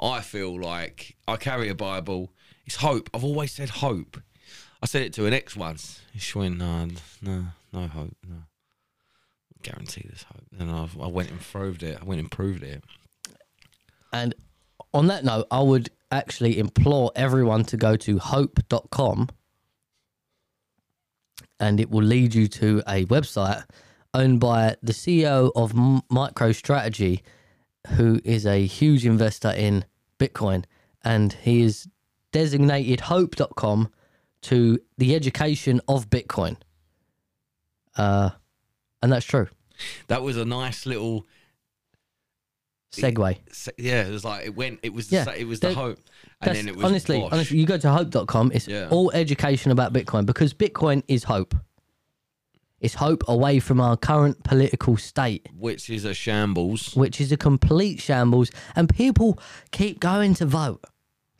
[SPEAKER 1] I feel like I carry a Bible. It's hope. I've always said hope. I said it to an ex once. She went, no, no, no hope, no. Guarantee this hope. And I've, I went and proved it. I went and proved it.
[SPEAKER 3] And on that note, I would actually implore everyone to go to hope.com and it will lead you to a website owned by the CEO of M- MicroStrategy, who is a huge investor in Bitcoin. And he has designated hope.com to the education of Bitcoin. Uh, and that's true.
[SPEAKER 1] That was a nice little
[SPEAKER 3] Segue.
[SPEAKER 1] se- yeah, it was like it went. It was the
[SPEAKER 3] Yeah,
[SPEAKER 1] sa it was the
[SPEAKER 3] that-
[SPEAKER 1] hope, and
[SPEAKER 3] That's,
[SPEAKER 1] then it was
[SPEAKER 3] honestly,
[SPEAKER 1] Bosch.
[SPEAKER 3] honestly, you go to hope.com, it's
[SPEAKER 1] Yeah.
[SPEAKER 3] all education about Bitcoin because Bitcoin is hope. It's hope away from our current political state,
[SPEAKER 1] which is a shambles.
[SPEAKER 3] which is a complete shambles, and people keep going to vote.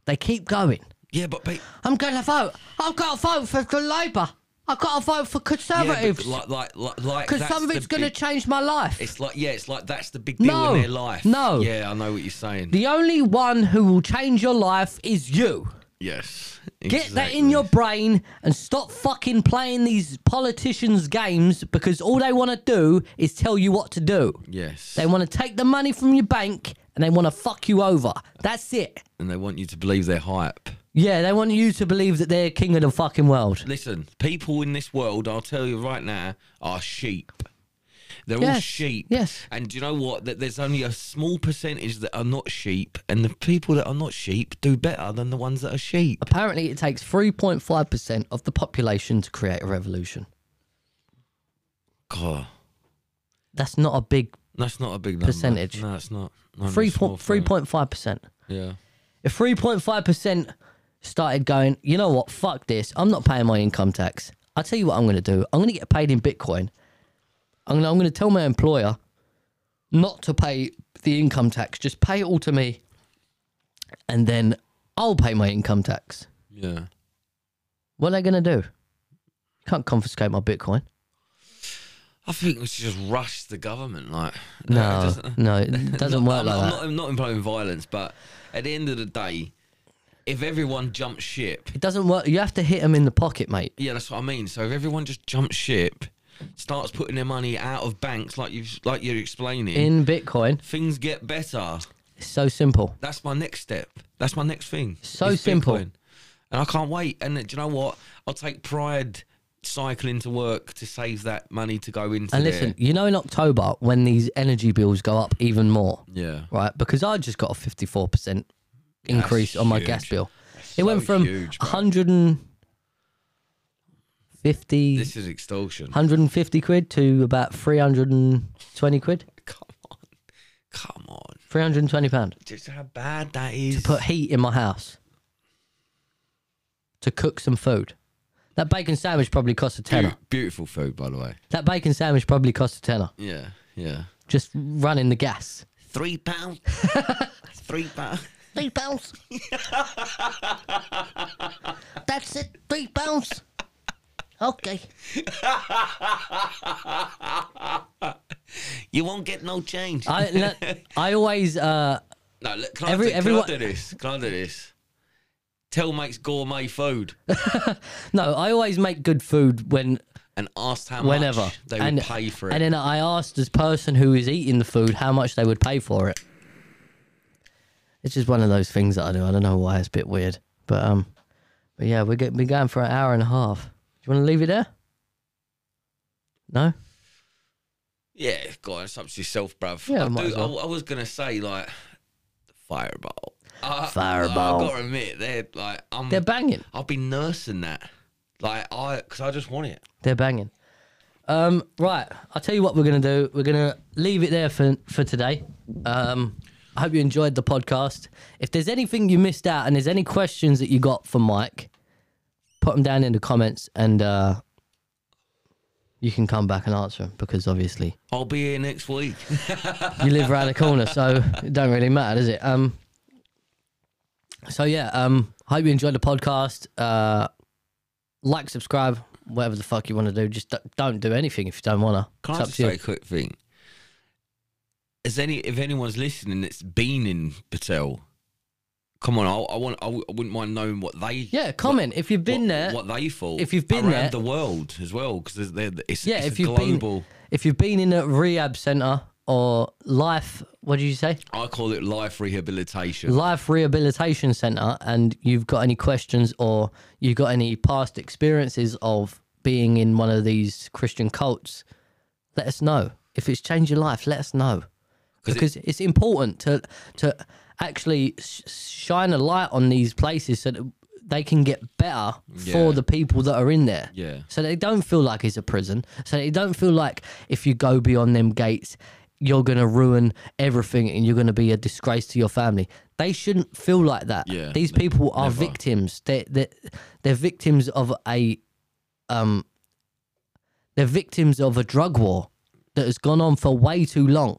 [SPEAKER 3] They keep going.
[SPEAKER 1] Yeah, but, but,
[SPEAKER 3] I'm going to vote. I've got to vote for the Labour. I've got to vote for
[SPEAKER 1] yeah, but
[SPEAKER 3] Conservatives
[SPEAKER 1] like like like like
[SPEAKER 3] because
[SPEAKER 1] that's the
[SPEAKER 3] something's going to
[SPEAKER 1] big-
[SPEAKER 3] change my life.
[SPEAKER 1] It's like yeah, it's like that's the big deal
[SPEAKER 3] No,
[SPEAKER 1] in their life.
[SPEAKER 3] no.
[SPEAKER 1] yeah, I know what you're saying.
[SPEAKER 3] the only one who will change your life is you.
[SPEAKER 1] yes,
[SPEAKER 3] Get that
[SPEAKER 1] exactly.
[SPEAKER 3] in your brain and stop fucking playing these politicians' games because all they want to do is tell you what to do.
[SPEAKER 1] yes,
[SPEAKER 3] They want to take the money from your bank and they want to fuck you over. That's it.
[SPEAKER 1] and they want you to believe their hype.
[SPEAKER 3] Yeah, they want you to believe that they're king of the fucking world.
[SPEAKER 1] Listen, people in this world, I'll tell you right now, are sheep. They're all
[SPEAKER 3] Yes,
[SPEAKER 1] sheep.
[SPEAKER 3] yes.
[SPEAKER 1] And do you know what? That there's only a small percentage that are not sheep, and the people that are not sheep do better than the ones that are sheep.
[SPEAKER 3] Apparently, it takes 3.5% of the population to create a revolution.
[SPEAKER 1] God.
[SPEAKER 3] That's not a big
[SPEAKER 1] That's not a big number.
[SPEAKER 3] Percentage.
[SPEAKER 1] No, it's not. No, it's
[SPEAKER 3] three
[SPEAKER 1] a small
[SPEAKER 3] point three
[SPEAKER 1] thing.
[SPEAKER 3] point five percent
[SPEAKER 1] Yeah.
[SPEAKER 3] If 3.5% started going, you know what, fuck this, I'm not paying my income tax. I'll tell you what I'm going to do. I'm going to get paid in Bitcoin. I'm going to, I'm going to tell my employer not to pay the income tax, just pay it all to me. And then I'll pay my income tax.
[SPEAKER 1] Yeah.
[SPEAKER 3] What are they going to do? Can't confiscate my Bitcoin.
[SPEAKER 1] I think we should just rush the government. Like, it
[SPEAKER 3] No,
[SPEAKER 1] doesn't-
[SPEAKER 3] no, it doesn't work
[SPEAKER 1] I'm,
[SPEAKER 3] like
[SPEAKER 1] I'm
[SPEAKER 3] that.
[SPEAKER 1] Not, I'm not implying violence, but at the end of the day, if everyone jumps ship,
[SPEAKER 3] It doesn't work. You have to hit them in the pocket, mate.
[SPEAKER 1] yeah, that's what I mean. So if everyone just jumps ship, starts putting their money out of banks, like you like you're explaining,
[SPEAKER 3] In Bitcoin,
[SPEAKER 1] things get better.
[SPEAKER 3] it's so simple.
[SPEAKER 1] That's my next step. That's my next thing.
[SPEAKER 3] So
[SPEAKER 1] is
[SPEAKER 3] simple.
[SPEAKER 1] Bitcoin. And I can't wait. And uh, do you know what? I'll take pride cycling to work to save that money to go into.
[SPEAKER 3] And
[SPEAKER 1] there.
[SPEAKER 3] listen, you know, in October when these energy bills go up even more,
[SPEAKER 1] Yeah.
[SPEAKER 3] right? Because I just got a fifty-four percent increase on my gas
[SPEAKER 1] huge.
[SPEAKER 3] bill. it went
[SPEAKER 1] so
[SPEAKER 3] from
[SPEAKER 1] huge, bro.
[SPEAKER 3] 150,
[SPEAKER 1] This is extortion.
[SPEAKER 3] 150 quid to about three hundred and twenty quid,
[SPEAKER 1] Come on. Come on.
[SPEAKER 3] three hundred and twenty pound.
[SPEAKER 1] Just how bad that is.
[SPEAKER 3] Put heat in my house to cook some food. That bacon sandwich probably cost a tenner.
[SPEAKER 1] Beau- beautiful food, by the way.
[SPEAKER 3] That bacon sandwich probably cost a tenner.
[SPEAKER 1] Yeah. Yeah.
[SPEAKER 3] Just running the gas.
[SPEAKER 1] Three pounds. Three pounds.
[SPEAKER 3] Three pounds. That's it. Three pounds. Okay.
[SPEAKER 1] You won't get no change.
[SPEAKER 3] I no, I always uh
[SPEAKER 1] no, look, can,
[SPEAKER 3] Every-
[SPEAKER 1] I do,
[SPEAKER 3] everyone-
[SPEAKER 1] can I do this? Can I do this? Tell makes gourmet food
[SPEAKER 3] no I always make good food when
[SPEAKER 1] and asked how
[SPEAKER 3] whenever
[SPEAKER 1] much they
[SPEAKER 3] and
[SPEAKER 1] would pay for it.
[SPEAKER 3] and then I asked this person who is eating the food how much they would pay for it. It's just one of those things that I do. I don't know why it's a bit weird, but um, but yeah, we're get, we're going for an hour and a half. Do you want to leave it there? No.
[SPEAKER 1] yeah, God, it's up to yourself, bruv.
[SPEAKER 3] Yeah,
[SPEAKER 1] I,
[SPEAKER 3] might
[SPEAKER 1] do,
[SPEAKER 3] as well.
[SPEAKER 1] I, I was going to say, like, fireball. I,
[SPEAKER 3] Fireball.
[SPEAKER 1] i got to admit, they're like, I'm
[SPEAKER 3] They're banging.
[SPEAKER 1] I've been nursing that. Like I, because I just want it.
[SPEAKER 3] They're banging. Um, right, I'll tell you what we're gonna do. We're gonna leave it there for for today. Um, I hope you enjoyed the podcast. If there's anything you missed out and there's any questions that you got for Mike, put them down in the comments and uh, you can come back and answer them because obviously
[SPEAKER 1] I'll be here next week.
[SPEAKER 3] you live around the corner, so it don't really matter, does it? Um. So yeah, um, hope you enjoyed the podcast. Uh, like, subscribe, whatever the fuck you want to do. Just d- don't do anything if you don't wanna.
[SPEAKER 1] Can
[SPEAKER 3] It's
[SPEAKER 1] I
[SPEAKER 3] up
[SPEAKER 1] just
[SPEAKER 3] to you.
[SPEAKER 1] say a quick thing? Is any if anyone's listening that's been in Patel, come on, I, I want I, w- I wouldn't mind knowing what they
[SPEAKER 3] Yeah, comment if you've been
[SPEAKER 1] what,
[SPEAKER 3] there.
[SPEAKER 1] what they thought.
[SPEAKER 3] if you've been
[SPEAKER 1] around
[SPEAKER 3] there-
[SPEAKER 1] the world as well, because it's
[SPEAKER 3] Yeah,
[SPEAKER 1] it's
[SPEAKER 3] if
[SPEAKER 1] a
[SPEAKER 3] you've been-
[SPEAKER 1] global.
[SPEAKER 3] If you've been in a rehab center or life, what did you say?
[SPEAKER 1] I call it life rehabilitation.
[SPEAKER 3] Life rehabilitation center, and you've got any questions or you've got any past experiences of being in one of these Christian cults, let us know. If it's changed your life, let us know because it's important to to actually sh- shine a light on these places so that they can get better
[SPEAKER 1] Yeah.
[SPEAKER 3] for the people that are in there.
[SPEAKER 1] Yeah.
[SPEAKER 3] So they don't feel like it's a prison. So they don't feel like if you go beyond them gates, you're going to ruin everything and you're going to be a disgrace to your family. They shouldn't feel like that.
[SPEAKER 1] Yeah,
[SPEAKER 3] These
[SPEAKER 1] ne-
[SPEAKER 3] people are
[SPEAKER 1] never.
[SPEAKER 3] victims. They they they're victims of a um they're victims of a drug war that has gone on for way too long.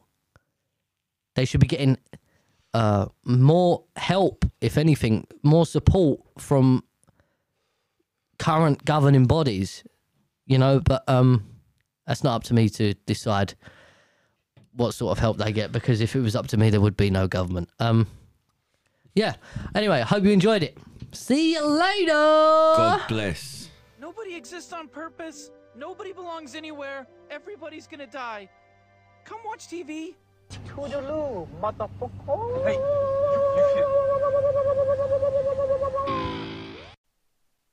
[SPEAKER 3] They should be getting uh, more help, if anything, more support from current governing bodies, you know. But um, that's not up to me to decide what sort of help they get because if it was up to me, there would be no government. Um, yeah. Anyway, hope you enjoyed it. See you later.
[SPEAKER 1] God bless.
[SPEAKER 4] Nobody exists on purpose. Nobody belongs anywhere. Everybody's gonna die. Come watch TV.
[SPEAKER 5] Toodaloo, motherfucker.
[SPEAKER 4] Hey, you- you-